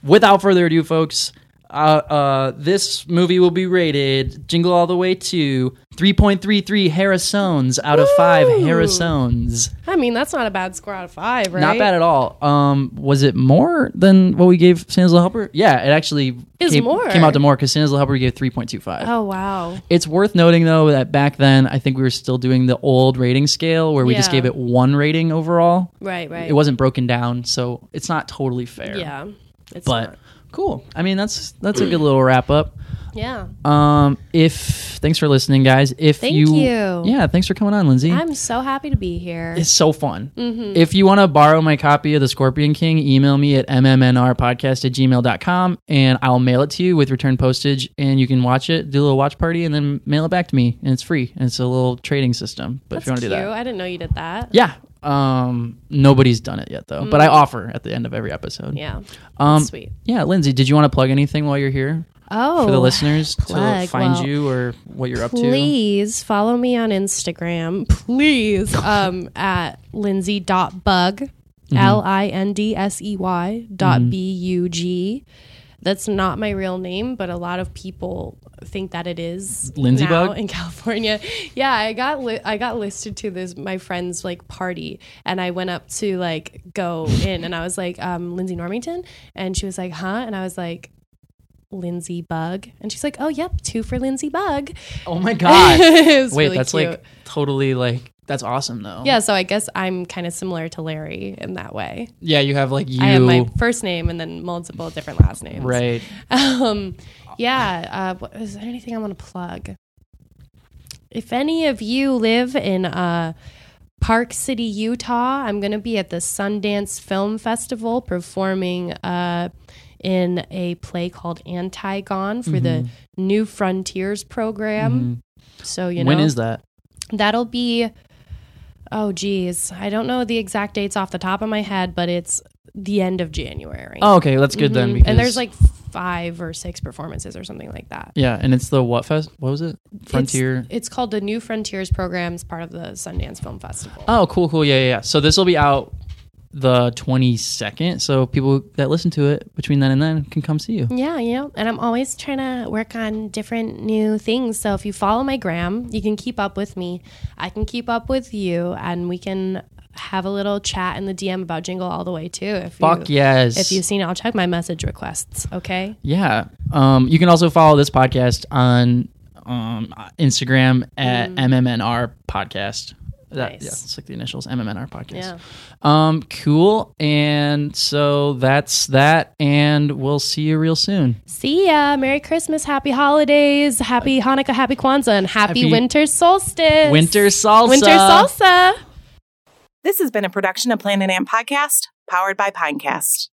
Speaker 1: without further ado, folks, uh, uh, this movie will be rated Jingle All the Way to 3.33 Harrison's out of 5 Harrison's.
Speaker 2: i mean that's not a bad score out of five right
Speaker 1: Not bad at all. Um, was it more than what we gave Santa's Little Helper? Yeah, it actually
Speaker 2: It's
Speaker 1: came,
Speaker 2: more.
Speaker 1: came out to more because Santa's Little Helper we gave 3.25.
Speaker 2: oh wow
Speaker 1: It's worth noting, though, that back then I think we were still doing the old rating scale where we just
Speaker 2: Yeah.
Speaker 1: gave it one rating overall.
Speaker 2: right right
Speaker 1: It wasn't broken down, so it's not totally fair.
Speaker 2: yeah it's
Speaker 1: But
Speaker 2: not.
Speaker 1: cool. I mean, that's that's a good little wrap up.
Speaker 2: yeah
Speaker 1: Um, if thanks for listening, guys. If
Speaker 2: Thank
Speaker 1: you,
Speaker 2: you.
Speaker 1: yeah, thanks for coming on, Lindsay.
Speaker 2: i'm so happy to be here
Speaker 1: It's so fun.
Speaker 2: Mm-hmm.
Speaker 1: If you want to borrow my copy of The Scorpion King, email me at mmnrpodcast at gmail.com and I'll mail it to you with return postage and you can watch it, do a little watch party, and then mail it back to me. And it's free. And it's a little trading system. But if you want to do that.
Speaker 2: I didn't know you did that.
Speaker 1: Yeah. Um, nobody's done it yet, though. But I offer at the end of every episode.
Speaker 2: Mm. Yeah.
Speaker 1: Um,
Speaker 2: sweet.
Speaker 1: Yeah. Lindsay, did you want to plug anything while you're here
Speaker 2: Oh,
Speaker 1: for the listeners to
Speaker 2: plug.
Speaker 1: find
Speaker 2: Well,
Speaker 1: you or what you're up to?
Speaker 2: Please follow me on Instagram. Please um, at lindsay.bug,
Speaker 1: Mm-hmm.
Speaker 2: L I N D S E Y dot B U G. That's not my real name, but a lot of people think that it is
Speaker 1: Lindsay
Speaker 2: now
Speaker 1: Bug?
Speaker 2: in California. Yeah, I got li- I got listed to this my friend's like party, and I went up to like go in, and I was like um, Lindsay Normington, and she was like, huh, and I was like. Lindsay Bug, and she's like, "Oh, yep, two for Lindsay Bug."
Speaker 1: Oh my God.
Speaker 2: It was
Speaker 1: Wait,
Speaker 2: really
Speaker 1: that's
Speaker 2: cute.
Speaker 1: like totally like, That's awesome though.
Speaker 2: Yeah, so I guess I'm kind of similar to Larry in that way.
Speaker 1: Yeah, you have like you
Speaker 2: I have my first name and then multiple different last names.
Speaker 1: right.
Speaker 2: Um, yeah. Uh, what- is there anything I want to plug? If any of you live in uh, Park City, Utah, I'm going to be at the Sundance Film Festival performing uh, in a play called Antigone for the New Frontiers program. So you know
Speaker 1: Mm-hmm. When is that?
Speaker 2: that'll be oh geez i don't know the exact dates off the top of my head but it's the end of january
Speaker 1: Oh, okay, that's good then. Because,
Speaker 2: and there's like five or six performances or something like that
Speaker 1: yeah, and it's the what fest? What was it? Frontier.
Speaker 2: it's, it's called the new frontiers program it's part of the sundance film festival
Speaker 1: oh, cool, cool. Yeah, yeah. yeah. So this will be out the 22nd. So people that listen to it between then and then can come see you.
Speaker 2: yeah you know and i'm always trying to work on different new things so if you follow my gram you can keep up with me i can keep up with you and we can have a little chat in the dm about jingle all the way too if
Speaker 1: Fuck
Speaker 2: you,
Speaker 1: yes.
Speaker 2: if you've seen it i'll check my message requests okay
Speaker 1: Yeah. Um, you can also follow this podcast on um, Instagram at MMNR podcast. That,
Speaker 2: Nice.
Speaker 1: Yeah, it's like the initials MMNR podcast.
Speaker 2: Yeah.
Speaker 1: Um, cool. And so that's that. And we'll see you real soon.
Speaker 2: See ya. Merry Christmas. Happy holidays. Happy Hanukkah. Happy Kwanzaa. And happy,
Speaker 1: Happy-
Speaker 2: winter solstice.
Speaker 1: Winter salsa.
Speaker 2: Winter salsa.
Speaker 8: This has been a production of Planet Amp Podcast, powered by Pinecast.